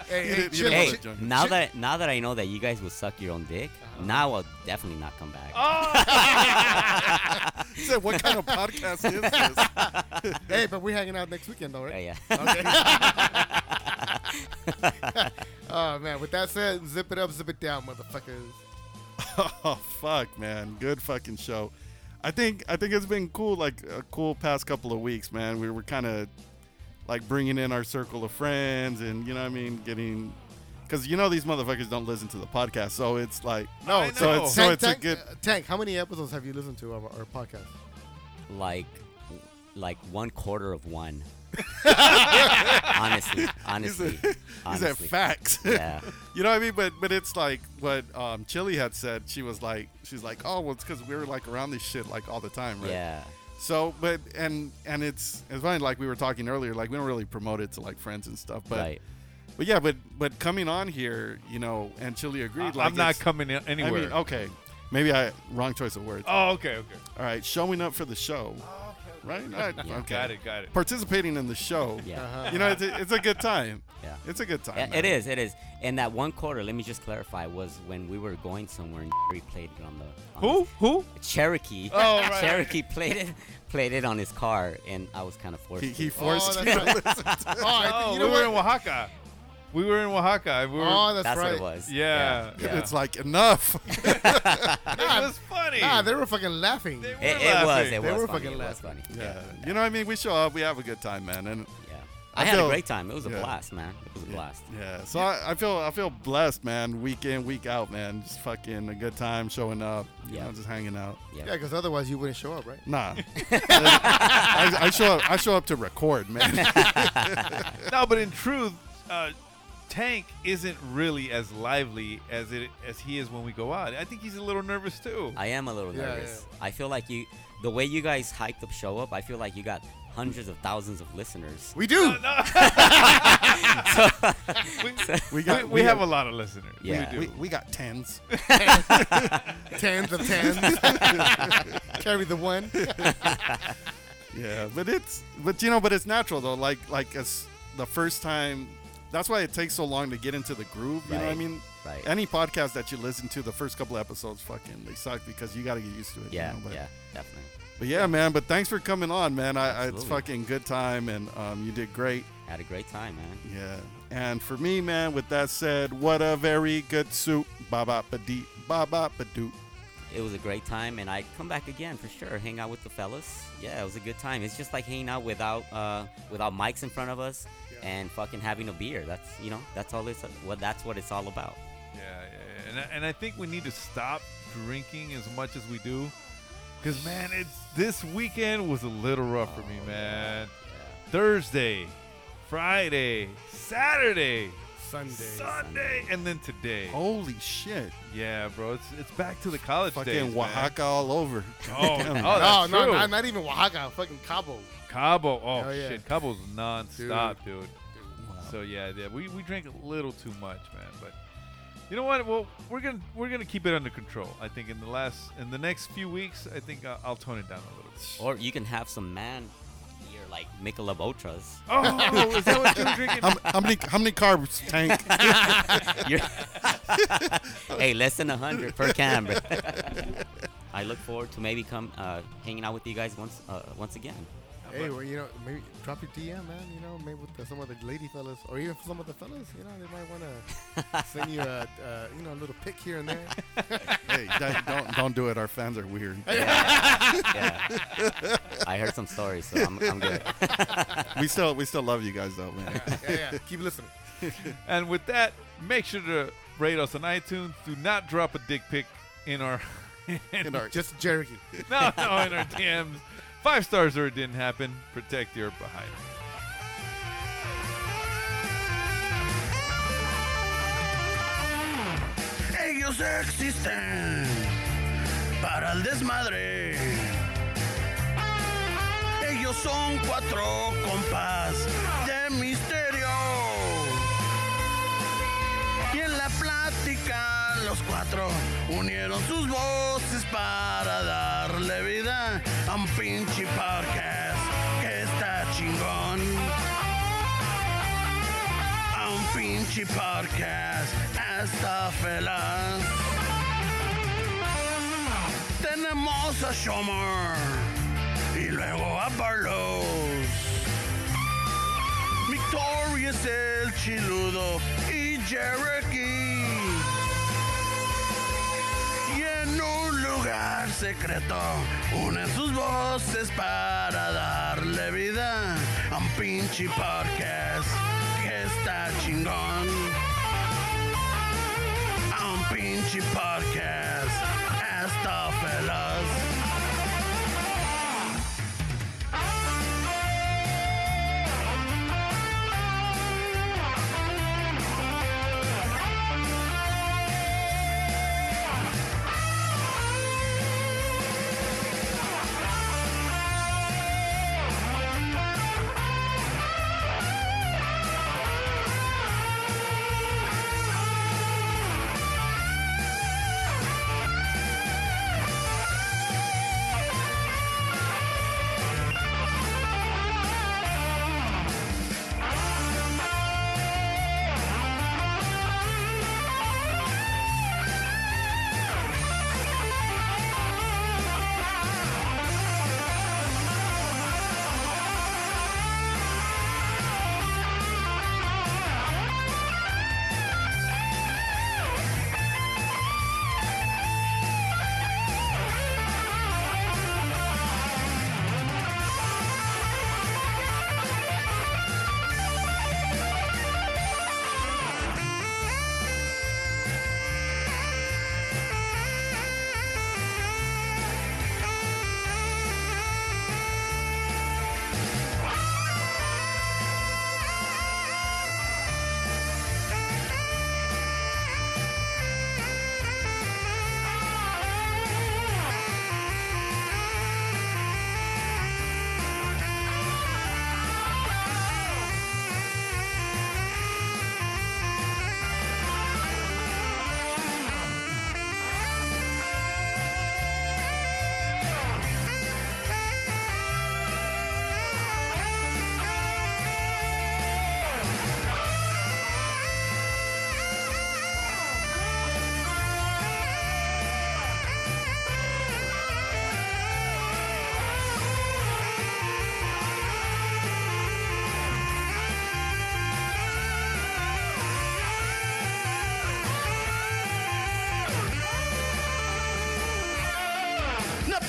[SPEAKER 7] hey,
[SPEAKER 6] didn't- he
[SPEAKER 7] chill,
[SPEAKER 6] didn't
[SPEAKER 8] Hey,
[SPEAKER 7] chill.
[SPEAKER 8] now that now that I know that you guys would suck your own dick, now I'll definitely not come back.
[SPEAKER 6] He said, "What kind of podcast is this?"
[SPEAKER 7] Hey, but we're hanging out next weekend though,
[SPEAKER 8] Yeah,
[SPEAKER 7] right?
[SPEAKER 8] yeah.
[SPEAKER 7] Oh man, with that said, zip it up, zip it down, motherfuckers.
[SPEAKER 6] oh fuck man good fucking show i think i think it's been cool like a cool past couple of weeks man we were kind of like bringing in our circle of friends and you know what i mean getting because you know these motherfuckers don't listen to the podcast so it's like
[SPEAKER 5] I
[SPEAKER 6] so
[SPEAKER 5] know.
[SPEAKER 6] it's so
[SPEAKER 7] Tank,
[SPEAKER 6] it's
[SPEAKER 7] Tank,
[SPEAKER 6] a good
[SPEAKER 7] uh, Tank, how many episodes have you listened to of our, our podcast?
[SPEAKER 8] like like one quarter of one. honestly, honestly,
[SPEAKER 6] He said, he said
[SPEAKER 8] honestly.
[SPEAKER 6] facts.
[SPEAKER 8] Yeah.
[SPEAKER 6] you know what I mean? But but it's like what um, Chili had said. She was like, she's like, oh, well, it's because we were like around this shit like all the time, right?
[SPEAKER 8] Yeah.
[SPEAKER 6] So, but and and it's it's funny. Like we were talking earlier, like we don't really promote it to like friends and stuff, but.
[SPEAKER 8] Right.
[SPEAKER 6] But yeah, but but coming on here, you know, and Chili agreed.
[SPEAKER 5] I-
[SPEAKER 6] like
[SPEAKER 5] I'm not
[SPEAKER 6] it's-
[SPEAKER 5] coming in
[SPEAKER 6] I mean, oh.
[SPEAKER 5] anywhere.
[SPEAKER 6] okay, maybe I wrong choice of words.
[SPEAKER 5] Oh, okay, okay.
[SPEAKER 6] All right, showing up for the show. Right? Right,
[SPEAKER 5] Yeah.
[SPEAKER 6] Okay.
[SPEAKER 5] Got it, got it.
[SPEAKER 6] Participating in the show.
[SPEAKER 8] Yeah. Uh-huh.
[SPEAKER 6] You know, it's a, it's a good time.
[SPEAKER 8] Yeah.
[SPEAKER 6] It's a good time.
[SPEAKER 8] Yeah,
[SPEAKER 6] man.
[SPEAKER 8] it is. It is. And that one quarter, let me just clarify, was when we were going somewhere and he played it on the.
[SPEAKER 5] Who?
[SPEAKER 8] On
[SPEAKER 5] Who?
[SPEAKER 8] Cherokee.
[SPEAKER 5] Oh, right.
[SPEAKER 8] Cherokee played it, played it on his car, and I was kind of forced.
[SPEAKER 6] He-
[SPEAKER 8] to.
[SPEAKER 6] he forced
[SPEAKER 7] Oh, that's you to right. listen to- Oh, I think- you know
[SPEAKER 5] we were
[SPEAKER 7] what?
[SPEAKER 5] in Oaxaca. We were in Oaxaca. We were,
[SPEAKER 7] Oh, that's That's what it right. was.
[SPEAKER 5] Yeah.
[SPEAKER 7] Yeah. Yeah.
[SPEAKER 6] It's like, enough.
[SPEAKER 7] Nah,
[SPEAKER 5] was funny.
[SPEAKER 7] Nah, they were fucking laughing. They were
[SPEAKER 8] It- it was. It
[SPEAKER 7] they
[SPEAKER 8] was
[SPEAKER 7] were
[SPEAKER 8] funny.
[SPEAKER 7] fucking
[SPEAKER 8] It was
[SPEAKER 7] laughing.
[SPEAKER 8] funny.
[SPEAKER 6] Yeah. You know what I mean? We show up, we have a good time, man. And yeah.
[SPEAKER 8] I had a great time. It was a blast, man. It was a blast.
[SPEAKER 6] Yeah. So I, I feel I feel blessed, man. Week in, week out, man. Just fucking a good time showing up. You
[SPEAKER 8] Yeah.
[SPEAKER 6] know, just hanging out.
[SPEAKER 7] Yeah, because otherwise you wouldn't show up, right?
[SPEAKER 6] Nah. I, I show up I show up to record, man.
[SPEAKER 5] no, but in truth, uh, Tank isn't really as lively as it as he is when we go out. I think he's a little nervous too.
[SPEAKER 8] I am a little
[SPEAKER 5] Yeah,
[SPEAKER 8] nervous. I feel like you, the way you guys hyped up show up, I feel like you got hundreds of thousands of listeners.
[SPEAKER 7] We do.
[SPEAKER 5] we, we, we have a lot of listeners.
[SPEAKER 8] Yeah.
[SPEAKER 5] We do.
[SPEAKER 6] we got tens.
[SPEAKER 7] tens of tens. Carry the one.
[SPEAKER 6] yeah, but it's but you know, but it's natural though. Like like as the first time, that's why it takes so long to get into the groove. You know what I
[SPEAKER 8] Right,
[SPEAKER 6] mean?
[SPEAKER 8] right.
[SPEAKER 6] Any podcast that you listen to, the first couple episodes, fucking, they suck because you got to get used to it. you
[SPEAKER 8] Yeah,
[SPEAKER 6] know, but-
[SPEAKER 8] yeah, definitely.
[SPEAKER 6] But yeah, man. But thanks for coming on, man. I, I, it's
[SPEAKER 8] Absolutely.
[SPEAKER 6] fucking good time, and um, you did great.
[SPEAKER 8] Had a great time, man.
[SPEAKER 6] Yeah. And for me, man. With that said, what a very good soup. Ba ba ba dee. Ba ba ba doo.
[SPEAKER 8] It was a great time, and I come back again for sure. Hang out with the fellas. Yeah, it was a good time. It's just like hanging out without uh, without mics in front of us and fucking having a beer. That's you know that's all it's what that's what it's all about.
[SPEAKER 5] Yeah, yeah, yeah. And, I, and I think we need to stop drinking as much as we do. Because, man, it's this weekend was a little rough for me,
[SPEAKER 6] Oh,
[SPEAKER 5] man. Thursday, Friday, Saturday,
[SPEAKER 7] Sunday.
[SPEAKER 5] Sunday, and then today.
[SPEAKER 6] Holy shit.
[SPEAKER 5] Yeah, bro. It's, it's back to the college
[SPEAKER 6] Fucking
[SPEAKER 5] days. man.
[SPEAKER 6] Oaxaca all over.
[SPEAKER 5] Oh,
[SPEAKER 6] Damn,
[SPEAKER 5] oh,
[SPEAKER 6] man.
[SPEAKER 5] that's
[SPEAKER 7] no,
[SPEAKER 5] true.
[SPEAKER 7] no, not even Oaxaca. Fucking Cabo.
[SPEAKER 5] Cabo. Oh,
[SPEAKER 7] Hell yeah.
[SPEAKER 5] shit. Cabo's nonstop, dude. So, yeah, yeah we, we drank a little too much, man. But you know what? Well, we're going to we're gonna keep it under control. I think in the last in the next few weeks, I think I'll, I'll tone it down a little bit.
[SPEAKER 8] Or you can have some man beer like Michelob Ultras.
[SPEAKER 5] Oh, is that what you were drinking?
[SPEAKER 6] How, how many how many carbs, Tank?
[SPEAKER 8] You're- hey, less than hundred per can. bro. I look forward to maybe come uh, hanging out with you guys once uh, once again.
[SPEAKER 7] Hey, well, you know, maybe drop your DM, man. You know, maybe with the, some of the lady fellas, or even some of the fellas. You know, they might want to send you a, uh, you know, a little pic here and there.
[SPEAKER 6] hey, don't- don't don't do it. Our fans are weird.
[SPEAKER 8] Yeah. Yeah. I heard some stories, so I'm- I'm good.
[SPEAKER 6] we still we still love you guys though, man.
[SPEAKER 7] yeah, yeah. Keep listening.
[SPEAKER 5] and with that, make sure to rate us on iTunes. Do not drop a dick pic in our in
[SPEAKER 7] our- Just Cherokee.
[SPEAKER 5] no no in our DMs. Five stars or it didn't happen. Protect your behind.
[SPEAKER 9] Ellos existen para el desmadre. Ellos son cuatro compas de misterio. Y en la plática los cuatro unieron sus voces para darle vida a un pinche podcast que está chingón. A un pinche podcast está feliz. Tenemos a Shomer y luego a Barlos. Victoria es el chiludo y Jericho. Y en un lugar secreto unen sus voces para darle vida a un pinche podcast que está chingón. A un pinche podcast está feliz.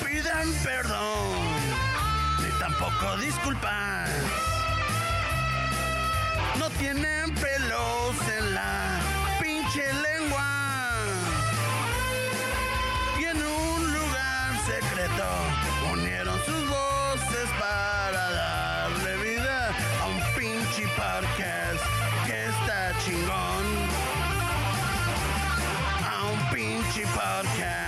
[SPEAKER 7] pidan perdón, ni tampoco disculpas. No tienen pelos en la pinche lengua. Y en un lugar secreto unieron sus voces para darle vida a un pinche podcast que está chingón. A un pinche podcast.